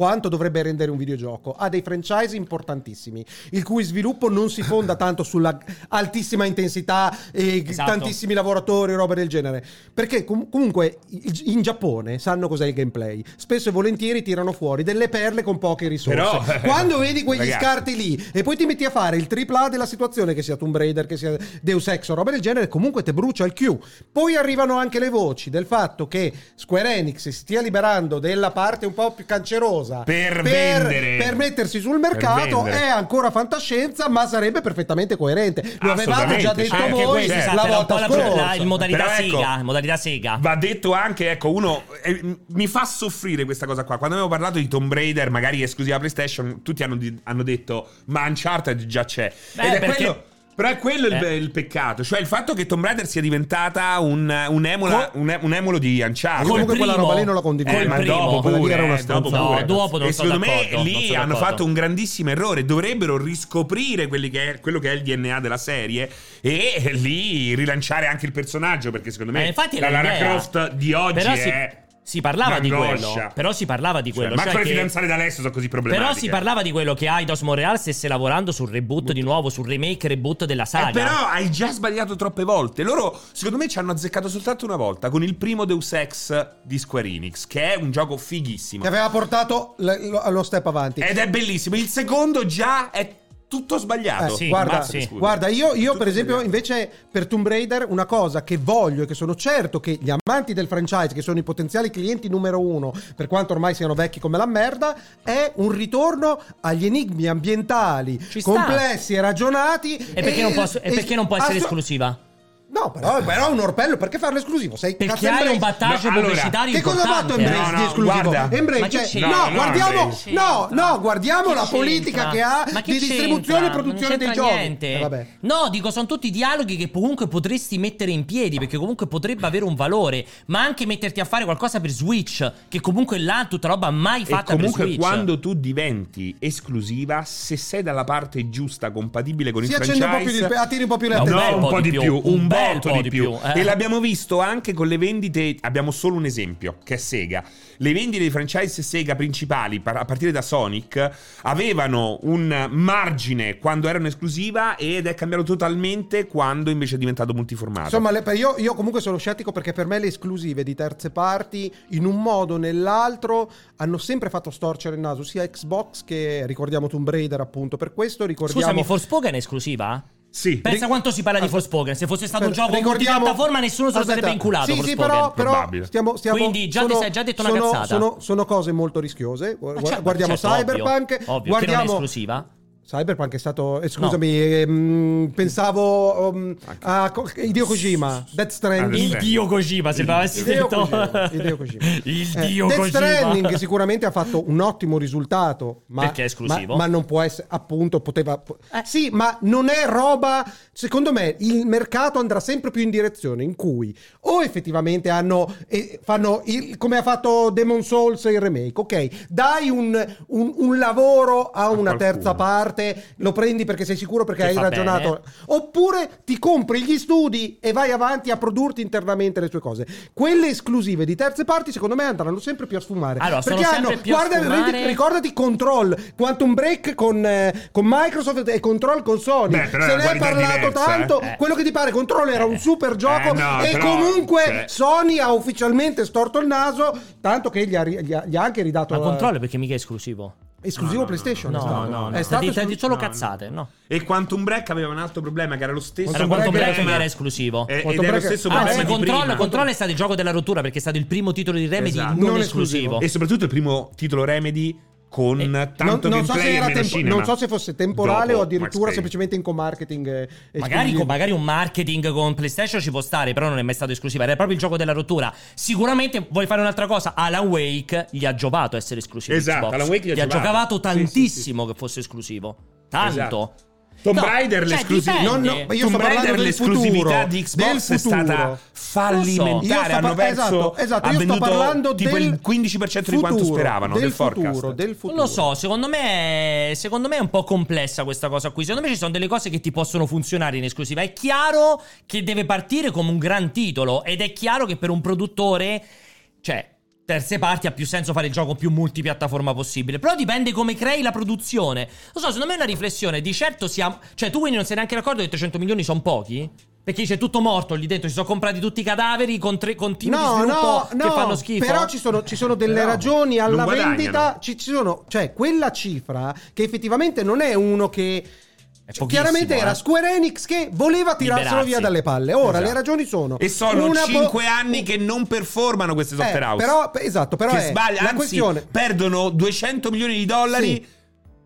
Speaker 3: quanto dovrebbe rendere un videogioco. Ha dei franchise importantissimi, il cui sviluppo non si fonda tanto sulla altissima intensità e
Speaker 1: Esatto.
Speaker 3: tantissimi lavoratori e roba del genere. Perché com- comunque i- in Giappone sanno cos'è il gameplay. Spesso e volentieri tirano fuori delle perle con poche risorse.
Speaker 2: Però-
Speaker 3: Cioè,
Speaker 2: eh,
Speaker 3: Quando vedi quegli
Speaker 2: Ragazzi.
Speaker 3: scarti metti lì e poi ti metti a fare il tripla A della situazione, che sia Tomb Raider, che sia Deus Ex o roba del genere, comunque te brucia il Q. Poi arrivano anche le voci del fatto che Square Enix si stia liberando della parte un po' più cancerosa
Speaker 2: Per vendere.
Speaker 3: per mettersi sul
Speaker 2: Per
Speaker 3: mercato
Speaker 2: vendere.
Speaker 3: è ancora fantascienza, ma sarebbe perfettamente coerente. Lo avevate
Speaker 2: Assolutamente,
Speaker 3: già detto
Speaker 2: certo.
Speaker 1: Anche
Speaker 3: voi
Speaker 1: questo,
Speaker 2: eh,
Speaker 1: esatto,
Speaker 3: la
Speaker 1: era un
Speaker 3: volta
Speaker 1: po' la, la-
Speaker 3: scorsa.
Speaker 1: in modalità
Speaker 2: Però ecco-
Speaker 1: sega. in modalità sega.
Speaker 2: Va detto anche, ecco, uno eh, mi fa soffrire questa cosa qua. Quando avevo parlato di Tomb Raider, magari esclusiva PlayStation, tutti hanno, di- hanno detto: Ma Uncharted già c'è.
Speaker 1: Beh,
Speaker 2: Ed è
Speaker 1: perché-
Speaker 2: quello- Però è quello il,
Speaker 1: Eh.
Speaker 2: il peccato, cioè il fatto che Tomb Raider sia diventata un, un emulo,
Speaker 1: Co-
Speaker 2: un, e- un emulo di Uncharted.
Speaker 3: Comunque
Speaker 1: Col
Speaker 3: quella
Speaker 1: primo-
Speaker 3: roba lì non la condivido.
Speaker 1: col
Speaker 2: Eh, ma
Speaker 1: primo.
Speaker 2: dopo
Speaker 3: Quella lì
Speaker 2: pure,
Speaker 3: era una
Speaker 2: eh, dopo
Speaker 3: stronzata.
Speaker 2: pure.
Speaker 1: No, dopo non
Speaker 2: e
Speaker 1: sono
Speaker 2: secondo me
Speaker 1: d'accordo, non
Speaker 2: lì
Speaker 1: sono
Speaker 2: hanno
Speaker 1: d'accordo.
Speaker 2: fatto un grandissimo errore. Dovrebbero riscoprire quelli che è- quello che è il DNA della serie e lì rilanciare anche il personaggio. Perché secondo me
Speaker 1: Eh, infatti
Speaker 2: la
Speaker 1: era
Speaker 2: Lara
Speaker 1: l'idea.
Speaker 2: Croft di oggi
Speaker 1: Però si,
Speaker 2: è.
Speaker 1: si parlava di
Speaker 2: un'angoscia.
Speaker 1: quello. Però si parlava di
Speaker 2: Cioè,
Speaker 1: quello.
Speaker 2: ma
Speaker 1: cioè
Speaker 2: anche le
Speaker 1: che-
Speaker 2: fidanzate da Alessio sono così problematiche.
Speaker 1: Però si parlava di quello che Aidos Montreal stesse lavorando sul reboot di nuovo, sul remake reboot della saga.
Speaker 2: Eh, però hai già sbagliato troppe volte. Loro, secondo me, ci hanno azzeccato soltanto una volta con il primo Deus Ex di Square Enix, che è un gioco fighissimo.
Speaker 3: Che aveva portato le- lo, lo step avanti.
Speaker 2: Ed è bellissimo. Il secondo già è tutto sbagliato.
Speaker 1: Eh, sì,
Speaker 3: guarda,
Speaker 1: ma sì.
Speaker 2: Scusa.
Speaker 3: guarda, io, io
Speaker 2: Tutto
Speaker 3: per esempio
Speaker 2: sbagliato.
Speaker 3: invece per Tomb Raider una cosa che voglio e che sono certo che gli amanti del franchise, che sono i potenziali clienti numero uno, per quanto ormai siano vecchi come la merda, è un ritorno agli enigmi ambientali
Speaker 1: Ci sta.
Speaker 3: complessi e ragionati.
Speaker 2: Eh,
Speaker 1: E perché non, posso- e perché non può essere
Speaker 3: assu-
Speaker 1: esclusiva?
Speaker 3: No, però, però è un orpello, perché farlo esclusivo? Sei
Speaker 1: Perché
Speaker 3: cazzo
Speaker 1: hai
Speaker 3: Embrace.
Speaker 1: un battaggio
Speaker 2: No, allora,
Speaker 1: pubblicitario
Speaker 3: Che cosa ha fatto
Speaker 1: importante, eh?
Speaker 3: Embrace
Speaker 2: No,
Speaker 3: di
Speaker 2: no,
Speaker 3: esclusivo?
Speaker 2: guarda.
Speaker 3: Embrace,
Speaker 1: Ma che
Speaker 3: cioè-
Speaker 1: c'entra?
Speaker 3: no,
Speaker 2: No, no,
Speaker 3: guardiamo,
Speaker 2: Embrace.
Speaker 3: no, no, guardiamo
Speaker 1: Che
Speaker 3: la
Speaker 1: c'entra?
Speaker 3: politica che ha
Speaker 1: Ma che
Speaker 3: di
Speaker 1: c'entra?
Speaker 3: distribuzione e
Speaker 1: Non
Speaker 3: produzione dei
Speaker 1: c'entra
Speaker 3: giochi.
Speaker 1: niente.
Speaker 3: Eh, vabbè.
Speaker 1: No, dico, sono tutti dialoghi che comunque potresti mettere in piedi, perché comunque potrebbe avere un valore, ma anche metterti a fare qualcosa per Switch, che comunque là tutta roba mai
Speaker 2: E
Speaker 1: fatta per
Speaker 2: comunque
Speaker 1: Switch.
Speaker 2: quando tu diventi esclusiva, se sei dalla parte giusta, compatibile con
Speaker 3: Si
Speaker 2: il
Speaker 3: accende
Speaker 2: franchise,
Speaker 3: un po' più di attiri un po' più le
Speaker 1: No,
Speaker 3: attenzioni.
Speaker 2: No, un po' di più, un
Speaker 1: bel
Speaker 2: botto di più.
Speaker 1: eh.
Speaker 2: E l'abbiamo visto anche con le vendite. Abbiamo solo un esempio, che è Sega. Le vendite dei franchise Sega principali, par- a partire da Sonic, avevano un margine quando erano esclusiva ed è cambiato totalmente quando invece è diventato multiformato.
Speaker 3: Insomma, le- io, io comunque sono scettico perché per me le esclusive di terze parti, in un modo o nell'altro, hanno sempre fatto storcere il naso, sia Xbox che ricordiamo Tomb Raider, appunto. Per questo ricordiamo.
Speaker 1: Scusami, Forspoken è esclusiva?
Speaker 2: sì.
Speaker 1: Pensa quanto si parla di Forspoken. Se fosse stato un gioco in piattaforma, nessuno se lo sarebbe inculato.
Speaker 3: Sì, sì,
Speaker 1: Forspoken. Eh,
Speaker 3: però, però
Speaker 2: Probabile.
Speaker 3: stiamo, stiamo-
Speaker 1: Quindi già ti
Speaker 3: sono-
Speaker 1: sei già detto una
Speaker 3: sono,
Speaker 1: cazzata.
Speaker 3: Sono, sono cose molto rischiose. Gu-
Speaker 1: Ma certo,
Speaker 3: guardiamo
Speaker 1: certo,
Speaker 3: Cyberpunk,
Speaker 1: Ovvio, ovvio che non è
Speaker 3: guardiamo
Speaker 1: esclusiva.
Speaker 3: Cyberpunk è stato. eh, scusami, ehm, pensavo ehm, a Co- Hideo Kojima, Death Stranding.
Speaker 1: Il
Speaker 2: Perfetto.
Speaker 1: dio Kojima, se avessi
Speaker 3: Hideo
Speaker 1: detto.
Speaker 3: Kojima, Hideo Kojima.
Speaker 1: Il
Speaker 3: Eh,
Speaker 1: dio
Speaker 3: Death Stranding
Speaker 1: Kojima.
Speaker 3: che sicuramente ha fatto un ottimo risultato ma,
Speaker 1: Perché è esclusivo.
Speaker 3: ma, ma non può essere appunto poteva po-
Speaker 1: Eh.
Speaker 3: sì ma non è roba secondo me il mercato andrà sempre più in direzione in cui o effettivamente hanno eh, fanno il- come ha fatto Demon Souls il remake ok dai un, un- un lavoro a, una
Speaker 2: qualcuno.
Speaker 3: terza parte lo prendi perché sei sicuro perché
Speaker 1: Che
Speaker 3: hai
Speaker 1: fa
Speaker 3: ragionato
Speaker 1: bene.
Speaker 3: Oppure ti compri gli studi e vai avanti a produrti internamente le tue cose. Quelle esclusive di terze parti, secondo me, andranno sempre più a sfumare.
Speaker 1: Allora, sono sempre più a sfumare-
Speaker 3: ricordati Control, Quantum Break con, eh, con Microsoft e Control con Sony.
Speaker 2: Beh, però
Speaker 3: Se ne
Speaker 2: è una
Speaker 3: hai
Speaker 2: qualità
Speaker 3: parlato
Speaker 2: diversa,
Speaker 3: tanto,
Speaker 1: eh.
Speaker 3: quello che ti pare, Control era un super gioco.
Speaker 2: Eh, no,
Speaker 3: e
Speaker 2: però,
Speaker 3: comunque
Speaker 2: cioè-
Speaker 3: Sony ha ufficialmente storto il naso, tanto che gli ha, ri- gli ha- gli ha anche ridato
Speaker 1: Ma
Speaker 3: eh,
Speaker 1: controllo perché mica è esclusivo.
Speaker 3: esclusivo PlayStation. è stato.
Speaker 2: no, no.
Speaker 3: È stato
Speaker 1: Stai
Speaker 3: esclusivo-
Speaker 1: dicendo solo
Speaker 2: no, no.
Speaker 1: cazzate, no.
Speaker 2: E Quantum Break aveva un altro problema che era lo stesso
Speaker 1: Era Quantum
Speaker 3: Quantum
Speaker 1: Break
Speaker 3: Break
Speaker 1: che
Speaker 3: era-
Speaker 1: era esclusivo.
Speaker 2: Eh,
Speaker 3: Quantum
Speaker 2: ed era lo
Speaker 3: Break-
Speaker 2: stesso
Speaker 3: Ah,
Speaker 1: Anzi,
Speaker 2: problema
Speaker 3: sì,
Speaker 2: di
Speaker 1: controllo,
Speaker 2: prima.
Speaker 1: controllo è stato il gioco della rottura perché è stato il primo titolo di Remedy
Speaker 2: Esatto.
Speaker 1: non,
Speaker 3: Non
Speaker 1: esclusivo.
Speaker 3: esclusivo.
Speaker 2: E soprattutto il primo titolo Remedy con tanto
Speaker 3: Eh, non, non so
Speaker 2: gameplay
Speaker 3: se
Speaker 2: e
Speaker 3: era
Speaker 2: meno
Speaker 3: tempo-
Speaker 2: cinema.
Speaker 3: non so se fosse temporale
Speaker 2: Dopo
Speaker 3: o addirittura
Speaker 2: Max Payne.
Speaker 3: semplicemente in co-marketing. eh,
Speaker 1: Magari,
Speaker 3: esclusivo.
Speaker 1: con- magari un marketing con PlayStation ci può stare, però non è mai stato esclusiva. Era proprio il gioco della rottura. Sicuramente vuoi fare un'altra cosa. Alan Wake gli ha giovato essere esclusivo.
Speaker 2: Esatto,
Speaker 1: Xbox.
Speaker 2: Alan Wake gli ha
Speaker 1: ha giocato
Speaker 2: giovato. Sì, sì,
Speaker 1: tantissimo che fosse esclusivo. Tanto.
Speaker 2: Esatto. Tomb
Speaker 1: No,
Speaker 2: Raider
Speaker 1: cioè,
Speaker 2: l'esclusività.
Speaker 1: dipende.
Speaker 3: No, no, ma io sto
Speaker 2: Eh, Tomb Raider
Speaker 3: parlando del
Speaker 2: l'esclusività
Speaker 3: futuro,
Speaker 2: di Xbox
Speaker 3: del
Speaker 2: è stata
Speaker 3: futuro.
Speaker 1: Lo so.
Speaker 2: fallimentare.
Speaker 3: Io sto
Speaker 2: Hanno
Speaker 3: par-
Speaker 2: perso
Speaker 3: esatto, esatto,
Speaker 2: ha
Speaker 3: io sto
Speaker 2: venduto
Speaker 3: parlando
Speaker 2: tipo
Speaker 3: del
Speaker 2: il 15% di quanto
Speaker 3: futuro,
Speaker 2: speravano
Speaker 3: del
Speaker 2: del
Speaker 3: futuro,
Speaker 2: forecast.
Speaker 3: del futuro.
Speaker 1: Non lo so, secondo me, secondo me è un po' complessa questa cosa qui. Secondo me ci sono delle cose che ti possono funzionare in esclusiva. È chiaro che deve partire come un gran titolo ed è chiaro che per un produttore, cioè, terze parti ha più senso fare il gioco più multipiattaforma possibile. Però dipende come crei la produzione. Lo so, secondo me è una riflessione. Di certo siamo... Cioè, tu quindi non sei neanche d'accordo che 300 milioni sono pochi? Perché c'è tutto morto lì dentro, si sono comprati tutti i cadaveri con, tre, con team di
Speaker 3: No,
Speaker 1: sviluppo
Speaker 3: no,
Speaker 1: che
Speaker 3: no,
Speaker 1: fanno schifo.
Speaker 3: però ci sono, ci sono delle
Speaker 2: Però
Speaker 3: ragioni alla
Speaker 2: non guadagnano.
Speaker 3: vendita, ci, ci sono, cioè quella cifra che effettivamente non è uno che
Speaker 1: È
Speaker 3: cioè,
Speaker 1: pochissimo,
Speaker 3: chiaramente
Speaker 1: eh.
Speaker 3: era Square Enix che voleva tirarselo
Speaker 1: Liberarsi.
Speaker 3: via dalle palle. Ora
Speaker 2: Esatto.
Speaker 3: le ragioni sono
Speaker 2: E sono
Speaker 3: una po-
Speaker 2: 5 anni che non performano queste
Speaker 3: Eh,
Speaker 2: software house.
Speaker 3: però, esatto, però
Speaker 2: che
Speaker 3: è
Speaker 2: sbaglia,
Speaker 3: la
Speaker 2: anzi,
Speaker 3: questione
Speaker 2: perdono 200 milioni di dollari
Speaker 3: Sì.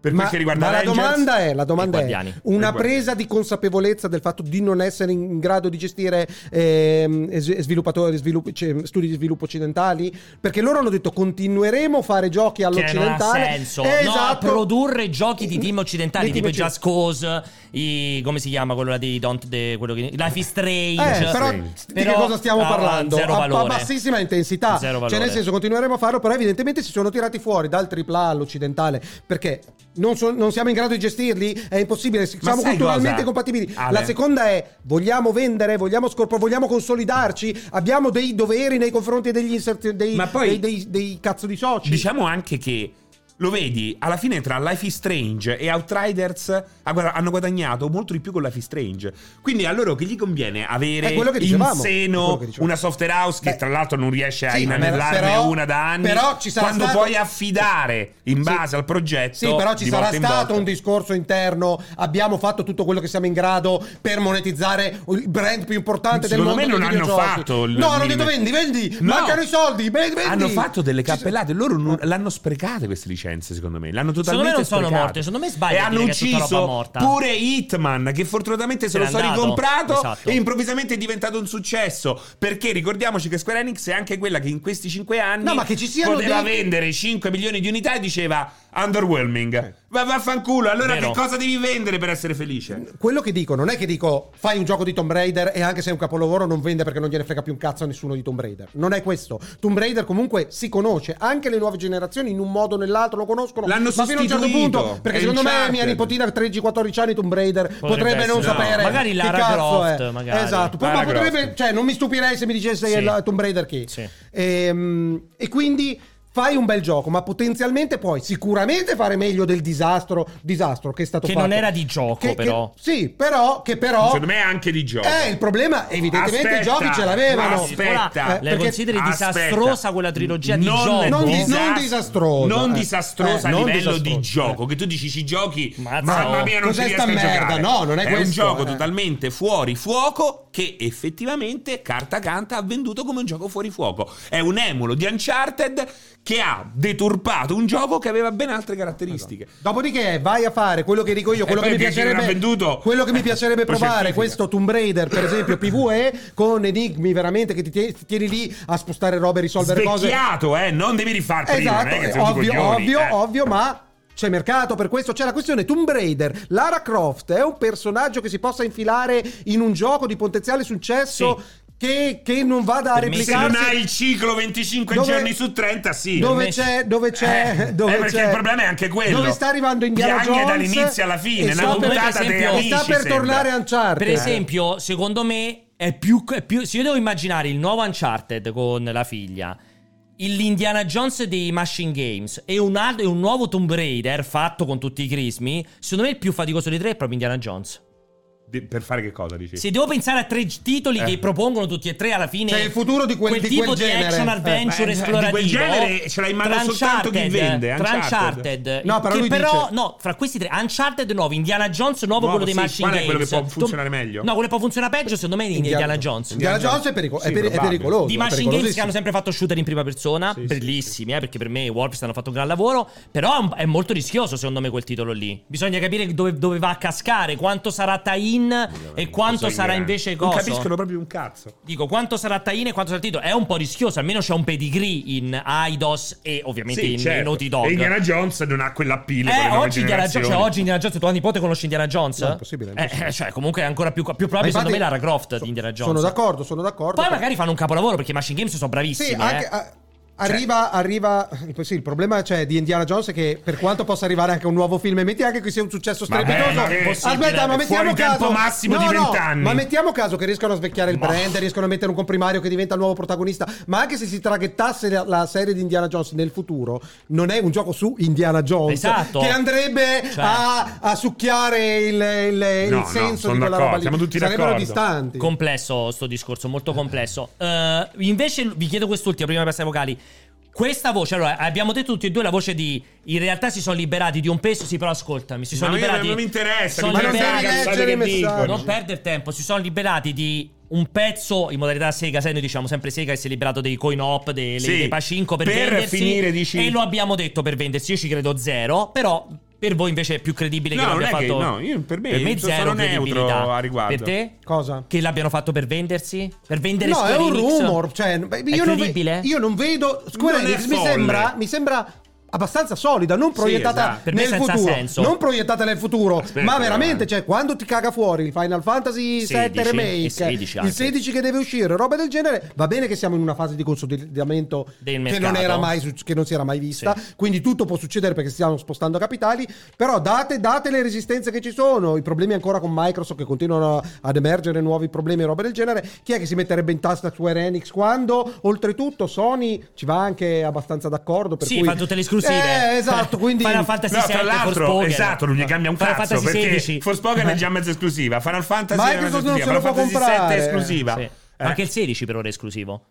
Speaker 2: per quel che riguarda
Speaker 3: ma la
Speaker 2: Avengers.
Speaker 3: domanda è, la domanda
Speaker 1: E i
Speaker 3: è
Speaker 1: guardiani.
Speaker 3: una
Speaker 2: E i guardiani.
Speaker 3: presa di consapevolezza del fatto di non essere in grado di gestire ehm, es- sviluppatori, svilupp- cioè, studi di sviluppo occidentali perché loro hanno detto continueremo a fare giochi
Speaker 1: che non ha
Speaker 3: all'occidentale
Speaker 1: senso
Speaker 3: Eh,
Speaker 1: no, a
Speaker 3: esatto. Mm-hmm.
Speaker 1: produrre giochi di team occidentali
Speaker 3: Di team
Speaker 1: tipo i
Speaker 3: occidentali.
Speaker 1: Just Cause i, come si chiama quello là di Don't de- quello che- Life is Strange
Speaker 3: Eh, però
Speaker 2: Sì.
Speaker 3: di che cosa stiamo
Speaker 1: a-
Speaker 3: parlando?
Speaker 1: zero
Speaker 3: A- a,
Speaker 1: valore.
Speaker 3: bassissima intensità.
Speaker 1: Zero
Speaker 3: Cioè,
Speaker 1: valore.
Speaker 3: nel senso, continueremo a farlo, però evidentemente si sono tirati fuori dal AAA all'occidentale perché non, so- non siamo in grado di gestirli, è impossibile, siamo
Speaker 2: sai
Speaker 3: culturalmente
Speaker 2: cosa,
Speaker 3: compatibili.
Speaker 2: Ale?
Speaker 3: La seconda è, vogliamo vendere, vogliamo scorpo, vogliamo consolidarci, abbiamo dei doveri nei confronti degli inserzio- dei,
Speaker 2: Ma
Speaker 3: dei,
Speaker 2: poi-
Speaker 3: dei- dei cazzo di soci.
Speaker 2: Diciamo anche che lo vedi, alla fine tra Life is Strange e Outriders ha guada- hanno guadagnato molto di più con Life is Strange. Quindi a loro che gli conviene avere
Speaker 3: È quello che
Speaker 2: in
Speaker 3: dicevamo, è quello
Speaker 2: seno
Speaker 3: che dicevamo.
Speaker 2: una software house che
Speaker 3: Beh,
Speaker 2: tra l'altro non riesce a
Speaker 3: sì,
Speaker 2: inanellarne
Speaker 3: però-
Speaker 2: una da anni
Speaker 3: però ci sarà
Speaker 2: quando
Speaker 3: stato-
Speaker 2: puoi affidare in
Speaker 3: Sì.
Speaker 2: base al progetto
Speaker 3: Sì, però ci
Speaker 2: di
Speaker 3: sarà
Speaker 2: volta in
Speaker 3: stato
Speaker 2: volta.
Speaker 3: un discorso interno. Abbiamo fatto tutto quello che siamo in grado per monetizzare il brand più importante
Speaker 2: Secondo
Speaker 3: del
Speaker 2: me
Speaker 3: mondo.
Speaker 2: non
Speaker 3: dei
Speaker 2: hanno
Speaker 3: videogiochi.
Speaker 2: fatto il
Speaker 3: No, hanno detto
Speaker 2: minimo.
Speaker 3: vendi, vendi,
Speaker 2: No.
Speaker 3: mancano i soldi. vendi, vendi.
Speaker 2: Hanno fatto delle
Speaker 3: Ci-
Speaker 2: cappellate, loro non- l'hanno sprecate queste licenze. licenze, secondo me. L'hanno
Speaker 1: Secondo me
Speaker 2: totalmente
Speaker 1: non sono
Speaker 2: sprecate.
Speaker 1: morte, secondo me
Speaker 2: E
Speaker 1: sbaglio a
Speaker 2: hanno
Speaker 1: dire che è tutta roba
Speaker 2: ucciso
Speaker 1: morta.
Speaker 2: pure Hitman, che fortunatamente se
Speaker 1: Se
Speaker 2: lo
Speaker 1: n'è
Speaker 2: so
Speaker 1: andato.
Speaker 2: ricomprato
Speaker 1: Esatto.
Speaker 2: e improvvisamente è diventato un successo. Perché ricordiamoci che Square Enix è anche quella che in questi 5 anni
Speaker 3: No, ma che ci siano
Speaker 2: poteva
Speaker 3: dei-
Speaker 2: vendere 5 milioni di unità e diceva underwhelming. Ma vaffanculo, allora
Speaker 1: Eh. Vero.
Speaker 2: che cosa devi vendere per essere felice?
Speaker 3: Quello che dico, non è che dico fai un gioco di Tomb Raider e anche se è un capolavoro non vende perché non gliene frega più un cazzo a nessuno di Tomb Raider. Non è questo. Tomb Raider comunque si conosce, anche le nuove generazioni in un modo o nell'altro lo conoscono.
Speaker 2: L'hanno
Speaker 3: ma fino a un certo
Speaker 2: sostituito.
Speaker 3: punto, perché
Speaker 2: È
Speaker 3: secondo me
Speaker 2: Uncharted.
Speaker 3: mia nipotina 13-14 anni Tomb Raider potrebbe, non
Speaker 1: essere.
Speaker 3: sapere.
Speaker 1: No, magari
Speaker 3: che
Speaker 1: Lara
Speaker 3: cazzo
Speaker 1: Croft,
Speaker 3: è.
Speaker 1: magari.
Speaker 3: Esatto, poi- ma
Speaker 2: Lara Croft.
Speaker 3: potrebbe, cioè non mi stupirei se mi dicesse
Speaker 1: Sì.
Speaker 3: il Tomb Raider che.
Speaker 1: Sì.
Speaker 3: Ehm, e quindi fai un bel gioco, ma potenzialmente puoi sicuramente fare meglio del disastro, disastro che è stato
Speaker 1: Che
Speaker 3: fatto.
Speaker 1: non era di gioco, però.
Speaker 3: sì, però che però
Speaker 2: Secondo me è anche di gioco.
Speaker 3: eh, il problema evidentemente
Speaker 2: Aspetta,
Speaker 3: i giochi ce l'avevano.
Speaker 2: ma aspetta,
Speaker 1: Nicola,
Speaker 3: Eh,
Speaker 1: la
Speaker 3: perché-
Speaker 1: consideri
Speaker 2: Aspetta.
Speaker 1: disastrosa quella trilogia di
Speaker 2: Non-
Speaker 1: gioco?
Speaker 3: Non di-
Speaker 2: disast-
Speaker 3: non disastrosa,
Speaker 2: non
Speaker 3: eh.
Speaker 2: disastrosa
Speaker 3: Eh,
Speaker 2: a
Speaker 3: non
Speaker 2: livello di
Speaker 3: disastrosa,
Speaker 2: gioco che tu dici ci giochi
Speaker 1: Mazza,
Speaker 2: mamma
Speaker 1: oh.
Speaker 2: mia non
Speaker 3: Cos'è
Speaker 2: ci
Speaker 3: sta
Speaker 2: riesco a
Speaker 3: merda?
Speaker 2: giocare.
Speaker 3: No, non è
Speaker 2: un
Speaker 3: questo,
Speaker 2: gioco
Speaker 3: eh.
Speaker 2: totalmente fuori fuoco che effettivamente carta canta ha venduto come un gioco fuori fuoco è un emulo di Uncharted che ha deturpato un gioco che aveva ben altre caratteristiche
Speaker 3: Esatto. Dopodiché vai a fare quello che dico io, quello
Speaker 2: E
Speaker 3: che
Speaker 2: poi
Speaker 3: mi
Speaker 2: che
Speaker 3: piacerebbe
Speaker 2: gliel'ha venduto? Eh,
Speaker 3: quello che mi piacerebbe
Speaker 2: Lo
Speaker 3: provare,
Speaker 2: certifica.
Speaker 3: questo Tomb Raider, per esempio, PvE con enigmi veramente che ti tie- ti tieni, lì a spostare robe e risolvere cose.
Speaker 2: Svecchiato, eh, non devi rifare prima,
Speaker 3: Esatto,
Speaker 2: non è che
Speaker 3: è
Speaker 2: sei un
Speaker 3: ovvio,
Speaker 2: coglioni,
Speaker 3: ovvio,
Speaker 2: eh.
Speaker 3: ovvio, ma c'è mercato per questo. C'è la questione Tomb Raider. Lara Croft è un personaggio che si possa infilare in un gioco di potenziale successo che, che non vada a
Speaker 1: Per me sì.
Speaker 2: Se non
Speaker 3: replicarsi.
Speaker 2: hai il ciclo 25
Speaker 3: Dove-
Speaker 2: giorni su 30, sì.
Speaker 3: Dove
Speaker 1: me-
Speaker 3: c'è, dove c'è,
Speaker 2: Eh,
Speaker 3: dove
Speaker 2: eh, perché
Speaker 3: c'è-
Speaker 2: il problema è anche quello.
Speaker 3: Dove sta arrivando Indiana
Speaker 2: Piange
Speaker 3: Jones
Speaker 2: dall'inizio alla fine,
Speaker 3: e
Speaker 2: una
Speaker 3: sta per-
Speaker 2: puntata
Speaker 1: per
Speaker 2: dei
Speaker 1: esempio-
Speaker 2: amici,
Speaker 3: e sta per
Speaker 2: sembra.
Speaker 3: tornare a Uncharted.
Speaker 1: Per esempio, secondo me è più, è più- Se io devo immaginare il nuovo Uncharted con la figlia, il- l'Indiana Jones dei Machine Games e un, altro- e un nuovo Tomb Raider fatto con tutti i crismi, secondo me il più faticoso dei tre è proprio Indiana Jones.
Speaker 2: Di- Per fare che cosa, dici?
Speaker 1: Se devo pensare a tre titoli
Speaker 2: Eh.
Speaker 1: che propongono tutti e tre alla fine
Speaker 3: Cioè, il futuro di quel- di
Speaker 1: tipo
Speaker 3: quel
Speaker 1: di
Speaker 3: genere.
Speaker 1: action adventure
Speaker 2: Eh, eh, di quel
Speaker 1: esplorativo
Speaker 2: genere ce l'ha in mano
Speaker 1: tra
Speaker 2: soltanto chi
Speaker 1: Uncharted,
Speaker 2: vende,
Speaker 1: tra
Speaker 2: Uncharted.
Speaker 1: Uncharted.
Speaker 3: No, però
Speaker 1: Che
Speaker 3: lui
Speaker 1: però-
Speaker 3: dice-
Speaker 1: no, fra questi tre Uncharted nuovo, Indiana Jones nuovo,
Speaker 2: Nuovo,
Speaker 1: quello dei
Speaker 2: sì,
Speaker 1: Machine
Speaker 2: qual è
Speaker 1: Games.
Speaker 2: quello che può funzionare meglio?
Speaker 1: No, quello che può funzionare peggio secondo me è Indiana, Jones.
Speaker 3: Eh, Indiana Jones è, perico-
Speaker 2: Sì,
Speaker 3: è peri- è
Speaker 2: probabile.
Speaker 3: pericoloso.
Speaker 1: Di
Speaker 3: è
Speaker 1: Machine Games che
Speaker 3: pericolosissimo.
Speaker 1: hanno sempre fatto shooter in prima persona, bellissimi, eh, perché per me i Warfist hanno fatto un gran lavoro, però è un- è molto rischioso secondo me quel titolo lì. Bisogna capire dove, dove va a cascare, quanto sarà tie-in e quanto sarà invece
Speaker 2: Non
Speaker 1: cosa.
Speaker 2: capiscono proprio un cazzo.
Speaker 1: Dico, quanto sarà tie-in e quanto sarà titolo? È un po' rischioso, almeno c'è un pedigree in Aidos e ovviamente in, in
Speaker 3: certo.
Speaker 1: Naughty Dog.
Speaker 2: certo. E Indiana Jones non ha quell'appeal con le
Speaker 1: Eh,
Speaker 2: nuove
Speaker 1: oggi Indiana, Jones, cioè,
Speaker 2: generazioni.
Speaker 1: oggi Indiana Jones, tuo nipote conosce Indiana Jones?
Speaker 3: No, impossibile, impossibile.
Speaker 1: Eh, eh, cioè, comunque è ancora più, più
Speaker 3: Ma
Speaker 1: probabile, secondo me,
Speaker 3: infatti-
Speaker 1: Lara Croft
Speaker 3: so-
Speaker 1: di Indiana Jones.
Speaker 3: Sono d'accordo, sono d'accordo.
Speaker 1: Poi
Speaker 3: Però-
Speaker 1: magari fanno un capolavoro perché i Machine Games sono bravissimi.
Speaker 3: Sì,
Speaker 1: eh.
Speaker 3: anche- a- Arriva,
Speaker 2: Cioè
Speaker 3: arriva, sì, il problema cioè, di Indiana Jones è che per quanto possa arrivare anche un nuovo film, e metti anche che sia un successo
Speaker 2: Ma beh,
Speaker 3: strepitoso.
Speaker 2: ma che è possibile?
Speaker 3: Aspetta, ma
Speaker 2: Fuori
Speaker 3: mettiamo
Speaker 2: tempo
Speaker 3: caso
Speaker 2: massimo di 20 anni.
Speaker 3: Ma mettiamo caso che riescano a svecchiare il brand, riescono a mettere un comprimario che diventa il nuovo protagonista. Ma anche se si traghettasse la, la serie di Indiana Jones nel futuro, non è un gioco su Indiana Jones
Speaker 1: Esatto.
Speaker 3: che andrebbe
Speaker 1: Cioè.
Speaker 3: a, a succhiare il, il- il
Speaker 2: No, no,
Speaker 3: senso
Speaker 2: sono
Speaker 3: di quella roba
Speaker 2: d'accordo,
Speaker 3: lì.
Speaker 2: siamo tutti
Speaker 3: Sarebbero
Speaker 2: d'accordo.
Speaker 3: distanti.
Speaker 1: Complesso sto discorso, molto complesso. Eh, invece vi chiedo quest'ultima prima di passare ai vocali. Questa voce, allora, abbiamo detto tutti e due la voce di in realtà si sono liberati di un peso, sì, però ascoltami, si sono
Speaker 2: Ma io-
Speaker 1: liberati
Speaker 2: non mi interessa,
Speaker 1: sono
Speaker 2: mi
Speaker 3: non
Speaker 2: interessa
Speaker 1: liberati-
Speaker 3: devi
Speaker 2: la cazzata
Speaker 3: leggere
Speaker 2: che
Speaker 3: i
Speaker 2: dicono.
Speaker 3: messaggi.
Speaker 1: non perdere tempo, si sono liberati di un pezzo in modalità Sega, sai noi diciamo sempre Sega che si è liberato dei coin op, dei,
Speaker 2: Sì,
Speaker 1: dei Pacinco per,
Speaker 2: per
Speaker 1: vendersi
Speaker 2: finire di ci-
Speaker 1: e lo abbiamo detto per vendersi, io ci credo zero, però per voi invece è più credibile che
Speaker 2: No, non
Speaker 1: l'abbia
Speaker 2: è che-
Speaker 1: fatto
Speaker 2: no, io- per me sono
Speaker 1: zero
Speaker 2: neutro
Speaker 1: credibilità.
Speaker 2: a riguardo.
Speaker 1: Per te?
Speaker 3: Cosa?
Speaker 1: Che l'abbiano fatto per vendersi? Per vendere
Speaker 3: No,
Speaker 1: Square
Speaker 3: è un
Speaker 1: Enix?
Speaker 3: rumor. Cioè, beh, io, non ve-
Speaker 1: credibile?
Speaker 3: io non vedo. Square
Speaker 2: Non è
Speaker 3: Enix mi
Speaker 2: folle.
Speaker 3: sembra, mi sembra abbastanza solida, non proiettata
Speaker 2: esatto.
Speaker 1: Per me
Speaker 3: nel
Speaker 1: senza
Speaker 3: futuro.
Speaker 1: senso.
Speaker 3: Non proiettata nel futuro,
Speaker 2: Aspetta,
Speaker 3: ma veramente,
Speaker 2: eh.
Speaker 3: cioè, quando ti caga fuori il Final Fantasy
Speaker 1: 16,
Speaker 3: 7 Remake,
Speaker 1: il 16 eh, anche.
Speaker 3: il 16 che deve uscire, roba del genere, va bene che siamo in una fase di consolidamento
Speaker 1: Del
Speaker 3: che
Speaker 1: mercato.
Speaker 3: non, era mai, suc- che non si era mai vista, quindi tutto può succedere perché stiamo spostando capitali, però date, date le resistenze che ci sono, i problemi ancora con Microsoft che continuano a- ad emergere nuovi problemi e roba del genere, chi è che si metterebbe in tasca Square Enix quando oltretutto Sony ci va anche abbastanza d'accordo per
Speaker 1: Sì,
Speaker 3: cui-
Speaker 1: fa tutte le esclusive.
Speaker 3: Eh, esatto, quindi
Speaker 1: Final Fantasy
Speaker 2: No,
Speaker 1: VII,
Speaker 2: tra l'altro,
Speaker 1: Forspoken.
Speaker 2: esatto, non gli cambia un
Speaker 1: Final
Speaker 2: cazzo
Speaker 1: Fantasy Eh.
Speaker 2: perché
Speaker 1: XVI.
Speaker 2: Forspoken è già mezza esclusiva, Final Fantasy è mezza
Speaker 3: Microsoft non
Speaker 2: esclusiva,
Speaker 3: se lo
Speaker 2: Final
Speaker 3: può
Speaker 2: Fantasy 7 è
Speaker 3: comprare.
Speaker 2: esclusiva.
Speaker 1: Sì.
Speaker 2: Eh.
Speaker 1: Anche il 16 però era esclusivo.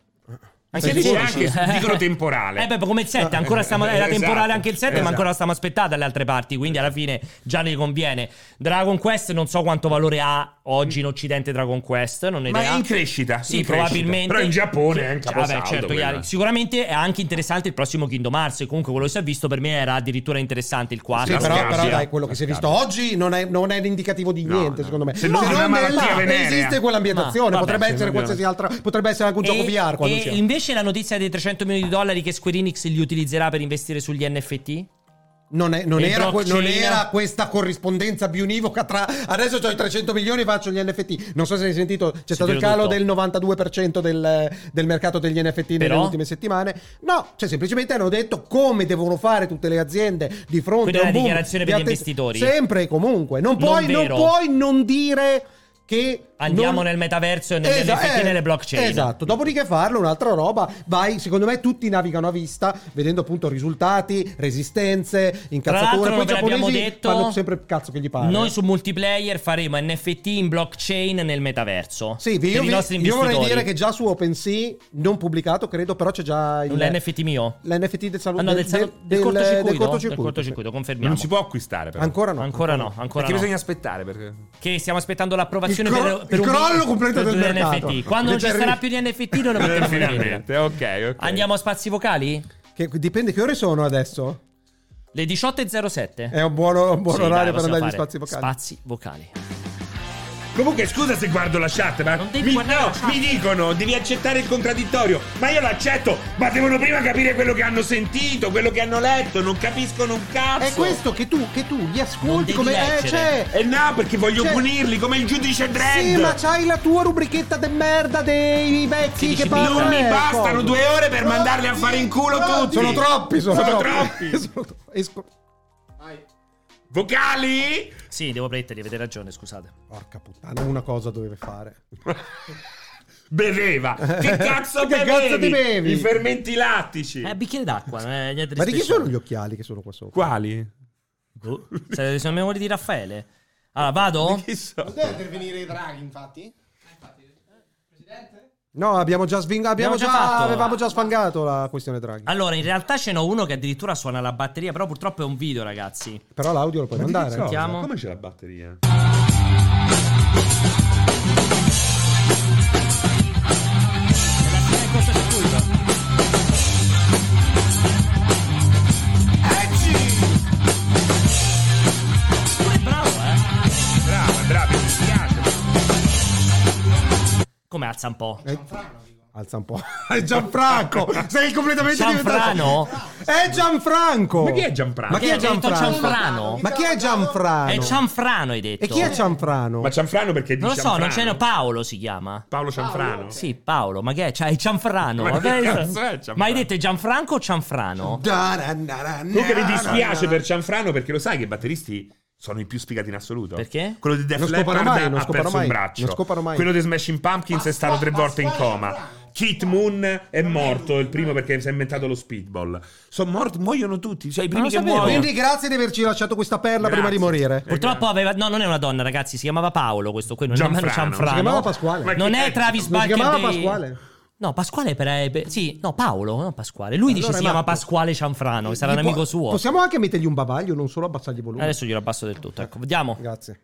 Speaker 2: Ma si dice anche, dicono temporale.
Speaker 1: Eh beh, come il 7, ancora stiamo, era
Speaker 2: Esatto,
Speaker 1: temporale anche il 7, ma
Speaker 2: esatto.
Speaker 1: ancora stiamo aspettando dalle altre parti, quindi alla fine già ne conviene. Dragon Quest non so quanto valore ha oggi in occidente Dragon Quest, non ne
Speaker 2: Ma è in crescita,
Speaker 1: Sì,
Speaker 2: in crescita.
Speaker 1: probabilmente.
Speaker 2: Però in Giappone è un
Speaker 1: Cioè,
Speaker 2: caposaldo,
Speaker 1: vabbè, certo,
Speaker 2: quello.
Speaker 1: chiaro. sicuramente è anche interessante il prossimo Kingdom Hearts, e comunque quello che si è visto per me era addirittura interessante il 4.
Speaker 3: Sì,
Speaker 2: La
Speaker 3: però,
Speaker 2: scabbia.
Speaker 3: però dai, quello che si è visto oggi non è, non è indicativo di
Speaker 2: No,
Speaker 3: niente,
Speaker 2: no.
Speaker 3: secondo me.
Speaker 2: Se non di
Speaker 3: nella-
Speaker 2: una malattia venerea.
Speaker 3: esiste quell'ambientazione,
Speaker 1: Ma, vabbè,
Speaker 3: potrebbe
Speaker 1: se
Speaker 3: essere
Speaker 2: non-
Speaker 3: qualsiasi altra, potrebbe essere anche un gioco VR quando
Speaker 1: e
Speaker 3: c'è.
Speaker 1: invece la notizia dei 300 milioni di dollari che Square Enix li utilizzerà per investire sugli NFT?
Speaker 3: Non, è- non
Speaker 1: e
Speaker 3: era, que- non
Speaker 1: blockchain.
Speaker 3: era questa corrispondenza bionivoca tra adesso ho i 300 milioni e faccio gli NFT. Non so se hai sentito, c'è stato il
Speaker 1: tiro
Speaker 3: calo
Speaker 1: tutto.
Speaker 3: del 92% del, del mercato degli NFT
Speaker 1: Però?
Speaker 3: nelle ultime settimane. No, cioè semplicemente hanno detto come devono fare tutte le aziende di fronte
Speaker 1: Quindi
Speaker 3: a un
Speaker 1: è una
Speaker 3: boom
Speaker 1: dichiarazione
Speaker 3: di
Speaker 1: per gli
Speaker 3: atten-
Speaker 1: investitori.
Speaker 3: Sempre e comunque, non
Speaker 1: Non
Speaker 3: puoi non,
Speaker 1: vero.
Speaker 3: puoi non dire che
Speaker 1: Andiamo
Speaker 3: non-
Speaker 1: nel metaverso e negli
Speaker 3: Esa-
Speaker 1: NFT
Speaker 3: eh,
Speaker 1: nelle blockchain.
Speaker 3: Esatto, dopodiché farlo un'altra roba, vai, secondo me tutti navigano a vista, vedendo appunto risultati, resistenze, incazzature,
Speaker 1: Tra l'altro,
Speaker 3: poi i
Speaker 1: ve l'abbiamo
Speaker 3: giapponesi
Speaker 1: detto,
Speaker 3: fanno sempre il cazzo che gli pare. eh.
Speaker 1: Noi su multiplayer faremo NFT in blockchain nel metaverso.
Speaker 3: sì,
Speaker 1: per
Speaker 3: io,
Speaker 1: i
Speaker 3: vi-
Speaker 1: nostri
Speaker 3: io
Speaker 1: investitori.
Speaker 3: vorrei dire che già su OpenSea, non pubblicato credo, però c'è già il,
Speaker 1: l'NFT mio.
Speaker 3: l'NFT del
Speaker 1: Ah,
Speaker 3: saluto
Speaker 1: no, del, sal- del cortocircuito, del cortocircuito,
Speaker 2: Ma
Speaker 1: confermiamo.
Speaker 2: non si può acquistare però.
Speaker 3: Ancora no.
Speaker 1: Ancora no, ancora
Speaker 2: perché
Speaker 1: no.
Speaker 2: bisogna aspettare perché...
Speaker 1: Che stiamo aspettando l'approvazione
Speaker 3: Il cro-
Speaker 1: per, per
Speaker 3: il
Speaker 1: un
Speaker 3: crollo completo del
Speaker 1: per due
Speaker 3: mercato.
Speaker 1: NFT. Quando non ci
Speaker 3: Determin-
Speaker 1: sarà più di NFT non lo metteremo più in vendita.
Speaker 2: Eh, Finalmente, ok, ok.
Speaker 1: Andiamo a spazi vocali?
Speaker 3: Che, dipende che ore sono adesso.
Speaker 1: Le 18.07.
Speaker 3: È un buono- un buon
Speaker 1: Sì,
Speaker 3: orario per
Speaker 1: dai,
Speaker 3: andare
Speaker 1: possiamo
Speaker 3: agli
Speaker 1: fare
Speaker 3: spazi vocali.
Speaker 1: Spazi vocali.
Speaker 2: Comunque, scusa se guardo la chat, ma
Speaker 1: Non devi
Speaker 2: mi,
Speaker 1: guardare
Speaker 2: no,
Speaker 1: la chat.
Speaker 2: mi dicono devi accettare il contraddittorio. Ma io l'accetto, ma devono prima capire quello che hanno sentito, quello che hanno letto. Non capiscono un cazzo.
Speaker 3: È questo che tu, che tu li
Speaker 1: Non
Speaker 3: ascolti
Speaker 1: devi
Speaker 3: come... Eh, c'è,
Speaker 1: leggere.
Speaker 2: E no, perché voglio
Speaker 3: Cioè-
Speaker 2: punirli come il giudice Dredd.
Speaker 3: Sì, ma c'hai la tua rubrichetta de merda dei vecchi
Speaker 1: 16
Speaker 3: che
Speaker 1: milioni.
Speaker 3: parlano.
Speaker 2: non mi
Speaker 3: eh,
Speaker 2: bastano
Speaker 3: cosa.
Speaker 2: due ore per mandarli a fare in culo tutti.
Speaker 3: Sono troppi, sono,
Speaker 2: Sono
Speaker 3: troppi.
Speaker 2: troppi.
Speaker 3: Sono tro- esco-
Speaker 4: Vai.
Speaker 2: Vocali?
Speaker 1: Sì, devo prenderli, avete ragione, scusate.
Speaker 3: Porca puttana, una cosa doveva fare.
Speaker 2: Beveva. Che cazzo,
Speaker 3: Che
Speaker 2: bevevi?
Speaker 3: cazzo ti bevi?
Speaker 2: I fermenti lattici.
Speaker 1: Eh, bicchiere d'acqua, eh, niente di
Speaker 3: Ma di chi
Speaker 1: speciale.
Speaker 3: sono gli occhiali che sono qua sopra?
Speaker 2: Quali?
Speaker 1: Boh. Se- Sono memoria di Raffaele. Allora, vado?
Speaker 2: Chi so?
Speaker 4: Non deve intervenire i draghi, infatti?
Speaker 3: No, abbiamo già sving- abbiamo
Speaker 1: Abbiamo già
Speaker 3: già-
Speaker 1: fatto.
Speaker 3: avevamo già sfangato la questione
Speaker 2: Ah.
Speaker 3: Draghi.
Speaker 1: Allora, in realtà ce n'ho uno che addirittura suona la batteria, però purtroppo è un video, ragazzi.
Speaker 3: Però l'audio lo puoi
Speaker 2: Ma di
Speaker 3: mandare.
Speaker 2: che cosa?
Speaker 1: Sentiamo.
Speaker 2: Come c'è la batteria?
Speaker 1: Bravo, eh?
Speaker 2: Brava, brava, mi piace.
Speaker 1: Come alza un po'.
Speaker 3: Alza un po'. È Gianfranco! Sei completamente
Speaker 1: Gianfrano?
Speaker 3: diventato- È Gianfranco!
Speaker 2: Ma chi è Gianfranco?
Speaker 3: Ma chi è
Speaker 1: Hai detto
Speaker 3: Gianfranco?
Speaker 1: Gianfrano?
Speaker 3: Ma chi è Gianfrano?
Speaker 1: È Cianfrano, hai detto.
Speaker 3: E chi è Gianfrano?
Speaker 2: Ma Cianfrano perché dice
Speaker 1: Non lo so, non c'è Paolo si chiama.
Speaker 2: Paolo Cianfrano.
Speaker 1: Sì, Paolo, ma che è? Cioè, è Cianfrano.
Speaker 2: Ma che
Speaker 1: vabbè.
Speaker 2: cazzo è Cianfrano?
Speaker 1: Ma hai detto Gianfranco o Cianfrano?
Speaker 2: Comunque
Speaker 3: Eh,
Speaker 2: mi dispiace per Cianfrano perché lo sai che i batteristi sono i più spiegati in assoluto.
Speaker 1: Perché?
Speaker 2: Quello di Def
Speaker 3: Non scopano
Speaker 2: Leppard
Speaker 3: mai, non
Speaker 2: ha
Speaker 3: scopano
Speaker 2: perso un
Speaker 3: mai,
Speaker 2: braccio.
Speaker 3: non scopano mai.
Speaker 2: Quello di Smashing Pumpkins è stato tre volte in coma.
Speaker 4: Bastardo.
Speaker 2: Kit Moon è morto, il primo perché si è inventato lo speedball. Sono morti, muoiono tutti, cioè i primi
Speaker 1: lo
Speaker 2: che
Speaker 1: sapevo.
Speaker 2: muoiono.
Speaker 3: Quindi grazie di averci lasciato questa perla
Speaker 2: Grazie.
Speaker 3: prima di morire.
Speaker 1: Purtroppo aveva. No, non è una donna, ragazzi. Si chiamava Paolo. Questo qui non è nemmeno
Speaker 2: Gianfrano.
Speaker 1: Cianfrano.
Speaker 3: Si chiamava Pasquale.
Speaker 2: Ah, Ma-
Speaker 1: Non
Speaker 2: chi
Speaker 1: è
Speaker 2: è?
Speaker 1: Travis
Speaker 3: Non si
Speaker 1: Barker.
Speaker 3: chiamava
Speaker 1: dei-
Speaker 3: Pasquale?
Speaker 1: No, Pasquale per, eh, per- Sì, no, Paolo, non Pasquale. Lui dice
Speaker 3: Allora
Speaker 1: si
Speaker 3: è
Speaker 1: chiama
Speaker 3: matto.
Speaker 1: Pasquale Cianfrano, che sarà un
Speaker 3: Gli può-
Speaker 1: amico suo.
Speaker 3: Possiamo anche mettergli un bavaglio, non solo abbassargli il volume.
Speaker 1: Adesso glielo abbasso del tutto. Ecco, vediamo.
Speaker 3: Grazie.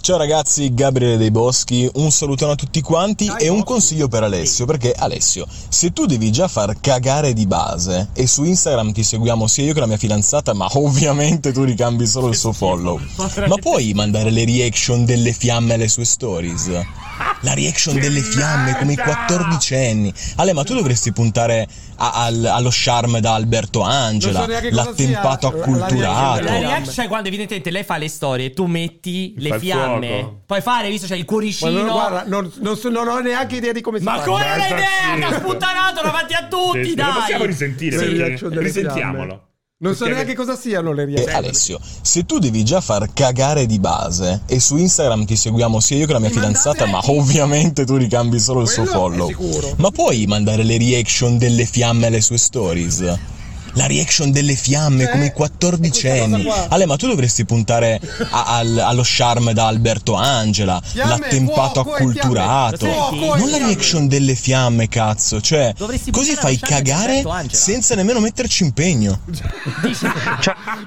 Speaker 7: Ciao ragazzi, Gabriele dei Boschi, un salutone a tutti quanti e un consiglio per Alessio, perché Alessio, se tu devi già far cagare di base e su Instagram ti seguiamo sia io che la mia fidanzata, ma ovviamente tu ricambi solo il suo follow, ma puoi mandare le reaction delle fiamme alle sue stories? La reaction delle fiamme come i 14 anni. Ale, ma tu dovresti puntare a- al- allo charme da Alberto Angela,
Speaker 3: Non so neanche cosa
Speaker 7: l'attempato
Speaker 3: sia, la reaction
Speaker 7: acculturato.
Speaker 1: La
Speaker 3: delle-
Speaker 1: reaction è quando evidentemente lei fa le storie, tu metti
Speaker 2: Fa
Speaker 1: le
Speaker 2: il
Speaker 1: fiamme.
Speaker 2: fuoco.
Speaker 1: Puoi fare, visto, c'è il
Speaker 3: Ma non,
Speaker 1: cuoricino.
Speaker 3: guarda, non, non so- non ho neanche idea di come si
Speaker 1: Ma
Speaker 3: fa.
Speaker 1: come non hai
Speaker 2: Guarda,
Speaker 1: idea?
Speaker 2: sì.
Speaker 1: Che ha sputtanato davanti a
Speaker 3: Ah,
Speaker 2: Sì,
Speaker 1: tutti,
Speaker 2: sì, Lo possiamo
Speaker 1: dai!
Speaker 2: risentire,
Speaker 3: Le
Speaker 2: perché-
Speaker 3: reaction delle
Speaker 2: risentiamolo.
Speaker 3: fiamme. Non so
Speaker 2: Perché-
Speaker 3: neanche cosa siano le
Speaker 7: E
Speaker 3: reazioni.
Speaker 7: Eh, Alessio, se tu devi già far cagare di base e su Instagram ti seguiamo sia io che la mia fidanzata, ma ovviamente tu ricambi solo il suo
Speaker 3: Quello è
Speaker 7: follow.
Speaker 3: sicuro.
Speaker 7: Ma puoi mandare le reaction delle fiamme alle sue stories? la reaction delle
Speaker 3: Eh,
Speaker 7: fiamme come i quattordicenni. Ale, ma tu dovresti puntare a- al- allo charme da Alberto Angela,
Speaker 3: Fiamme,
Speaker 7: l'attempato
Speaker 3: fuoco e fiamme.
Speaker 7: acculturato.
Speaker 1: Fuoco e
Speaker 7: Non la
Speaker 3: fiamme.
Speaker 7: reaction delle fiamme, cazzo. Cioè,
Speaker 1: Dovresti
Speaker 7: così
Speaker 1: puntare
Speaker 7: fai
Speaker 1: allo charme di
Speaker 7: cagare
Speaker 1: Alberto Angela.
Speaker 7: senza nemmeno metterci impegno.
Speaker 2: Ah.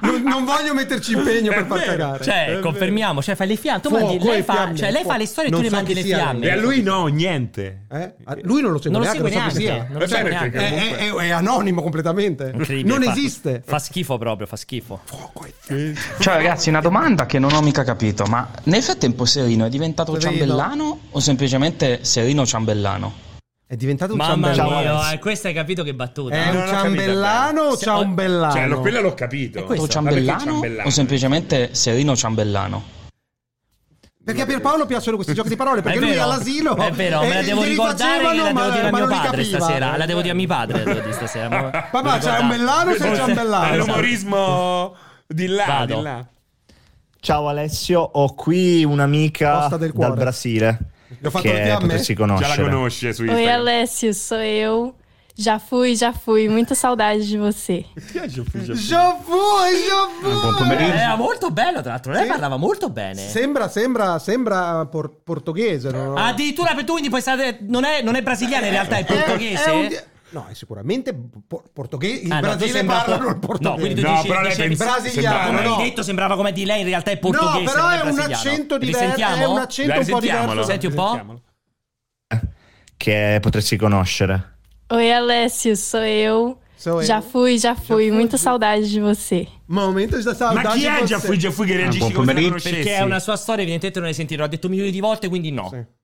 Speaker 3: Non, non voglio metterci impegno per far cagare.
Speaker 1: Cioè, confermiamo, cioè fai le fiamme. Tu
Speaker 3: Fuoco
Speaker 1: mandi, lei,
Speaker 3: e
Speaker 1: fa,
Speaker 3: fiamme,
Speaker 1: cioè, lei fa
Speaker 3: fuoco.
Speaker 1: le storie e tu
Speaker 3: Non
Speaker 1: le
Speaker 3: so
Speaker 1: mandi
Speaker 3: chi
Speaker 1: le
Speaker 3: sia.
Speaker 2: E a
Speaker 1: fiamme.
Speaker 2: lui no, niente.
Speaker 3: Eh? Ah, Lui non lo segue
Speaker 1: Non lo
Speaker 3: neanche,
Speaker 1: segue
Speaker 3: non so chi
Speaker 1: neanche. Eh,
Speaker 3: sia.
Speaker 1: Non lo
Speaker 2: Vabbè,
Speaker 1: segue
Speaker 2: perché
Speaker 3: È,
Speaker 1: neanche.
Speaker 3: è- è- è anonimo completamente.
Speaker 1: Incredibile,
Speaker 3: Non
Speaker 1: fa-
Speaker 3: esiste.
Speaker 1: Fa schifo proprio, fa schifo.
Speaker 2: Cioè,
Speaker 8: Ciao Cioè, ragazzi, una domanda che non ho mica capito, ma nel frattempo Serino è diventato
Speaker 3: Serino.
Speaker 8: ciambellano o semplicemente Serino ciambellano?
Speaker 3: È diventato un
Speaker 1: Mamma
Speaker 3: ciambellano.
Speaker 1: mia, eh, questa hai capito che battuta.
Speaker 3: È
Speaker 1: eh?
Speaker 3: un
Speaker 2: non ho
Speaker 3: ciambellano o
Speaker 1: Se- oh,
Speaker 3: ciambellano?
Speaker 2: Cioè, lo- quello l'ho capito.
Speaker 1: questo?
Speaker 8: O
Speaker 1: Vabbè,
Speaker 8: ciambellano,
Speaker 2: ciambellano.
Speaker 8: o semplicemente Serino ciambellano?
Speaker 3: Perché a Pierpaolo piacciono questi giochi di parole, perché
Speaker 1: È
Speaker 3: lui è
Speaker 1: vero,
Speaker 3: all'asilo.
Speaker 1: È vero, me la
Speaker 3: eh,
Speaker 1: devo
Speaker 3: glieli
Speaker 1: ricordare che
Speaker 3: facevano,
Speaker 1: la devo
Speaker 3: ma-
Speaker 1: dire a
Speaker 3: ma
Speaker 1: mio
Speaker 3: non li
Speaker 1: padre
Speaker 3: capiva.
Speaker 1: stasera. La devo dire a mio padre, la devo dire stasera. ma-
Speaker 3: Papà,
Speaker 1: mi
Speaker 3: c'è
Speaker 1: ricorda-
Speaker 3: un bellano o c'è un ciambellano?
Speaker 2: È
Speaker 3: Esatto.
Speaker 2: Ah, l'umorismo di là,
Speaker 1: Vado.
Speaker 2: di là.
Speaker 9: Ciao Alessio, ho qui un'amica
Speaker 3: Posta del cuore.
Speaker 9: dal Brasile
Speaker 3: L'ho fatto le
Speaker 9: che
Speaker 3: fiamme?
Speaker 9: potresti
Speaker 2: Já la
Speaker 9: conoscere.
Speaker 2: conosce su
Speaker 10: Oi,
Speaker 2: Instagram.
Speaker 10: Alessio, sou eu. Já fui, já fui. Muita saudade de você.
Speaker 3: Giovui, Giovui!
Speaker 9: Buon pomeriggio.
Speaker 1: Era molto bello, tra l'altro. Lei parlava molto bene.
Speaker 3: Sembra, sembra, sembra por- portoghese. no?
Speaker 1: Addirittura per tu, quindi puoi stare. Non è, non è brasiliana, in realtà è portoghese.
Speaker 3: Eh, È un di- No, è sicuramente por- portoghese. In
Speaker 1: Ah, no,
Speaker 3: Brasile
Speaker 1: sembra
Speaker 3: parlano
Speaker 1: por-
Speaker 3: il portoghese.
Speaker 1: No, quindi tu
Speaker 2: No,
Speaker 1: dici,
Speaker 2: però lei
Speaker 1: dicevi-
Speaker 2: pensa-
Speaker 3: Brasiliano,
Speaker 1: Come
Speaker 2: sembrava-
Speaker 3: no.
Speaker 1: hai detto, sembrava come di lei, in realtà è portoghese.
Speaker 3: no, però
Speaker 1: non
Speaker 3: è un
Speaker 1: brasiliano.
Speaker 3: accento diverso. È
Speaker 1: Risentiamo?
Speaker 3: un accento
Speaker 2: Dai,
Speaker 3: un po'
Speaker 2: sentiamolo.
Speaker 3: diverso.
Speaker 1: Senti un po'.
Speaker 2: Sentiamolo.
Speaker 9: Che potresti conoscere.
Speaker 10: Oi, Alessio, sou eu.
Speaker 3: Sou eu.
Speaker 10: Já fui, já fui.
Speaker 3: fui,
Speaker 10: Muita
Speaker 3: já-
Speaker 10: saudade de você.
Speaker 3: Momento da saudade.
Speaker 2: Ma chi è
Speaker 3: di
Speaker 2: già
Speaker 3: você.
Speaker 2: fu già fu che reagisci
Speaker 9: buon
Speaker 2: come se la
Speaker 9: pomeriggio.
Speaker 2: conoscessi?
Speaker 1: Perché è una sua storia, evidentemente non hai sentito. L'ho detto milioni di volte, quindi no.
Speaker 3: Sì.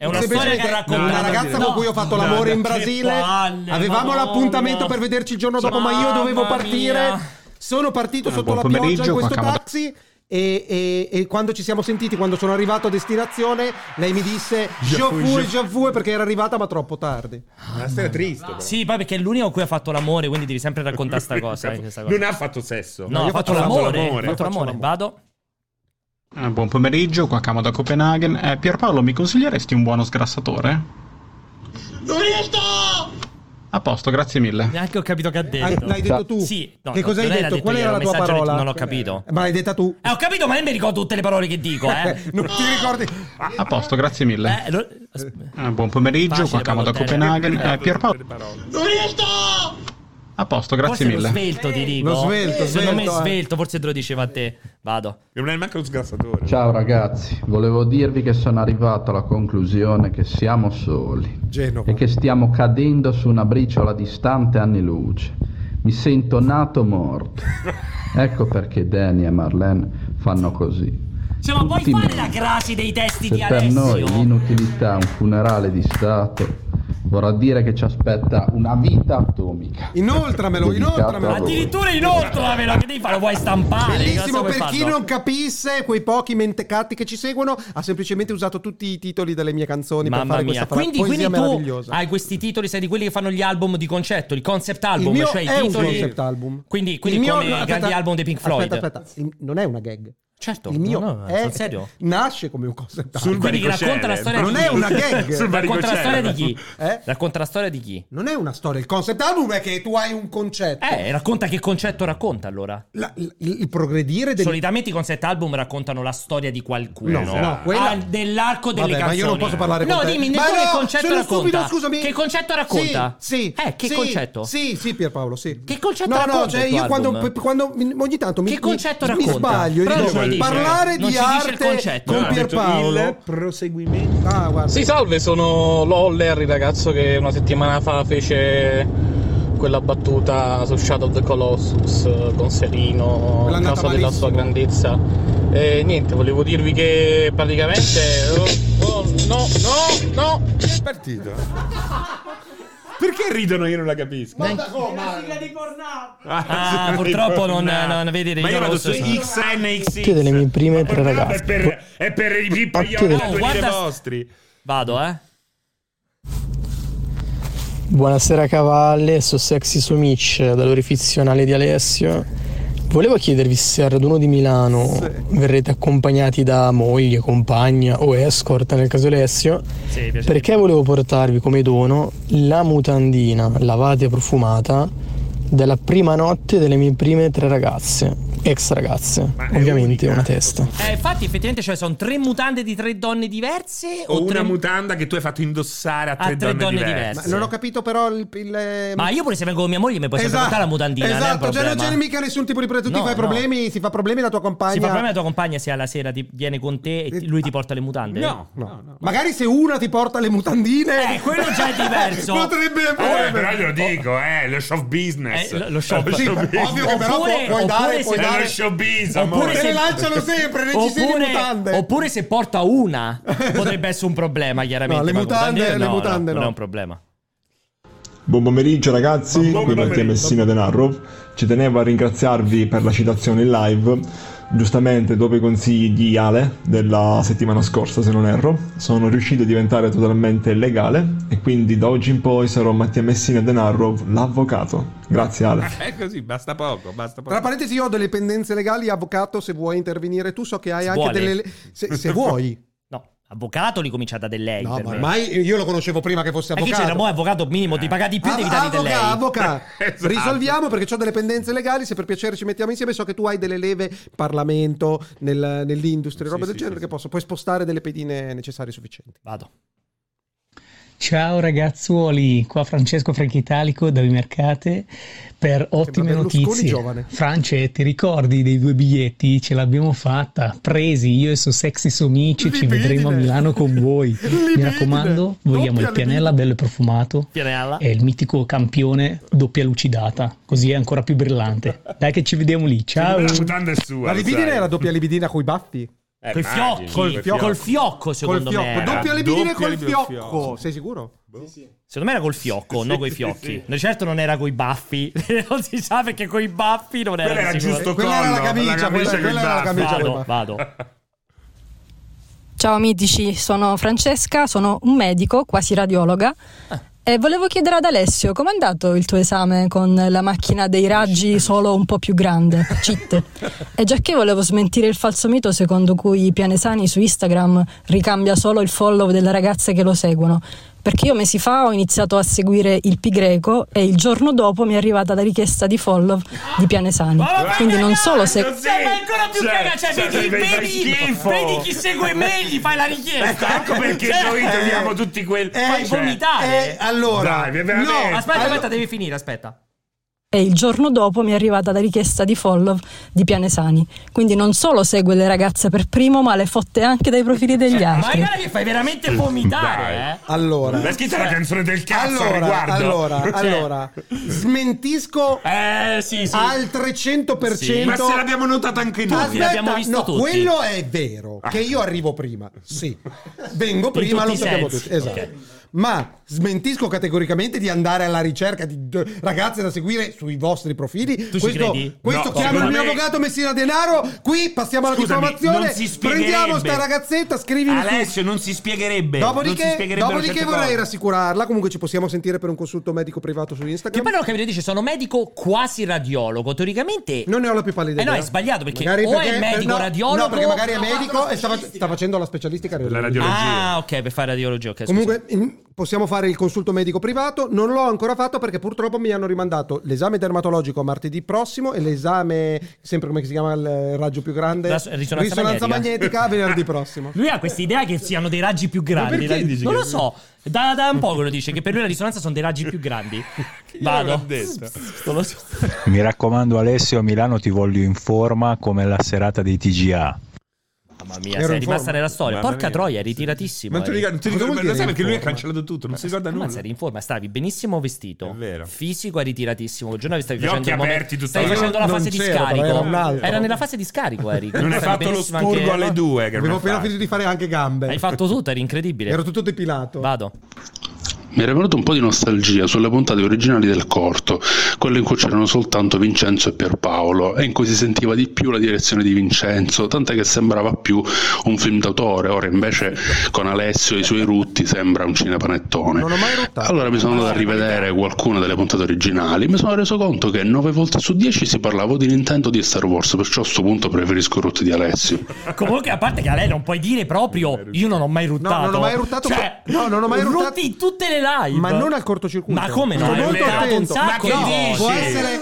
Speaker 1: È una storia
Speaker 3: Semplicemente
Speaker 1: che racconta
Speaker 3: una ragazza con cui ho fatto l'amore in Brasile. Avevamo l'appuntamento per vederci il giorno dopo, ma io dovevo partire. Sono partito sotto
Speaker 9: buon
Speaker 3: la pioggia in
Speaker 9: pomeriggio,
Speaker 3: questo
Speaker 9: qua Camada-
Speaker 3: taxi. E, e- e quando ci siamo sentiti, quando sono arrivato a destinazione, lei mi disse
Speaker 2: Je
Speaker 3: Già
Speaker 2: fui,
Speaker 3: fu,
Speaker 2: je-
Speaker 3: già fu", perché era arrivata, ma troppo tardi.
Speaker 2: Una storia triste. però.
Speaker 1: Sì, poi perché è l'unico con cui ha fatto l'amore, quindi devi sempre raccontare sta cosa. eh, questa cosa.
Speaker 2: Non ha fatto sesso.
Speaker 1: No, ha
Speaker 3: io
Speaker 1: fatto
Speaker 3: faccio
Speaker 1: l'amore.
Speaker 2: l'amore.
Speaker 1: Ha fatto
Speaker 3: Io faccio
Speaker 1: l'amore. Vado.
Speaker 11: Eh, buon pomeriggio, qua Camo da Copenaghen. Eh, Pierpaolo, mi consiglieresti un buono sgrassatore? Non riesco! A posto, grazie mille.
Speaker 1: Neanche ho capito che ha
Speaker 3: Ah,
Speaker 1: detto.
Speaker 3: L'hai detto tu?
Speaker 1: Sì, no,
Speaker 3: che
Speaker 1: no,
Speaker 3: cosa hai
Speaker 1: non era
Speaker 3: detto?
Speaker 1: detto
Speaker 3: Qual
Speaker 1: io,
Speaker 3: era la
Speaker 1: era un
Speaker 3: tua
Speaker 1: messaggio
Speaker 3: parola?
Speaker 1: non l'ho capito.
Speaker 3: Ma l'hai detta tu?
Speaker 1: Eh, ho capito, ma non mi ricordo tutte le parole che dico, eh.
Speaker 3: non ti ricordi?
Speaker 11: A posto, grazie mille.
Speaker 1: Eh, lo- asp-
Speaker 11: Eh, buon pomeriggio,
Speaker 1: Facile,
Speaker 11: qua Camo da
Speaker 1: Paolo, te.
Speaker 11: Copenaghen. Eh, Pierpaolo, a posto, grazie
Speaker 1: forse lo
Speaker 11: mille.
Speaker 1: svelto, ti dico.
Speaker 3: Eh, lo svelto,
Speaker 1: Secondo me
Speaker 3: svelto, eh.
Speaker 1: svelto, forse te lo diceva a te. Vado.
Speaker 2: Non è neanche lo sgrassatore.
Speaker 4: Ciao ragazzi, volevo dirvi che sono arrivato alla conclusione che siamo soli
Speaker 3: Genova.
Speaker 4: e che stiamo cadendo su una briciola distante anni luce. Mi sento nato morto. Ecco perché Danny e Marlene fanno così.
Speaker 1: Cioè, ma puoi
Speaker 4: Tutti
Speaker 1: fare
Speaker 4: noi.
Speaker 1: la crasi dei testi
Speaker 4: Se
Speaker 1: di
Speaker 4: per noi
Speaker 1: Alessio?
Speaker 4: l'inutilità è un funerale di Stato, vorrà dire che ci aspetta una vita atomica.
Speaker 3: Inoltramelo,
Speaker 4: Dedicata
Speaker 3: inoltramelo.
Speaker 4: a voi.
Speaker 1: Addirittura inoltre, vero? Che devi fare? Lo vuoi stampare?
Speaker 3: Bellissimo
Speaker 1: Cosa vuoi
Speaker 3: per chi
Speaker 1: farlo?
Speaker 3: non capisse, quei pochi mentecatti che ci seguono, ha semplicemente usato tutti i titoli delle mie canzoni per
Speaker 1: Mamma
Speaker 3: fare
Speaker 1: mia,
Speaker 3: questa fra-
Speaker 1: quindi,
Speaker 3: poesia
Speaker 1: quindi tu
Speaker 3: meravigliosa.
Speaker 1: hai questi titoli, sei di quelli che fanno gli album di concetto, il concept
Speaker 3: Il
Speaker 1: album,
Speaker 3: mio
Speaker 1: cioè i
Speaker 3: è un
Speaker 1: titoli.
Speaker 3: concept album.
Speaker 1: Quindi, quindi
Speaker 3: Il mio-
Speaker 1: come
Speaker 3: no,
Speaker 1: i
Speaker 3: aspetta,
Speaker 1: grandi album dei Pink Floyd.
Speaker 3: Aspetta, aspetta, Il- non è una gag.
Speaker 1: Certo,
Speaker 3: il mio
Speaker 1: no, no,
Speaker 3: è-
Speaker 1: sul serio.
Speaker 3: nasce come un concept
Speaker 2: Sul
Speaker 3: album.
Speaker 1: Quindi
Speaker 2: varicocele.
Speaker 1: racconta la storia
Speaker 3: Non
Speaker 1: di
Speaker 3: è
Speaker 1: chi?
Speaker 3: una gag.
Speaker 2: Sul
Speaker 1: Racconta la storia di
Speaker 2: varicocele.
Speaker 1: chi?
Speaker 3: Eh?
Speaker 1: Racconta la storia di chi?
Speaker 3: Non è una storia, il concept album è che tu hai un concetto.
Speaker 1: Eh, racconta che concetto racconta allora.
Speaker 3: La- il, il progredire del
Speaker 1: Solitamente i concept album raccontano la storia di qualcuno.
Speaker 3: No, no, quella-
Speaker 1: Ah, dell'arco delle
Speaker 3: Vabbè,
Speaker 1: canzoni.
Speaker 3: Ma io non posso parlare con
Speaker 1: no,
Speaker 3: te.
Speaker 1: dimmi,
Speaker 3: Ma
Speaker 1: nel tuo
Speaker 3: no,
Speaker 1: che concetto
Speaker 3: sono
Speaker 1: racconta?
Speaker 3: stupido, scusami.
Speaker 1: Che concetto racconta?
Speaker 3: Sì, sì.
Speaker 1: Eh, che
Speaker 3: sì,
Speaker 1: concetto?
Speaker 3: Sì, sì, Pierpaolo, sì.
Speaker 1: Che concetto
Speaker 3: no,
Speaker 1: racconta
Speaker 3: No,
Speaker 1: il
Speaker 3: cioè
Speaker 1: tuo
Speaker 3: io quando,
Speaker 1: album?
Speaker 3: quando mi- ogni tanto mi,
Speaker 1: Che concetto
Speaker 3: mi,
Speaker 1: racconta?
Speaker 3: mi sbaglio,
Speaker 1: Però
Speaker 3: io
Speaker 1: non ce lo dice.
Speaker 3: parlare
Speaker 1: Non
Speaker 3: di
Speaker 1: ci dice il
Speaker 3: arte
Speaker 1: concetto.
Speaker 3: con
Speaker 1: No, ha detto
Speaker 2: Il
Speaker 3: Pierpaolo.
Speaker 2: proseguimento.
Speaker 3: Ah, guarda.
Speaker 11: Sì, salve, sono Loller, il ragazzo che una settimana fa fece quella battuta su Shadow of the Colossus eh, con Serino
Speaker 3: Quella è
Speaker 11: a
Speaker 3: andata
Speaker 11: causa della sua
Speaker 3: malissimo.
Speaker 11: grandezza. E niente, volevo dirvi che praticamente. Oh, oh, no, no, no!
Speaker 2: È partito. Perché ridono? Io non la capisco.
Speaker 1: Ah, purtroppo non- eh, non- non vedi,
Speaker 2: Ma io
Speaker 1: non
Speaker 2: vado
Speaker 1: lo
Speaker 2: su
Speaker 1: so.
Speaker 2: XNXX.
Speaker 11: Tutte delle mie prime tre
Speaker 2: Ma
Speaker 11: ragazze.
Speaker 2: È per, è per i pippaglioni
Speaker 1: Oh,
Speaker 2: dei
Speaker 1: guarda-
Speaker 2: vostri.
Speaker 1: Vado, eh.
Speaker 11: Buonasera cavalle, sono Sexy Sumic dall'orifizionale di Alessio. Volevo chiedervi se al raduno di Milano verrete accompagnati da moglie, compagna o escort nel caso Alessio,
Speaker 1: Sì, piace.
Speaker 11: perché volevo portarvi come dono la mutandina lavata e profumata della prima notte delle mie prime tre ragazze, ex ragazze,
Speaker 2: Ma è
Speaker 11: ovviamente
Speaker 2: unica,
Speaker 11: una testa.
Speaker 1: Eh, infatti, effettivamente, cioè, sono tre mutande di tre donne diverse.
Speaker 2: O
Speaker 1: O
Speaker 2: una
Speaker 1: tre...
Speaker 2: mutanda che tu hai fatto indossare a
Speaker 1: A
Speaker 2: tre,
Speaker 1: tre donne
Speaker 2: diverse.
Speaker 1: diverse.
Speaker 3: Ma non ho capito però il... il-
Speaker 1: Ma io pure se vengo con mia moglie mi puoi sempre portare la mutandina, non è un
Speaker 3: esatto, cioè non
Speaker 1: problema.
Speaker 3: c'è mica nessun tipo di problema. Tu
Speaker 1: No,
Speaker 3: ti fai
Speaker 1: no.
Speaker 3: problemi, si fa problemi la tua compagna.
Speaker 1: Si fa problema la tua compagna se alla sera ti viene con te e ti- lui ti porta le mutande?
Speaker 2: No, no,
Speaker 3: Eh, No. Magari se una ti porta le mutandine,
Speaker 1: Eh, quello già è diverso.
Speaker 3: Potrebbe
Speaker 2: Eh, però glielo dico, eh, lo show business.
Speaker 1: Eh, lo- lo show-
Speaker 3: Sì,
Speaker 2: business.
Speaker 3: ovvio che però
Speaker 1: Oppure-
Speaker 3: puoi, puoi dare,
Speaker 1: oppure
Speaker 3: puoi
Speaker 1: se-
Speaker 2: È lo
Speaker 3: dare.
Speaker 2: show business,
Speaker 1: Oppure
Speaker 2: amore.
Speaker 3: Te
Speaker 1: se-
Speaker 3: le lanciano sempre, reggiseni di mutande.
Speaker 1: Oppure, oppure se porta una potrebbe essere un problema, chiaramente.
Speaker 3: No, le
Speaker 1: ma
Speaker 3: mutande- le
Speaker 1: mutandine no, no,
Speaker 3: mutande
Speaker 1: non
Speaker 3: no.
Speaker 1: è un problema.
Speaker 7: Buon pomeriggio ragazzi,
Speaker 2: Buon
Speaker 7: qui Mattia
Speaker 2: pomeriggio.
Speaker 7: Messina Denarro. Ci tenevo a ringraziarvi per la citazione in live. Giustamente dopo i consigli di Ale della settimana scorsa, se non erro, sono riuscito a diventare totalmente legale e quindi da oggi in poi sarò Mattia Messina Denarro, l'avvocato. Grazie Ale.
Speaker 2: Ah, È così, basta poco, basta poco.
Speaker 3: Tra parentesi, io ho delle pendenze legali, avvocato. Se vuoi intervenire, tu so che hai
Speaker 1: Se
Speaker 3: anche
Speaker 1: vuole.
Speaker 3: delle. Se, se vuoi,
Speaker 1: No, avvocato li comincia da del lei.
Speaker 3: no,
Speaker 1: per
Speaker 3: ma
Speaker 1: me.
Speaker 3: ormai io lo conoscevo prima che fosse
Speaker 1: E Eh, chi c'era?
Speaker 3: avvocato.
Speaker 1: Mo' avvocato minimo, ti paga di più, devi dare del lei.
Speaker 3: Avvoca, avvoca.
Speaker 2: Esatto.
Speaker 3: Risolviamo perché ho delle pendenze legali. Se per piacere ci mettiamo insieme, so che tu hai delle leve in Parlamento, nel- nell'industria,
Speaker 2: Sì,
Speaker 3: roba
Speaker 2: sì,
Speaker 3: del genere,
Speaker 2: sì,
Speaker 3: che
Speaker 2: sì.
Speaker 3: posso, puoi spostare delle pedine necessarie e sufficienti.
Speaker 1: Vado.
Speaker 11: Ciao ragazzuoli, qua Francesco Franchitalico da Vimercate per ottime
Speaker 3: Berlusconi
Speaker 11: notizie.
Speaker 3: giovane.
Speaker 11: France, ti ricordi dei due biglietti? Ce l'abbiamo fatta, presi io e su Sexy Somici, ci
Speaker 3: Libidine.
Speaker 11: vedremo a Milano con voi. Mi
Speaker 3: Libidine.
Speaker 11: raccomando, vogliamo
Speaker 3: Doppia
Speaker 11: il pianella bello e profumato
Speaker 1: Pianella.
Speaker 11: e il mitico campione doppia lucidata, così è ancora più brillante. Dai che ci vediamo lì, ciao!
Speaker 2: La mutanda è sua.
Speaker 3: La
Speaker 2: lo
Speaker 3: libidine
Speaker 2: sai.
Speaker 3: è la doppia libidina coi baffi?
Speaker 2: Eh,
Speaker 1: Coi
Speaker 2: immagini,
Speaker 1: fiocchi,
Speaker 2: coi
Speaker 1: col
Speaker 2: fiocchi.
Speaker 1: fiocco, col fiocco secondo
Speaker 3: col
Speaker 1: me.
Speaker 3: fiocco.
Speaker 1: era.
Speaker 3: Doppia libidina
Speaker 2: doppia
Speaker 3: col
Speaker 2: libidina
Speaker 3: fiocco.
Speaker 2: col fiocco.
Speaker 3: Sei sicuro?
Speaker 1: Secondo me era col fiocco,
Speaker 2: Sì,
Speaker 1: non
Speaker 2: sì,
Speaker 1: coi
Speaker 2: sì,
Speaker 1: fiocchi.
Speaker 2: sì.
Speaker 1: No, certo non era coi baffi. non si sa perché coi baffi non era.
Speaker 2: Quella era
Speaker 1: di sicuro.
Speaker 2: giusto
Speaker 3: Quella era
Speaker 2: collo,
Speaker 3: la camicia, quella-
Speaker 2: coi
Speaker 3: quella era la
Speaker 2: baffi.
Speaker 3: camicia.
Speaker 1: Vado, vado.
Speaker 12: Ciao amici, sono Francesca, sono un medico, quasi radiologa. E volevo chiedere ad Alessio com'è andato il tuo esame con la macchina dei raggi solo un po' più grande, CIT. E già che volevo smentire il falso mito secondo cui Pianesani su Instagram ricambia solo il follow delle ragazze che lo seguono. Perché io mesi fa ho iniziato a seguire il Pi greco e il giorno dopo mi è arrivata la richiesta di follow di Pianesani.
Speaker 1: Ma vabbè,
Speaker 12: Quindi non solo se
Speaker 2: Così.
Speaker 1: Cioè, ma è ancora più
Speaker 2: Cioè,
Speaker 1: cagata. Cioè,
Speaker 2: cioè,
Speaker 1: vedi,
Speaker 2: fai
Speaker 1: vedi,
Speaker 2: schifo.
Speaker 1: vedi chi segue me e gli fai la
Speaker 3: Eh, certo.
Speaker 1: richiesta.
Speaker 2: Ecco perché
Speaker 1: Cioè,
Speaker 2: noi teniamo tutti quelli.
Speaker 1: Fai vomitare.
Speaker 3: Eh, allora,
Speaker 2: Dai, veramente.
Speaker 3: no,
Speaker 1: Aspetta,
Speaker 3: Allora-
Speaker 1: aspetta, devi finire, aspetta.
Speaker 12: e il giorno dopo mi è arrivata la richiesta di follow di Pianesani. Quindi non solo segue le ragazze per primo, ma le fotte anche dai profili degli
Speaker 1: Eh, Ma
Speaker 12: altri.
Speaker 1: guarda che fai veramente vomitare,
Speaker 2: Dai.
Speaker 1: eh.
Speaker 3: allora,
Speaker 2: L'hai scritta la canzone del cazzo a
Speaker 3: allora,
Speaker 2: riguardo.
Speaker 3: allora,
Speaker 2: Cioè,
Speaker 3: allora, smentisco
Speaker 1: Eh, sì, sì.
Speaker 3: al 300%.
Speaker 1: Sì,
Speaker 2: Ma se l'abbiamo notata anche noi. Ah.
Speaker 1: Tutti, l'abbiamo visto
Speaker 3: no,
Speaker 1: tutti.
Speaker 3: quello è vero, che io arrivo prima, sì, vengo prima, lo
Speaker 1: tutti i
Speaker 3: sappiamo
Speaker 1: sensi,
Speaker 3: tutti, esatto.
Speaker 1: ok.
Speaker 3: Ma smentisco categoricamente di andare alla ricerca di d- ragazze da seguire sui vostri profili.
Speaker 1: ci
Speaker 3: questo
Speaker 1: credi?
Speaker 3: questo
Speaker 2: No,
Speaker 3: chiama il
Speaker 2: secondo
Speaker 3: mio
Speaker 2: me-
Speaker 3: avvocato Messina Denaro. Qui passiamo alla
Speaker 2: Scusami,
Speaker 3: diffamazione.
Speaker 2: non si spiegherebbe.
Speaker 3: Prendiamo sta ragazzetta, scrivimi su
Speaker 2: Alessio non si spiegherebbe. Eh, certo non si
Speaker 3: Dopodiché,
Speaker 2: spiegherebbero
Speaker 3: dopodiché
Speaker 2: certe
Speaker 3: vorrei
Speaker 2: cose.
Speaker 3: rassicurarla. Comunque ci possiamo sentire per un consulto medico privato su
Speaker 1: Che
Speaker 3: Instagram.
Speaker 1: poi non ho capito, dice sono medico quasi radiologo. Teoricamente
Speaker 3: Non ne ho la più pallida
Speaker 1: Eh no,
Speaker 3: idea.
Speaker 1: è sbagliato, perché o è medico
Speaker 3: no,
Speaker 1: radiologo-
Speaker 3: No, perché magari è
Speaker 1: No,
Speaker 3: medico e sta, sta facendo la specialistica
Speaker 2: La
Speaker 3: radiologica.
Speaker 2: radiologia.
Speaker 1: Ah, ok, per fare radiologia. ok, scusa.
Speaker 3: Comunque in- possiamo fare il consulto medico privato. Non l'ho ancora fatto perché purtroppo mi hanno rimandato l'esame dermatologico a martedì prossimo e l'esame, sempre come si chiama il raggio più grande?
Speaker 1: La s- risonanza magnetica.
Speaker 3: magnetica a venerdì prossimo.
Speaker 1: Lui ha questa idea che siano dei raggi più
Speaker 2: Ma
Speaker 1: grandi.
Speaker 2: perché
Speaker 1: La-
Speaker 2: dici
Speaker 1: non
Speaker 2: che-
Speaker 1: lo so. Da, da un po' che lo dice che per lui la risonanza sono dei raggi più grandi.
Speaker 2: l'avrà
Speaker 1: Vado.
Speaker 2: detto?
Speaker 1: Non lo so.
Speaker 13: Mi raccomando Alessio, a Milano ti voglio in forma come la serata dei TGA.
Speaker 1: Mamma mia,
Speaker 3: Ero
Speaker 1: sei
Speaker 3: in
Speaker 1: rimasta
Speaker 3: forma.
Speaker 1: nella storia.
Speaker 2: Mamma
Speaker 1: Porca
Speaker 2: mia.
Speaker 1: troia, eh. eri tiratissimo.
Speaker 2: Ma non ti
Speaker 1: eri.
Speaker 2: ricordi, non
Speaker 3: Cosa
Speaker 2: ti ricordi-
Speaker 3: vuol
Speaker 2: lo
Speaker 3: dire
Speaker 2: sai
Speaker 3: in
Speaker 2: perché lui ha
Speaker 3: forma?
Speaker 2: cancellato tutto, non si ricorda
Speaker 1: Ammazza,
Speaker 2: nulla.
Speaker 1: eri in forma, stavi benissimo vestito.
Speaker 2: È vero.
Speaker 1: Fisico eri tiratissimo. Il giorno che stavi
Speaker 2: Gli
Speaker 1: facendo
Speaker 2: occhi
Speaker 1: il momento-
Speaker 2: aperti tutta
Speaker 1: Stavi
Speaker 2: la-
Speaker 1: facendo la
Speaker 3: Non
Speaker 1: fase di
Speaker 3: c'era, però
Speaker 1: scarico.
Speaker 3: era un altro.
Speaker 1: Era nella fase di scarico, eri.
Speaker 2: Non hai
Speaker 1: Stavi
Speaker 2: fatto lo
Speaker 1: benissimo
Speaker 2: spurgo
Speaker 1: anche-
Speaker 2: alle due. Che
Speaker 3: Avevo
Speaker 2: non
Speaker 3: appena
Speaker 2: fai.
Speaker 3: finito di fare anche gambe.
Speaker 1: Hai fatto tutto, eri incredibile.
Speaker 3: Ero tutto depilato.
Speaker 1: Vado.
Speaker 14: Mi era venuta un po' di nostalgia sulle puntate originali del corto, quelle in cui c'erano soltanto Vincenzo e Pierpaolo, e in cui si sentiva di più la direzione di Vincenzo, tant'è che sembrava più un film d'autore, ora invece con Alessio e i suoi rutti sembra un cinepanettone.
Speaker 3: Non ho mai ruttato.
Speaker 14: Allora mi sono andato a rivedere qualcuna delle puntate originali, mi sono reso conto che 9 volte su 10 si parlava o di Nintendo o di Star Wars, perciò a sto punto preferisco i rutti di Alessio.
Speaker 1: Comunque, a parte che a lei non puoi dire proprio, io non ho mai ruttato.
Speaker 3: No, non ho mai ruttato.
Speaker 1: Cioè,
Speaker 3: No, non ho mai ruttato.
Speaker 1: Rutti in tutte le live.
Speaker 8: Ma non al cortocircuito.
Speaker 1: Ma come no?
Speaker 8: Sono
Speaker 1: Hai
Speaker 8: molto
Speaker 1: inventato un
Speaker 8: attento.
Speaker 1: sacco
Speaker 2: Ma che
Speaker 1: di-
Speaker 2: dici?
Speaker 1: Può essere-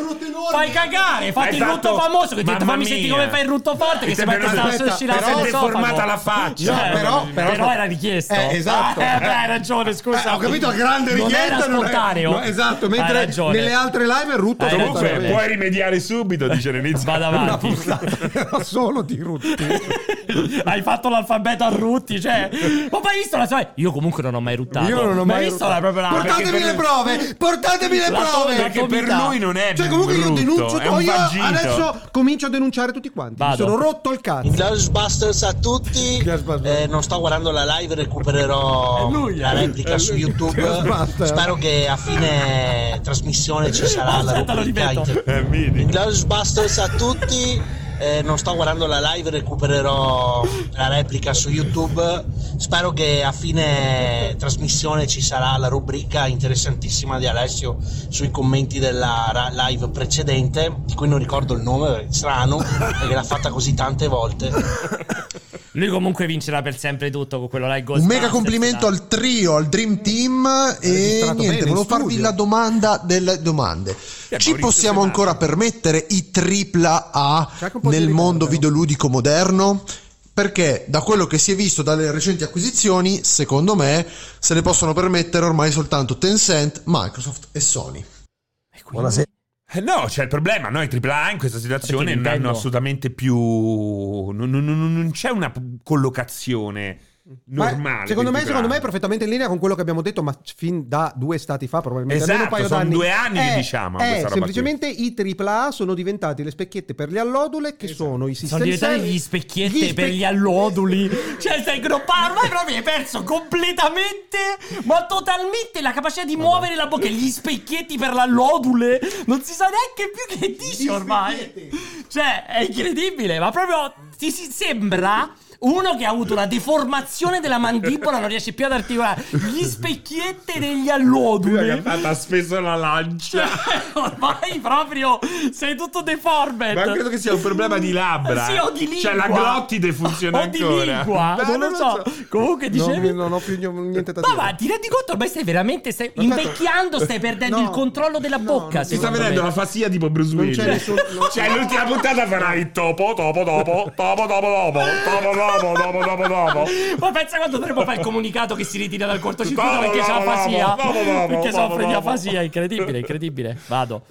Speaker 1: Fai cagare, fatti il
Speaker 2: Esatto.
Speaker 1: rutto famoso che ti
Speaker 2: Mamma
Speaker 1: fammi sentire
Speaker 2: mia.
Speaker 1: come fai il rutto forte che
Speaker 2: E
Speaker 1: se
Speaker 2: te
Speaker 1: metti
Speaker 2: però-
Speaker 1: sta
Speaker 2: aspetta,
Speaker 1: sushila
Speaker 2: però
Speaker 1: sul
Speaker 2: è
Speaker 1: esofago.
Speaker 2: deformata la faccia.
Speaker 1: Cioè,
Speaker 2: No, però-
Speaker 1: però,
Speaker 2: però-
Speaker 1: era richiesto.
Speaker 8: Eh, esatto.
Speaker 1: Eh, beh, era giovane, scusa.
Speaker 3: Eh, ho capito, a grande richiesta
Speaker 1: Non era
Speaker 3: non è-
Speaker 1: spontaneo.
Speaker 3: no, esatto,
Speaker 1: Hai
Speaker 3: mentre
Speaker 1: ragione.
Speaker 3: nelle altre live è rutto
Speaker 1: Hai
Speaker 3: spontaneo.
Speaker 2: Comunque,
Speaker 1: ragione.
Speaker 2: puoi rimediare subito, dice Renizzi.
Speaker 1: Vado avanti.
Speaker 3: Era solo di rutti.
Speaker 1: Hai fatto l'alfabeto a rutti, cioè. Ma poi hai visto la sua. Io comunque non ho mai ruttato.
Speaker 3: Io non ho
Speaker 1: Ma
Speaker 3: mai
Speaker 1: hai visto
Speaker 3: ruttato.
Speaker 1: la propria la-
Speaker 3: Portatemi
Speaker 2: perché
Speaker 3: le
Speaker 2: per-
Speaker 3: prove! Portatemi le
Speaker 1: La to-
Speaker 3: prove!
Speaker 1: la
Speaker 2: Che per
Speaker 1: Novità.
Speaker 2: lui non è
Speaker 3: Cioè, comunque
Speaker 2: brutto,
Speaker 3: io denuncio.
Speaker 2: è un
Speaker 3: tutto, io
Speaker 2: vagito.
Speaker 3: adesso comincio a denunciare tutti quanti.
Speaker 1: Vado.
Speaker 3: Mi sono rotto il cazzo.
Speaker 15: Ghostbusters a tutti.
Speaker 3: Ghostbusters.
Speaker 15: Eh, non sto guardando la live, recupererò
Speaker 3: È lui,
Speaker 15: la
Speaker 3: eh. È
Speaker 15: replica
Speaker 3: lui.
Speaker 15: su YouTube.
Speaker 3: Ghostbusters.
Speaker 15: Spero che a fine trasmissione ci sarà la
Speaker 1: Aspetta, lo
Speaker 15: rubrica
Speaker 1: ripeto.
Speaker 15: inter-
Speaker 2: Eh, vedi.
Speaker 15: Ghostbusters a tutti. Eh, non sto guardando la live, recupererò la replica su YouTube. Spero che a fine trasmissione ci sarà la rubrica interessantissima di Alessio sui commenti della ra- live precedente, di cui non ricordo il nome, perché è strano, perché l'ha fatta così tante volte.
Speaker 1: Lui comunque vincerà per sempre tutto con quello là. il
Speaker 16: Un
Speaker 1: Ghostbusters,
Speaker 16: mega complimento
Speaker 1: dai.
Speaker 16: al trio, al Dream Team e
Speaker 3: registrato bene
Speaker 16: niente,
Speaker 3: in
Speaker 16: volevo
Speaker 3: studio.
Speaker 16: farvi la domanda delle domande. Ci
Speaker 2: Maurizio
Speaker 16: possiamo
Speaker 2: Sennato.
Speaker 16: ancora permettere i tripla A
Speaker 3: C'è anche un po' di
Speaker 16: nel
Speaker 3: livello,
Speaker 16: mondo
Speaker 3: però.
Speaker 16: videoludico moderno? Perché da quello che si è visto dalle recenti acquisizioni, secondo me, se ne possono permettere ormai soltanto Tencent, Microsoft e Sony.
Speaker 2: Buonasera. Eh no, c'è il problema. Noi AAA in questa situazione
Speaker 1: Perché
Speaker 2: non
Speaker 1: Nintendo-
Speaker 2: hanno assolutamente più. Non, non- non- non c'è una collocazione
Speaker 3: Ma
Speaker 2: normale.
Speaker 3: secondo,
Speaker 2: del
Speaker 3: me,
Speaker 2: AAA.
Speaker 3: secondo me è perfettamente in linea con quello che abbiamo detto, ma fin da due stati fa, probabilmente
Speaker 2: Esatto,
Speaker 3: almeno un paio
Speaker 2: sono
Speaker 3: d'anni.
Speaker 2: due anni che
Speaker 3: Eh,
Speaker 2: diciamo
Speaker 3: eh,
Speaker 2: questa roba
Speaker 3: semplicemente i AAA sono diventati le specchiette per le allodule, che sono i
Speaker 1: Esatto. Sono
Speaker 3: sistemi.
Speaker 1: diventati gli specchietti
Speaker 3: gli spe-
Speaker 1: per gli alloduli. cioè, stai groppando. Ormai proprio hai perso completamente, ma totalmente la capacità di muovere la bocca. Gli specchietti per l'allodule. Non si sa neanche più che dici ormai. Cioè, è incredibile, ma proprio ti si sembra. Uno che ha avuto una deformazione della mandibola non riesce più ad articolare gli specchietti degli
Speaker 2: Lui
Speaker 1: alloduli.
Speaker 2: Cioè, ha fatto- ha speso la
Speaker 1: Cioè,
Speaker 2: lancia.
Speaker 1: ormai proprio sei tutto deforme.
Speaker 2: Ma credo che sia un problema di labbra.
Speaker 1: Sì, o di lingua.
Speaker 2: Cioè, la glottide funziona
Speaker 1: o di
Speaker 2: ancora.
Speaker 1: lingua.
Speaker 3: Beh,
Speaker 1: non lo so. Comunque dicevi...
Speaker 3: Ah, Non, non ho più gn- niente da
Speaker 1: Ma
Speaker 3: dire.
Speaker 1: va, ti rendi conto ormai stai veramente stai
Speaker 3: Aspetta.
Speaker 1: invecchiando, stai perdendo
Speaker 3: No.
Speaker 1: il controllo della bocca.
Speaker 2: Si sta
Speaker 1: secondo
Speaker 2: vedendo
Speaker 1: me.
Speaker 2: la fasia tipo Bruce
Speaker 3: Non
Speaker 2: Willis.
Speaker 3: c'è nessun- non-
Speaker 2: Cioè, l'ultima puntata farà il topo, topo, dopo, topo, dopo, dopo, topo, dopo, dopo, dopo, dopo.
Speaker 1: Ma pensa quando dovremmo fare il comunicato che si ritira dal cortocircuito
Speaker 2: Bravo,
Speaker 1: perché c'è la
Speaker 2: bravo,
Speaker 1: fasia.
Speaker 2: bravo, bravo,
Speaker 1: Perché
Speaker 2: bravo,
Speaker 1: soffre di
Speaker 2: bravo.
Speaker 1: afasia, incredibile, incredibile. Vado.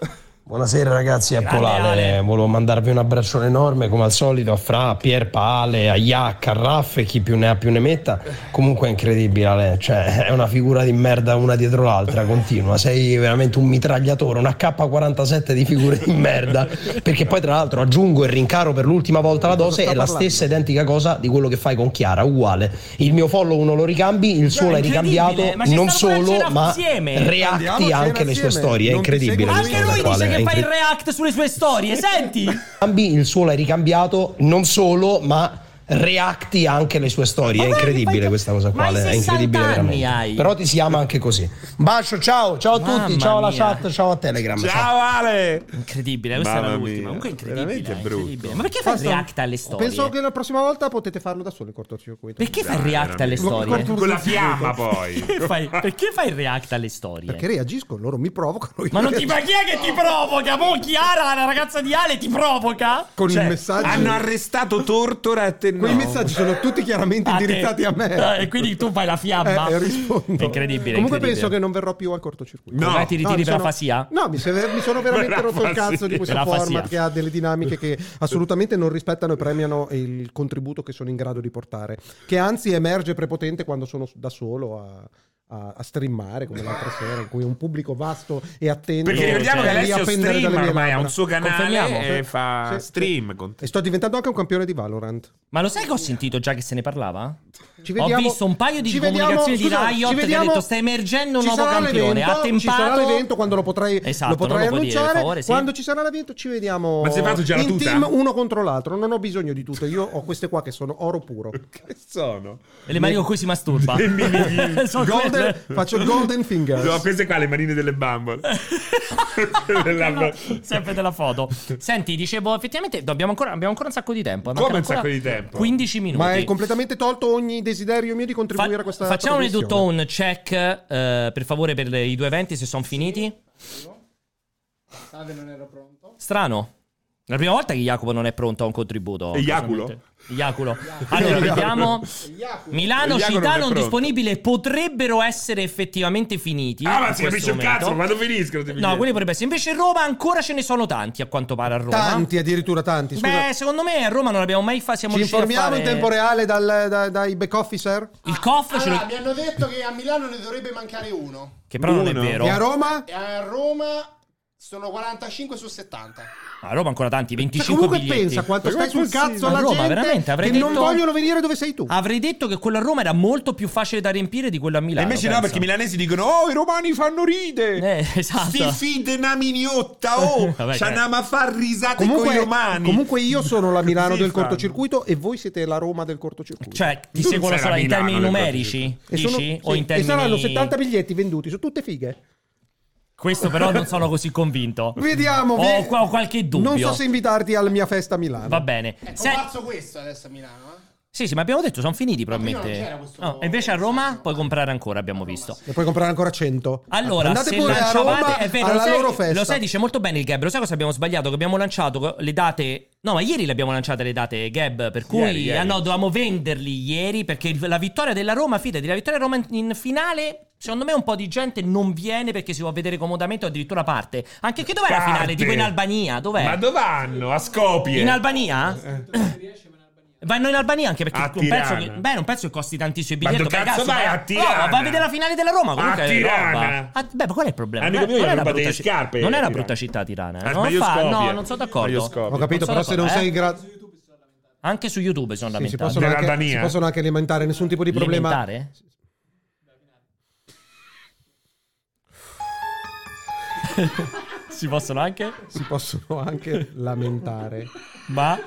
Speaker 11: Buonasera ragazzi, è
Speaker 1: Grande Ale.
Speaker 11: Polale, volevo mandarvi un abbraccione enorme come al solito a Fra, Pier, Pale, a Iac, a Raff e chi più ne ha più ne metta. Comunque è incredibile Ale, cioè è una figura di merda una dietro l'altra, continua, sei veramente un mitragliatore, una K47 di figure di merda, perché poi tra l'altro aggiungo e rincaro per l'ultima volta la dose,
Speaker 3: sta
Speaker 11: è la
Speaker 3: parlando?
Speaker 11: stessa identica cosa di quello che fai con Chiara, uguale. Il mio follow uno lo ricambi, il suo
Speaker 1: Cioè,
Speaker 11: l'hai
Speaker 1: incredibile,
Speaker 11: ricambiato,
Speaker 1: ma ci
Speaker 11: non
Speaker 1: stanno pure
Speaker 11: solo,
Speaker 1: a cena
Speaker 11: ma
Speaker 1: insieme.
Speaker 11: reacti
Speaker 3: Andiamo a
Speaker 11: anche
Speaker 3: cena
Speaker 11: le sue
Speaker 3: insieme.
Speaker 11: storie, è
Speaker 3: Non ti
Speaker 11: incredibile.
Speaker 3: seguo
Speaker 11: questa
Speaker 1: Anche
Speaker 3: Guarda
Speaker 1: lui
Speaker 11: cosa qua,
Speaker 1: dice
Speaker 11: Ale,
Speaker 1: che
Speaker 11: è
Speaker 1: fa il
Speaker 11: incredibile.
Speaker 1: react sulle sue storie, senti?
Speaker 11: Cambi il suo l'hai ricambiato non solo, ma reacti anche le sue storie.
Speaker 1: Ma
Speaker 11: È
Speaker 1: guarda,
Speaker 11: incredibile
Speaker 1: fai-
Speaker 11: questa cosa
Speaker 1: ma
Speaker 11: qua,
Speaker 1: hai
Speaker 11: Ale, è
Speaker 1: 60
Speaker 11: incredibile
Speaker 1: anni
Speaker 11: veramente.
Speaker 1: hai.
Speaker 11: Però ti si ama anche così. Bacio, ciao, ciao a
Speaker 1: Mamma
Speaker 11: tutti, ciao alla
Speaker 1: mia.
Speaker 11: chat, ciao a Telegram.
Speaker 2: Ciao, Ale.
Speaker 1: Incredibile, questa
Speaker 2: Mamma
Speaker 1: era
Speaker 2: mia.
Speaker 1: l'ultima. Comunque è incredibile,
Speaker 2: Veramente
Speaker 1: è
Speaker 2: brutto.
Speaker 1: incredibile. Ma perché fai
Speaker 3: Basta.
Speaker 1: react alle storie?
Speaker 3: Penso che la prossima volta potete farlo da solo il cortocircuito.
Speaker 1: Perché fai
Speaker 2: Dai,
Speaker 1: react alle
Speaker 3: veramente.
Speaker 1: storie?
Speaker 2: Con la fiamma poi.
Speaker 1: Perché fai, perché fai react alle storie?
Speaker 3: Perché reagiscono loro, mi provocano. io
Speaker 1: Ma non ti
Speaker 3: reagisco.
Speaker 1: ma chi è che ti provoca? Mo Chiara, la ragazza di Ale, ti provoca?
Speaker 3: Con
Speaker 1: Cioè,
Speaker 3: i messaggi.
Speaker 2: Hanno arrestato Tortora e te no.
Speaker 3: Quei messaggi sono tutti chiaramente
Speaker 1: a te.
Speaker 3: indirizzati a
Speaker 1: Eh,
Speaker 3: me.
Speaker 1: E quindi tu fai la fiamma.
Speaker 3: Eh, e rispondo.
Speaker 1: È incredibile.
Speaker 3: Comunque
Speaker 1: incredibile.
Speaker 3: penso che non verrò più al cortocircuito.
Speaker 1: Ormai ti
Speaker 3: No,
Speaker 1: ritiri
Speaker 3: mi
Speaker 1: per la
Speaker 3: sono-
Speaker 1: fasia?
Speaker 3: No, mi, se- mi sono
Speaker 2: Per
Speaker 3: veramente
Speaker 2: la
Speaker 3: rotto il
Speaker 2: fasia.
Speaker 3: cazzo di questo
Speaker 1: Per la fasia.
Speaker 3: format che ha delle dinamiche che assolutamente non rispettano e premiano il contributo che sono in grado di portare. Che anzi emerge prepotente quando sono da solo a, a- a streamare come l'altra sera, in cui un pubblico vasto e attento.
Speaker 2: Perché ricordiamo che
Speaker 3: è lì a
Speaker 2: Alessio
Speaker 3: pendere dalle
Speaker 2: stream
Speaker 3: mie
Speaker 2: ormai ha
Speaker 3: labbra.
Speaker 2: un suo
Speaker 1: Confermiamo.
Speaker 2: canale e fa
Speaker 3: Sì, sì.
Speaker 2: stream. con te.
Speaker 3: E sto diventando anche un campione di Valorant.
Speaker 1: Ma lo sai che ho sentito già che se ne parlava?
Speaker 3: Ci
Speaker 1: ho visto un paio di
Speaker 3: ci vediamo-
Speaker 1: comunicazioni di
Speaker 3: scusate,
Speaker 1: Riot
Speaker 3: ci
Speaker 1: che
Speaker 3: vediamo-
Speaker 1: hanno detto sta emergendo un
Speaker 3: ci
Speaker 1: nuovo
Speaker 3: sarà
Speaker 1: campione,
Speaker 3: l'evento,
Speaker 1: ha
Speaker 3: Ci sarà
Speaker 1: tempato-
Speaker 3: l'evento quando lo potrai,
Speaker 1: Esatto,
Speaker 3: lo potrai
Speaker 1: non lo puoi dire, per
Speaker 3: annunciare.
Speaker 1: favore, sì.
Speaker 3: Quando ci sarà l'evento ci vediamo
Speaker 2: Ma si è fatto già la
Speaker 3: in
Speaker 2: tuta?
Speaker 3: team uno contro l'altro. Non ho bisogno di tutto. Io ho queste qua che sono oro puro.
Speaker 2: Che sono?
Speaker 1: E le mani con cui si masturba.
Speaker 2: Le mini-
Speaker 1: Sono quelle-
Speaker 3: golden, faccio il golden finger.
Speaker 2: No, queste qua le manine delle bambole.
Speaker 1: Quello, sempre della foto. Senti, dicevo, effettivamente dobbiamo ancora, abbiamo ancora un sacco di tempo. eh,
Speaker 2: Come
Speaker 1: mancano
Speaker 2: un sacco
Speaker 1: ancora
Speaker 2: di tempo?
Speaker 1: 15 minuti.
Speaker 3: Ma è completamente tolto ogni desiderio mio di contribuire a questa
Speaker 1: facciamo
Speaker 3: trasmissione.
Speaker 1: innanzitutto un check, eh, per favore, per le- i due eventi, se sono finiti.
Speaker 4: Salve, non ero pronto.
Speaker 1: Strano. È La prima volta che Jacopo non è pronto a un contributo.
Speaker 2: E Iaculo?
Speaker 1: casualmente. Iaculo. Allora, vediamo.
Speaker 4: Iaculo.
Speaker 1: Milano,
Speaker 2: Iaculo non
Speaker 1: città
Speaker 2: è
Speaker 1: non
Speaker 2: pronto.
Speaker 1: disponibile, potrebbero essere effettivamente finiti.
Speaker 2: Ah, ma
Speaker 1: in
Speaker 2: si
Speaker 1: questo
Speaker 2: capisce un
Speaker 1: momento.
Speaker 2: cazzo, quando finiscono ti
Speaker 1: No,
Speaker 2: finiscono.
Speaker 1: quelli potrebbe essere. Invece Roma ancora ce ne sono tanti, a quanto pare a Roma.
Speaker 3: Tanti, addirittura tanti. Scusa.
Speaker 1: Beh, secondo me a Roma non abbiamo mai fatto. Siamo
Speaker 3: Ci
Speaker 1: riusciti a
Speaker 3: informiamo
Speaker 1: fare...
Speaker 3: in tempo reale Ah, dal- da- dai back officer?
Speaker 1: Il COF ce
Speaker 4: Allora,
Speaker 1: lo...
Speaker 4: mi hanno detto che a Milano ne dovrebbe mancare uno.
Speaker 1: Che però non è
Speaker 2: Uno.
Speaker 1: vero.
Speaker 3: E a Roma?
Speaker 4: E a Roma sono 45 su 70.
Speaker 1: A Roma ancora tanti, 25
Speaker 3: Cioè, Comunque
Speaker 1: biglietti.
Speaker 3: pensa quanto
Speaker 2: Ma
Speaker 3: stai
Speaker 2: come
Speaker 3: sul
Speaker 2: è
Speaker 3: cazzo
Speaker 2: possibile?
Speaker 3: la
Speaker 1: Ma Roma,
Speaker 3: gente
Speaker 1: veramente? Avrei
Speaker 3: che non
Speaker 1: detto- Ah,
Speaker 3: voglio vogliono venire dove sei tu.
Speaker 1: Avrei detto che quella a Roma era molto più facile da riempire di quella a
Speaker 2: E
Speaker 1: Milano.
Speaker 2: invece no,
Speaker 1: pensa.
Speaker 2: perché i milanesi dicono, oh, i romani fanno ride.
Speaker 1: Eh, esatto.
Speaker 2: Sti figli de na miniotta, oh!
Speaker 1: Vabbè, cioè.
Speaker 2: Ci andiamo a far risate con i
Speaker 3: Comunque,
Speaker 2: romani.
Speaker 3: comunque io sono la Milano
Speaker 2: Sì,
Speaker 3: del
Speaker 2: fanno.
Speaker 3: cortocircuito e voi siete la Roma del cortocircuito.
Speaker 1: Cioè, ti
Speaker 2: Tu
Speaker 1: seguono
Speaker 2: sei
Speaker 1: solo
Speaker 2: da
Speaker 1: in
Speaker 2: Milano,
Speaker 1: termini
Speaker 2: nel
Speaker 1: numerici?
Speaker 3: e,
Speaker 1: Dici?
Speaker 3: sono-
Speaker 1: o
Speaker 3: sì,
Speaker 1: in
Speaker 3: e
Speaker 1: termini...
Speaker 3: saranno 70 biglietti venduti, sono tutte fighe.
Speaker 1: Questo però non sono così convinto.
Speaker 3: Vediamo.
Speaker 1: Ho,
Speaker 3: vi-
Speaker 1: qua- ho qualche dubbio.
Speaker 3: Non so se Ecco, invitarti alla mia festa a Milano.
Speaker 1: Va bene.
Speaker 4: È
Speaker 1: Se-
Speaker 4: comparso questo adesso a Milano, eh?
Speaker 1: Sì, sì, ma abbiamo detto, sono finiti
Speaker 4: Ma prima
Speaker 1: probabilmente.
Speaker 4: non c'era questo-
Speaker 1: No, e invece a Roma puoi comprare ancora, abbiamo visto.
Speaker 3: Ne puoi comprare ancora 100.
Speaker 1: Allora,
Speaker 3: andate
Speaker 1: se
Speaker 3: pure a
Speaker 1: lanciavate-
Speaker 3: Roma
Speaker 1: è vero,
Speaker 3: alla
Speaker 1: lo sai,
Speaker 3: loro festa.
Speaker 1: Lo sai, dice molto bene il Gab. Lo sai cosa abbiamo sbagliato? Che abbiamo lanciato le date. No, ma ieri le abbiamo lanciate le date Gab. Per cui
Speaker 2: Ieri, ieri.
Speaker 1: ah no, dovevamo venderli ieri. Perché il- la vittoria della Roma, fidati, la vittoria della Roma in, in finale. Secondo me un po' di gente non viene perché si può vedere comodamente o addirittura parte. Anche che dov'è la
Speaker 2: Parte.
Speaker 1: finale? Tipo in Albania, dov'è?
Speaker 2: Ma dove vanno? A Skopje.
Speaker 1: In Albania? Vanno in Albania anche perché
Speaker 2: Eh. A
Speaker 1: un pezzo, che,
Speaker 2: Tirana.
Speaker 1: beh, un pezzo che costi tantissimo i
Speaker 2: Ma
Speaker 1: biglietti.
Speaker 2: dove cazzo vai? A Tirana.
Speaker 1: vai Oh, a vedere la finale della Roma. Comunque
Speaker 2: A
Speaker 1: è
Speaker 2: Tirana.
Speaker 1: roba. Ah, beh, ma qual è il problema?
Speaker 2: Amico
Speaker 1: Non è-
Speaker 2: mio,
Speaker 1: non è
Speaker 2: gli
Speaker 1: una
Speaker 2: ha rubato
Speaker 1: brutta
Speaker 2: le
Speaker 1: ci-
Speaker 2: scarpe,
Speaker 1: Non è una
Speaker 2: Tirana.
Speaker 1: brutta città Tirana. eh.
Speaker 2: Ah,
Speaker 1: non
Speaker 2: sbaglio
Speaker 1: fa- no,
Speaker 2: Skopje.
Speaker 1: non sono
Speaker 2: Sbaglio
Speaker 1: d'accordo.
Speaker 2: Skopje.
Speaker 3: Ho capito,
Speaker 1: Non
Speaker 3: però
Speaker 1: sono
Speaker 3: se non
Speaker 1: d'accordo,
Speaker 3: sei in
Speaker 1: eh.
Speaker 3: grado...
Speaker 1: Anche su YouTube sono
Speaker 3: Sì, si,
Speaker 1: lamentati.
Speaker 3: possono anche,
Speaker 2: Dell'Albania.
Speaker 3: si possono anche alimentare, nessun tipo di problema.
Speaker 1: Lamentare? si possono anche?
Speaker 3: Si possono anche lamentare.
Speaker 1: Ma...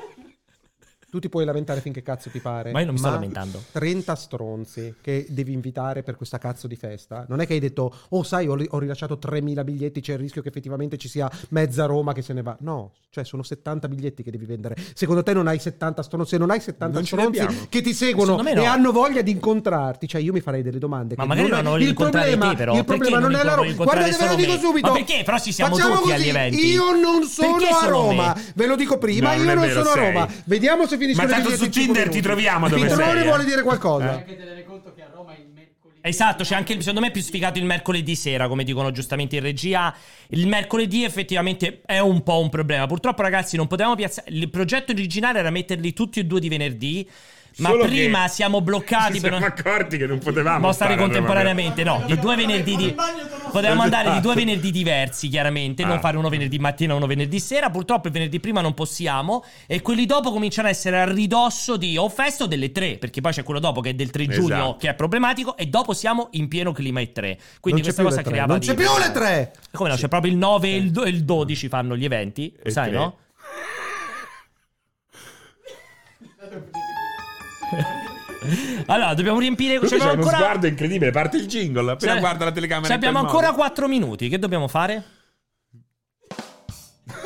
Speaker 3: Tu ti puoi lamentare finché cazzo ti pare.
Speaker 1: Ma io non mi sto lamentando.
Speaker 3: 30 stronzi che devi invitare per questa cazzo di festa. Non è che hai detto, oh sai, ho, ri- ho rilasciato 3.000 biglietti, c'è il rischio che effettivamente ci sia mezza Roma che se ne va. No, cioè sono 70 biglietti che devi vendere. Secondo te non hai 70 stronzi? Se non hai 70
Speaker 2: Non ce ne
Speaker 3: stronzi
Speaker 2: abbiamo.
Speaker 3: che ti seguono
Speaker 1: Secondo me
Speaker 3: e
Speaker 1: no.
Speaker 3: hanno voglia di incontrarti, cioè io mi farei delle domande.
Speaker 1: Ma
Speaker 3: che
Speaker 1: magari non voglio
Speaker 3: il
Speaker 1: incontrare
Speaker 3: problema,
Speaker 1: te, però.
Speaker 3: Il problema
Speaker 1: Perché
Speaker 3: non,
Speaker 1: non
Speaker 3: è la
Speaker 1: voglio
Speaker 3: Roma.
Speaker 1: incontrare
Speaker 3: Guardate, ve lo
Speaker 1: solo
Speaker 3: dico
Speaker 1: me?
Speaker 3: subito.
Speaker 1: Ma perché? Però ci siamo
Speaker 3: Facciamo
Speaker 1: tutti
Speaker 3: così,
Speaker 1: agli eventi.
Speaker 3: Io non sono
Speaker 1: Perché
Speaker 3: a
Speaker 1: solo me?
Speaker 3: Roma, ve lo dico prima.
Speaker 2: No, non
Speaker 3: io
Speaker 2: è
Speaker 3: non
Speaker 2: vero,
Speaker 3: sono a
Speaker 2: sei.
Speaker 3: Roma. Vediamo se
Speaker 2: Ma
Speaker 3: finiscono i
Speaker 2: tanto
Speaker 3: biglietti
Speaker 2: su
Speaker 3: in cinque
Speaker 2: Tinder ti
Speaker 3: minuti.
Speaker 2: troviamo dove
Speaker 3: Pintrone
Speaker 2: sei, eh.
Speaker 3: vuole dire qualcosa.
Speaker 1: Esatto, c'è anche il- secondo me è più sfigato il mercoledì sera, come dicono giustamente in regia. Il mercoledì effettivamente è un po' un problema. Purtroppo ragazzi non potevamo piazzare... Il progetto originale era metterli tutti e due di venerdì, ma
Speaker 2: Solo
Speaker 1: prima
Speaker 2: che
Speaker 1: siamo bloccati
Speaker 2: Ci
Speaker 1: per...
Speaker 2: siamo accorti che non potevamo.
Speaker 1: Ma stare
Speaker 2: a Roma.
Speaker 1: contemporaneamente, no, di due venerdì di... potevamo andare di due venerdì diversi, chiaramente, non
Speaker 2: Esatto. Ah.
Speaker 1: fare uno venerdì mattina e uno venerdì sera, purtroppo il venerdì prima non possiamo e quelli dopo cominciano a essere a ridosso di o festa o delle tre, perché poi c'è quello dopo che è del 3 giugno
Speaker 2: Esatto.
Speaker 1: che è problematico e dopo siamo in pieno clima e 3. Quindi
Speaker 3: Non c'è
Speaker 1: questa
Speaker 3: più
Speaker 1: cosa
Speaker 3: le tre.
Speaker 1: creava
Speaker 3: Non c'è
Speaker 1: di-
Speaker 3: più le tre.
Speaker 1: Come no, c'è proprio il 9 e il, do- e il 12 fanno gli eventi,
Speaker 2: Eh. E
Speaker 1: sai,
Speaker 2: tre.
Speaker 1: no? Allora, dobbiamo riempire
Speaker 2: Lui
Speaker 1: c'è
Speaker 2: c'è uno
Speaker 1: ancora
Speaker 2: sguardo incredibile, parte il jingle, appena
Speaker 1: Cioè,
Speaker 2: guarda la telecamera.
Speaker 1: cioè,
Speaker 2: in quel
Speaker 1: abbiamo ancora
Speaker 2: modo.
Speaker 1: 4 minuti. Che dobbiamo fare?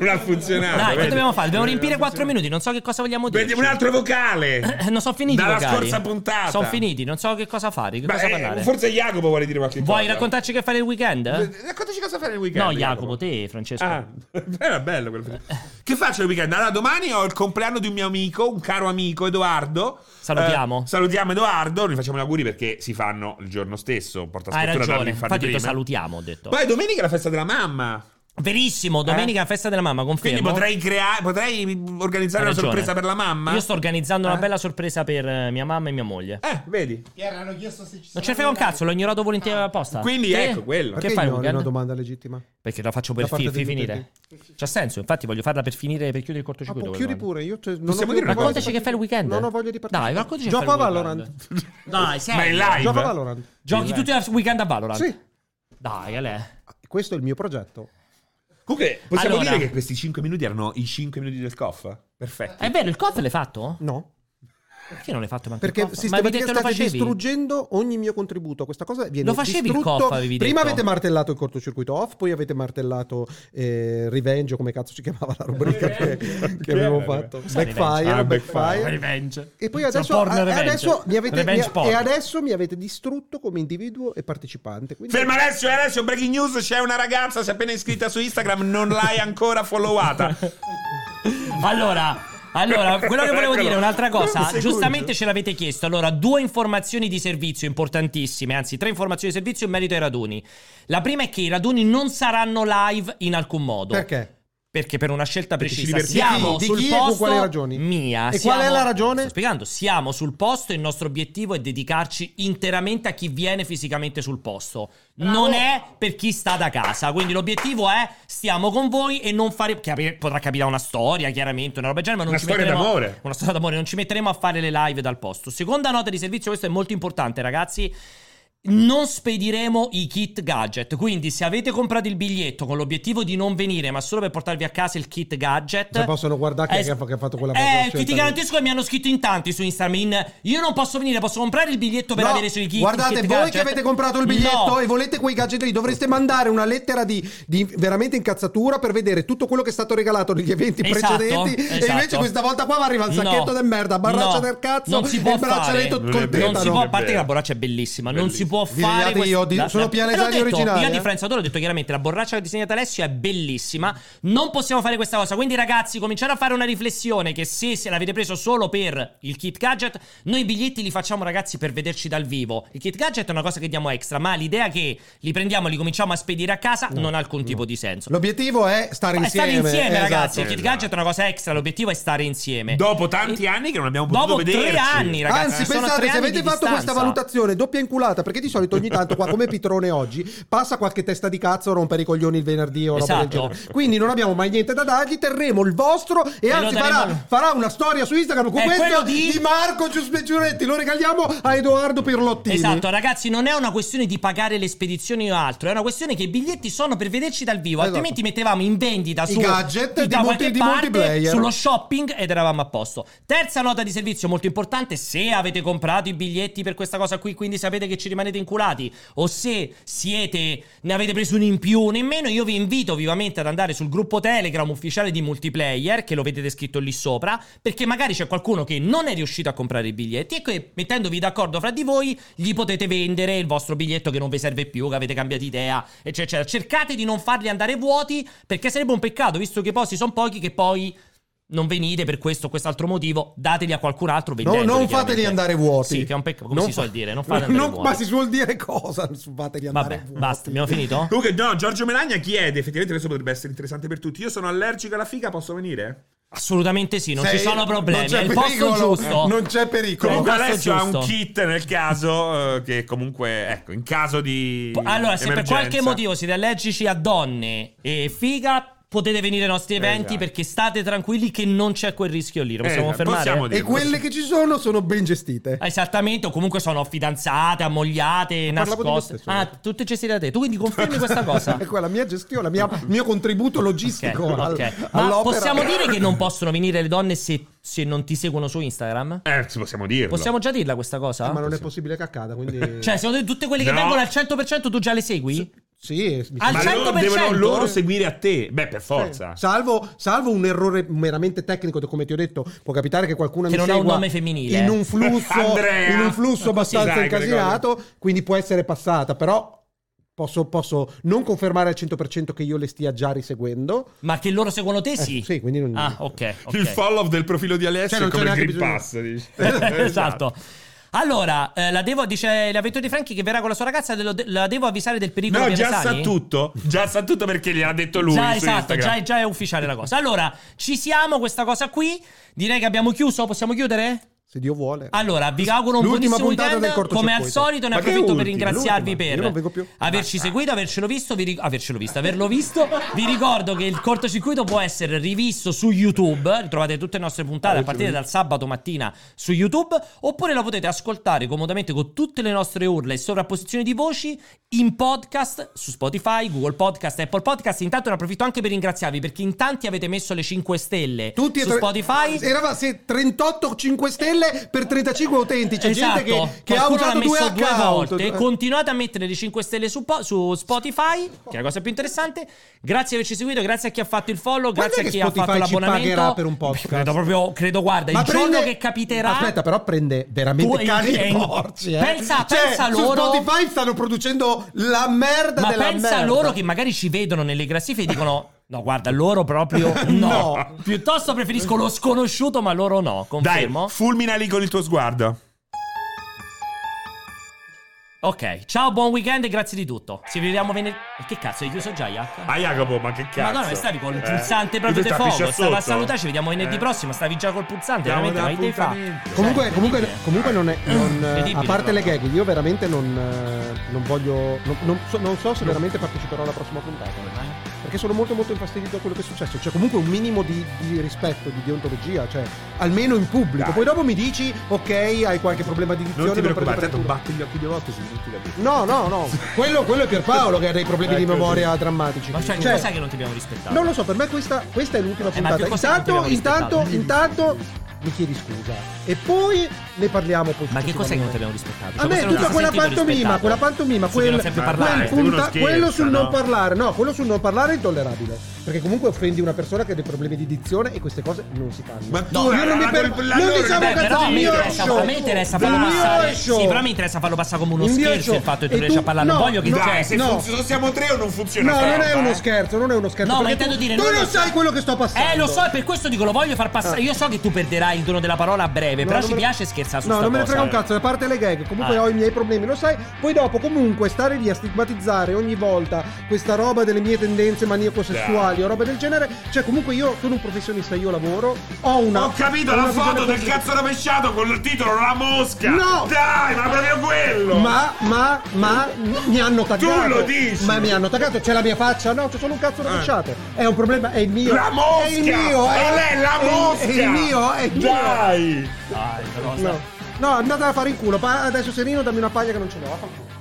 Speaker 2: Non ha funzionato.
Speaker 1: Dai, che
Speaker 2: Ah, vedi?
Speaker 1: dobbiamo fare? Dobbiamo
Speaker 2: Eh,
Speaker 1: riempire
Speaker 2: non
Speaker 1: 4 minuti. Non so che cosa vogliamo dire.
Speaker 2: Vedi un altro vocale.
Speaker 1: Eh, Non sono finiti.
Speaker 2: Dalla scorsa puntata.
Speaker 1: Sono finiti. Non so che cosa fare. Che
Speaker 2: Ma,
Speaker 1: cosa
Speaker 2: eh,
Speaker 1: parlare.
Speaker 2: forse Jacopo vuole dire qualche
Speaker 1: Vuoi
Speaker 2: cosa.
Speaker 1: raccontarci che fare il weekend?
Speaker 2: Eh, Raccontaci cosa fare il weekend.
Speaker 1: no, Jacopo, te, Francesco.
Speaker 2: Ah, era bello quello. Che faccio il weekend? Allora, domani ho il compleanno di un mio amico, un caro amico, Edoardo.
Speaker 1: Salutiamo.
Speaker 2: Eh, salutiamo Edoardo, gli facciamo gli auguri perché si fanno il giorno stesso. Porta
Speaker 1: Ah, Hai
Speaker 2: sfortuna
Speaker 1: ragione.
Speaker 2: darli
Speaker 1: Infatti,
Speaker 2: fatti
Speaker 1: ho detto
Speaker 2: prima.
Speaker 1: salutiamo. Ho detto.
Speaker 2: Poi domenica è la festa della mamma.
Speaker 1: Verissimo, domenica festa della mamma. Confermo.
Speaker 2: Eh? Quindi potrei creare, potrei
Speaker 1: Hai
Speaker 2: organizzare una
Speaker 1: ragione.
Speaker 2: sorpresa per la mamma.
Speaker 1: Io sto organizzando una
Speaker 2: Eh?
Speaker 1: bella sorpresa per eh, mia mamma e mia moglie.
Speaker 2: Eh, vedi.
Speaker 4: Ieri hanno chiesto se ci
Speaker 1: Non
Speaker 4: sono.
Speaker 1: ce ne frega un cazzo, l'ho ignorato volentieri apposta.
Speaker 2: Quindi
Speaker 1: Te?
Speaker 2: ecco quello.
Speaker 1: Che
Speaker 3: Ah. Perché
Speaker 1: fai il
Speaker 3: no? È
Speaker 1: weekend?
Speaker 3: una domanda legittima.
Speaker 1: Perché la faccio per
Speaker 3: Da parte
Speaker 1: fi-
Speaker 3: di tutti.
Speaker 1: finire. C'ha senso, infatti voglio farla per finire, per chiudere il
Speaker 3: Ah, boh,
Speaker 1: cortocircuito. quella
Speaker 3: chiudi
Speaker 1: domanda.
Speaker 3: pure, io cioè, non
Speaker 2: Possiamo
Speaker 3: ho
Speaker 2: dire
Speaker 3: più- non
Speaker 2: una
Speaker 3: ho
Speaker 1: Raccontaci
Speaker 3: più-
Speaker 1: che fai il weekend.
Speaker 3: Non ho voglia di partecipare.
Speaker 1: Dai, raccontaci
Speaker 3: Gioco
Speaker 1: che fai
Speaker 3: a
Speaker 1: il weekend.
Speaker 3: Valorant.
Speaker 1: Dai, sei.
Speaker 2: Ma è live.
Speaker 3: Gioco a Valorant.
Speaker 1: Giochi tutti il weekend a Valorant.
Speaker 3: Sì,
Speaker 1: Dai, Ale.
Speaker 3: questo è il mio progetto.
Speaker 2: Comunque, possiamo
Speaker 1: Allora.
Speaker 2: dire
Speaker 1: Eh,
Speaker 2: che questi 5 minuti erano i 5 minuti del coff? Perfetto.
Speaker 1: È vero, il cof l'hai fatto?
Speaker 3: No.
Speaker 1: Perché non l'hai fatto manco
Speaker 3: Perché
Speaker 1: il coffa?
Speaker 3: si
Speaker 1: Ma
Speaker 3: state,
Speaker 1: avete detto lo
Speaker 3: state
Speaker 1: facevi?
Speaker 3: distruggendo ogni mio contributo. Questa cosa viene
Speaker 1: Lo facevi il
Speaker 3: distrutto.
Speaker 1: coffa, avevi
Speaker 3: Prima
Speaker 1: detto.
Speaker 3: avete martellato il cortocircuito off, poi avete martellato eh, Revenge, o come cazzo si chiamava la rubrica che, che avevo fatto.
Speaker 1: Cos'è
Speaker 3: Backfire,
Speaker 1: Revenge? Ah,
Speaker 3: backfire.
Speaker 1: Revenge.
Speaker 3: E poi
Speaker 1: Sono
Speaker 3: adesso,
Speaker 1: porno
Speaker 3: a-
Speaker 1: revenge.
Speaker 3: adesso mi avete,
Speaker 1: Revenge
Speaker 3: mi-
Speaker 1: porn.
Speaker 3: e adesso mi avete distrutto come individuo e partecipante. Quindi
Speaker 2: Ferma Alessio, Alessio, breaking news, c'è una ragazza, si è appena iscritta su Instagram, non l'hai ancora followata.
Speaker 1: Allora. Allora, quello che volevo
Speaker 2: Eccolo.
Speaker 1: dire è un'altra cosa.
Speaker 2: Secondo.
Speaker 1: Giustamente ce l'avete chiesto. Allora, due informazioni di servizio importantissime, anzi, tre informazioni di servizio in merito ai raduni. La prima è che i raduni non saranno live in alcun modo.
Speaker 3: perché?
Speaker 1: Perché per una scelta
Speaker 3: Perché ci
Speaker 1: precisa
Speaker 3: divertiamo.
Speaker 1: siamo
Speaker 3: Di chi?
Speaker 1: sul
Speaker 3: Di chi e con
Speaker 1: posto
Speaker 3: quali ragioni?
Speaker 1: mia.
Speaker 3: E
Speaker 1: siamo-
Speaker 3: qual è la ragione?
Speaker 1: Sto spiegando, siamo sul posto e il nostro obiettivo è dedicarci interamente a chi viene fisicamente sul posto. Non è per chi sta da casa, quindi l'obiettivo è stiamo con voi e non fare che apri- potrà capire una storia, chiaramente, una roba del genere, ma non
Speaker 2: Una
Speaker 1: ci
Speaker 2: storia
Speaker 1: metteremo
Speaker 2: d'amore.
Speaker 1: una storia d'amore, non ci metteremo a fare le live dal posto. Seconda nota di servizio, questo è molto importante, ragazzi. Non spediremo i kit gadget, quindi se avete comprato il biglietto con l'obiettivo di non venire, ma solo per portarvi a casa il kit gadget,
Speaker 3: Se possono guardare chi è
Speaker 1: Eh,
Speaker 3: che ha- che ha fatto quella cioè,
Speaker 1: eh,
Speaker 3: scelta
Speaker 1: ti, ti
Speaker 3: lì.
Speaker 1: garantisco che mi hanno scritto in tanti su Instagram. in, io non posso venire, posso comprare il biglietto per
Speaker 3: No,
Speaker 1: avere sui kit.
Speaker 3: guardate,
Speaker 1: kit
Speaker 3: voi
Speaker 1: gadget.
Speaker 3: che avete comprato il biglietto
Speaker 1: No.
Speaker 3: e volete quei gadget lì, dovreste mandare una lettera di, di veramente incazzatura per vedere tutto quello che è stato regalato negli eventi
Speaker 1: Esatto,
Speaker 3: precedenti. E
Speaker 1: esatto.
Speaker 3: invece questa volta qua arriva il sacchetto
Speaker 1: No,
Speaker 3: del merda, barraccia
Speaker 1: no,
Speaker 3: del cazzo,
Speaker 1: non si può
Speaker 3: il braccialetto
Speaker 2: fare.
Speaker 3: col
Speaker 2: Non
Speaker 3: tetano.
Speaker 1: Non si può, a parte
Speaker 2: Vero.
Speaker 1: che la borraccia è bellissima, non si può
Speaker 3: Vi
Speaker 1: fare.
Speaker 3: vediate io, di- sono pianesani
Speaker 1: Eh, l'ho detto,
Speaker 3: originali,
Speaker 1: Io a
Speaker 3: eh.
Speaker 1: differenza d'oro ho detto chiaramente la borraccia disegnata Alessio è bellissima. Non possiamo fare questa cosa. Quindi, ragazzi, cominciate a fare una riflessione: che se, se l'avete preso solo per il kit gadget, noi i biglietti li facciamo, ragazzi, per vederci dal vivo. Il kit gadget è una cosa che diamo extra, ma l'idea che li prendiamo e li cominciamo a spedire a casa non ha alcun tipo di senso.
Speaker 3: L'obiettivo è stare
Speaker 1: Ma
Speaker 3: insieme.
Speaker 1: stare insieme,
Speaker 3: esatto.
Speaker 1: ragazzi. Il kit gadget è una cosa extra. L'obiettivo è stare insieme.
Speaker 2: Dopo tanti anni che non abbiamo potuto
Speaker 1: Eh. Dopo tre
Speaker 2: vederci.
Speaker 1: anni, ragazzi.
Speaker 3: Anzi,
Speaker 1: sono
Speaker 3: pensate,
Speaker 1: tre
Speaker 3: se
Speaker 1: anni
Speaker 3: avete
Speaker 1: di
Speaker 3: fatto questa
Speaker 1: distanza.
Speaker 3: valutazione doppia inculata, perché di solito ogni tanto qua come Pitrone oggi passa qualche testa di cazzo a rompere i coglioni il venerdì o roba del
Speaker 1: Esatto.
Speaker 3: genere. Quindi non abbiamo mai niente da dargli, terremo il vostro e,
Speaker 1: lo
Speaker 3: anzi
Speaker 1: daremo-
Speaker 3: farà, farà una storia su Instagram con
Speaker 1: È
Speaker 3: questo
Speaker 1: quello di-
Speaker 3: Marco Giuseppe Giuretti, lo regaliamo a Edoardo Pirlottini.
Speaker 1: Esatto, ragazzi, non è una questione di pagare le spedizioni o altro, è una questione che i biglietti sono per vederci dal vivo,
Speaker 3: Esatto.
Speaker 1: altrimenti mettevamo in vendita
Speaker 3: I
Speaker 1: su
Speaker 3: gadget
Speaker 1: da
Speaker 3: di multi-
Speaker 1: qualche
Speaker 3: di
Speaker 1: parte,
Speaker 3: multiplayer.
Speaker 1: sullo shopping ed eravamo a posto. Terza nota di servizio molto importante, se avete comprato i biglietti per questa cosa qui, quindi sapete che ci rimanete inculati o se siete ne avete preso uno in più, uno in meno, io vi invito vivamente ad andare sul gruppo Telegram ufficiale di multiplayer che lo vedete scritto lì sopra, perché magari c'è qualcuno che non è riuscito a comprare i biglietti e che mettendovi d'accordo fra di voi gli potete vendere il vostro biglietto che non vi serve più, che avete cambiato idea, eccetera. eccetera. Cercate di non farli andare vuoti perché sarebbe un peccato, visto che i posti sono pochi, che poi non venite per questo o quest'altro motivo, dateli a qualcun altro,
Speaker 3: No,
Speaker 1: vendeteli.
Speaker 3: non
Speaker 1: chiaramente.
Speaker 3: fateli andare vuoti.
Speaker 1: Sì, che è un peccato, come
Speaker 3: Non
Speaker 1: si
Speaker 3: fa-
Speaker 1: suol dire, non fateli andare
Speaker 3: Non-
Speaker 1: vuoti.
Speaker 3: Ma si suol dire cosa? Non Fateli andare
Speaker 1: Vabbè,
Speaker 3: vuoti.
Speaker 1: basta, abbiamo finito?
Speaker 2: Comunque, no, Giorgio Melagna chiede, effettivamente questo potrebbe essere interessante per tutti. Io sono allergico alla figa, posso venire?
Speaker 1: Assolutamente sì, non
Speaker 3: Sei-
Speaker 1: ci sono problemi,
Speaker 3: non c'è
Speaker 1: è il posto
Speaker 3: pericolo,
Speaker 1: giusto.
Speaker 3: Non c'è pericolo.
Speaker 2: Comunque
Speaker 1: questo è
Speaker 2: Alessio ha un
Speaker 1: giusto.
Speaker 2: kit nel caso eh, che comunque, ecco, in caso di
Speaker 1: Po- Allora, se
Speaker 2: emergenza.
Speaker 1: per qualche motivo siete allergici a donne e figa, potete venire ai nostri eventi
Speaker 2: Esatto.
Speaker 1: perché state tranquilli che non c'è quel rischio lì. Lo possiamo
Speaker 2: Esatto,
Speaker 1: fermare?
Speaker 2: possiamo
Speaker 3: E quelle che ci sono sono ben gestite.
Speaker 1: Esattamente, o comunque sono fidanzate, ammogliate,
Speaker 3: parlavo di me
Speaker 1: nascoste.
Speaker 3: stesso. eh.
Speaker 1: Ah, tutte gestite da te. Tu quindi confermi questa cosa?
Speaker 3: Ecco, la mia gestione, il mio contributo logistico
Speaker 1: Ok,
Speaker 3: al-
Speaker 1: ok. Ma
Speaker 3: all'opera.
Speaker 1: possiamo dire che non possono venire le donne se, se non ti seguono su Instagram?
Speaker 2: Eh, ci possiamo dirlo.
Speaker 1: Possiamo già dirla questa cosa?
Speaker 3: Eh, ma non è possibile che accada, quindi...
Speaker 1: Cioè, secondo te tutte quelle che
Speaker 2: No.
Speaker 1: vengono al 100% tu già le segui?
Speaker 3: sì, mi-
Speaker 1: Al
Speaker 2: Ma loro
Speaker 1: 100%?
Speaker 2: devono loro seguire a te. Beh, per forza.
Speaker 3: salvo, salvo un errore meramente tecnico, come ti ho detto, può capitare che qualcuno
Speaker 1: Che
Speaker 3: mi
Speaker 1: non ha un
Speaker 3: segua
Speaker 1: nome femminile.
Speaker 3: in un flusso,
Speaker 2: Andrea.
Speaker 3: in un flusso abbastanza
Speaker 2: Sì, dai, quelle
Speaker 3: incasinato, quindi può essere passata, però posso, posso non confermare al 100% che io le stia già riseguendo.
Speaker 1: Ma che loro seguono te
Speaker 3: Eh,
Speaker 1: sì?
Speaker 3: sì, quindi non...
Speaker 1: Ah, ok. ok.
Speaker 2: Il follow del profilo di Alessio
Speaker 3: Cioè, non
Speaker 2: è
Speaker 3: c'è
Speaker 2: come il Green
Speaker 3: neanche bisogno.
Speaker 2: Pass. dici.
Speaker 1: esatto. Allora, eh, la devo, dice la Vettura di Franchi che verrà con la sua ragazza, de- lo de- la devo avvisare del pericolo
Speaker 2: No,
Speaker 1: che
Speaker 2: già
Speaker 1: ne
Speaker 2: sa
Speaker 1: sani?
Speaker 2: tutto. Già sa tutto perché gliel'ha detto lui.
Speaker 1: Già,
Speaker 2: su
Speaker 1: esatto,
Speaker 2: Instagram.
Speaker 1: già, già è ufficiale la cosa. Allora, ci siamo, questa cosa qui. Direi che abbiamo chiuso, possiamo chiudere?
Speaker 3: Se Dio vuole.
Speaker 1: Allora, vi auguro un
Speaker 3: L'ultima
Speaker 1: buonissimo
Speaker 3: puntata del
Speaker 1: weekend. Come al
Speaker 3: cortocircuito.
Speaker 1: solito, ne
Speaker 2: Ma che
Speaker 1: approfitto per
Speaker 2: ultima?
Speaker 1: ringraziarvi
Speaker 3: L'ultima?
Speaker 1: per
Speaker 3: Io non vengo più.
Speaker 1: averci seguito, avercelo visto, vi ri- avercelo visto, averlo visto. Vi ricordo che il cortocircuito può essere rivisto su YouTube. Trovate tutte le nostre puntate a partire dal sabato mattina su YouTube. Oppure lo potete ascoltare comodamente con tutte le nostre urle e sovrapposizioni di voci in podcast su Spotify, Google Podcast, Apple Podcast. Intanto ne approfitto anche per ringraziarvi perché in tanti avete messo le 5 stelle
Speaker 3: Tutti e
Speaker 1: su
Speaker 3: tre- Eh,
Speaker 1: Spotify.
Speaker 3: Erava, sì, 38 5 stelle stelle per 35 utenti. C'è
Speaker 1: esatto.
Speaker 3: gente che, che ha
Speaker 1: Qualcuno l'ha
Speaker 3: usato due
Speaker 1: messo due
Speaker 3: account. Eh,
Speaker 1: volte. Continuate a mettere le 5 stelle su, po- su Spotify, che è la cosa più interessante. Grazie di averci seguito, grazie a chi ha fatto il follow,
Speaker 3: Quando
Speaker 1: grazie
Speaker 3: è
Speaker 1: a chi
Speaker 3: che
Speaker 1: ha
Speaker 3: Spotify
Speaker 1: fatto
Speaker 3: ci
Speaker 1: l'abbonamento.
Speaker 3: pagherà per un podcast?
Speaker 1: Credo proprio, credo, guarda, il giorno che capiterà.
Speaker 3: Aspetta, però prende veramente
Speaker 1: Tu-
Speaker 3: cani
Speaker 1: eh,
Speaker 3: e porci. eh.
Speaker 1: pensa-
Speaker 3: Cioè,
Speaker 1: pensa
Speaker 3: su
Speaker 1: loro-
Speaker 3: Spotify stanno producendo la merda
Speaker 1: Ma
Speaker 3: della
Speaker 1: pensa
Speaker 3: merda.
Speaker 1: a loro che magari ci vedono nelle classifiche e dicono. No, guarda, loro proprio no. Piuttosto preferisco lo sconosciuto, ma loro no.
Speaker 2: Dai,
Speaker 1: Confermo.
Speaker 2: fulminali con il tuo sguardo.
Speaker 1: Ok, ciao, buon weekend e grazie di tutto. Ci vediamo venerdì. E Che cazzo, hai chiuso già, Iac?
Speaker 2: Ah, Jacopo, ma che cazzo?
Speaker 1: Madonna, stavi col
Speaker 2: Eh?
Speaker 1: pulsante proprio
Speaker 2: Tu
Speaker 1: di
Speaker 2: stavi
Speaker 1: fuoco.
Speaker 2: già
Speaker 1: Stava a
Speaker 2: sotto?
Speaker 1: salutare, ci vediamo venerdì
Speaker 2: Eh.
Speaker 1: prossimo. Stavi già col pulsante,
Speaker 2: Diamo
Speaker 1: veramente, ma che te fa?
Speaker 2: l'appuntamento.
Speaker 3: Comunque,
Speaker 1: Cioè,
Speaker 3: comunque,
Speaker 1: incredibile.
Speaker 3: comunque non
Speaker 2: Ah.
Speaker 3: è. non, eh,
Speaker 1: Incredibile,
Speaker 3: a parte le
Speaker 1: guarda.
Speaker 3: gag, io veramente non, eh, non voglio. Non, non so, non so se veramente parteciperò alla prossima puntata. Perché sono molto molto infastidito da quello che è successo. C'è comunque un minimo di, di rispetto, di deontologia, cioè almeno in pubblico.
Speaker 2: Dai.
Speaker 3: Poi dopo mi dici, ok, hai qualche problema di dizione.
Speaker 2: Non ti
Speaker 3: prendo
Speaker 2: preoccupare,
Speaker 3: per
Speaker 2: tanto
Speaker 3: culo.
Speaker 2: batti gli occhi due volte se non ti capisco.
Speaker 3: No, no, no. Quello, quello è Pierpaolo che ha dei problemi di
Speaker 2: Ecco,
Speaker 3: memoria
Speaker 2: sì.
Speaker 3: drammatici.
Speaker 1: Ma cioè,
Speaker 3: Cioè,
Speaker 1: lo sai che non ti abbiamo rispettato?
Speaker 3: non lo so, per me questa, questa è l'ultima
Speaker 1: Eh, ma
Speaker 3: puntata.
Speaker 1: più cose non
Speaker 3: Intanto,
Speaker 1: abbiamo
Speaker 3: intanto,
Speaker 1: rispettato.
Speaker 3: intanto mi chiedi scusa. E poi ne parliamo poi.
Speaker 1: Ma che cos'è che non
Speaker 3: successivamente.
Speaker 1: ti abbiamo rispettato?
Speaker 3: A me
Speaker 1: questo non
Speaker 3: tutta
Speaker 1: ti
Speaker 3: quella
Speaker 1: sentivo
Speaker 3: pantomima,
Speaker 1: rispettato.
Speaker 3: quella pantomima,
Speaker 1: Su cui non
Speaker 3: quel,
Speaker 1: sai più
Speaker 3: quel
Speaker 1: parlare.
Speaker 2: quel-
Speaker 3: punta-
Speaker 2: uno scherza,
Speaker 3: quello sul non
Speaker 2: no?
Speaker 3: parlare, no, quello sul non parlare è intollerabile. Perché comunque offendi una persona che ha dei problemi di dizione e queste cose non si fanno.
Speaker 17: Ma tu
Speaker 3: io
Speaker 17: la-
Speaker 3: non mi
Speaker 17: la-
Speaker 3: per-
Speaker 17: la-
Speaker 3: non
Speaker 17: la-
Speaker 3: diciamo
Speaker 1: Beh,
Speaker 3: cazzo,
Speaker 1: però a me
Speaker 3: il mio
Speaker 1: interessa,
Speaker 3: show.
Speaker 1: a me interessa farlo
Speaker 3: Il mio
Speaker 1: passare.
Speaker 3: show.
Speaker 1: Sì, però mi interessa farlo passare come uno
Speaker 3: Il mio
Speaker 1: scherzo
Speaker 3: show.
Speaker 1: il fatto che tu
Speaker 3: E
Speaker 1: non riesci a parlare.
Speaker 3: no,
Speaker 1: Non voglio che
Speaker 3: no,
Speaker 1: cioè,
Speaker 2: se
Speaker 3: no.
Speaker 2: fun- se siamo tre o non funziona.
Speaker 3: No, non è
Speaker 2: ferma,
Speaker 3: uno
Speaker 2: eh.
Speaker 3: scherzo, non è uno scherzo.
Speaker 1: No, ma
Speaker 3: perché
Speaker 1: intendo
Speaker 3: tu,
Speaker 1: dire,
Speaker 3: tu
Speaker 1: non-
Speaker 3: non sai quello che sto passando.
Speaker 1: Eh, lo so, e per questo dico, lo voglio far passare. Io so che tu perderai il dono della parola a breve,
Speaker 3: No,
Speaker 1: però
Speaker 3: non
Speaker 1: ci
Speaker 3: me ne-
Speaker 1: piace scherzare su
Speaker 3: No,
Speaker 1: sta
Speaker 3: non me ne
Speaker 1: cosa. eh.
Speaker 3: frega un cazzo, a parte le gag, comunque
Speaker 1: Ah.
Speaker 3: ho i miei problemi, lo sai. Poi dopo, comunque, stare lì a stigmatizzare ogni volta questa roba delle mie tendenze maniaco-sessuali o roba del genere, cioè comunque io sono un professionista, io lavoro, ho una...
Speaker 2: Ho capito
Speaker 3: ho
Speaker 2: la
Speaker 3: una
Speaker 2: foto
Speaker 3: visione
Speaker 2: del
Speaker 3: completa.
Speaker 2: cazzo rovesciato con il titolo La mosca.
Speaker 3: No!
Speaker 2: Dai, ma proprio quello.
Speaker 3: Ma, ma, ma mi hanno taggato.
Speaker 2: lo dici! Eh.
Speaker 3: Ma mi hanno taggato, c'è la mia faccia? No, c'è solo un cazzo rovesciato. È un problema, è il mio.
Speaker 2: La mosca!
Speaker 3: È il mio, è,
Speaker 2: Qual è la
Speaker 3: è il-
Speaker 2: mosca?
Speaker 3: È il mio, è il mio.
Speaker 2: Dai.
Speaker 1: Dai, però,
Speaker 3: No, no, andate a fare in culo. pa- Adesso Serino dammi una paglia che non ce l'ho. vaffanculo.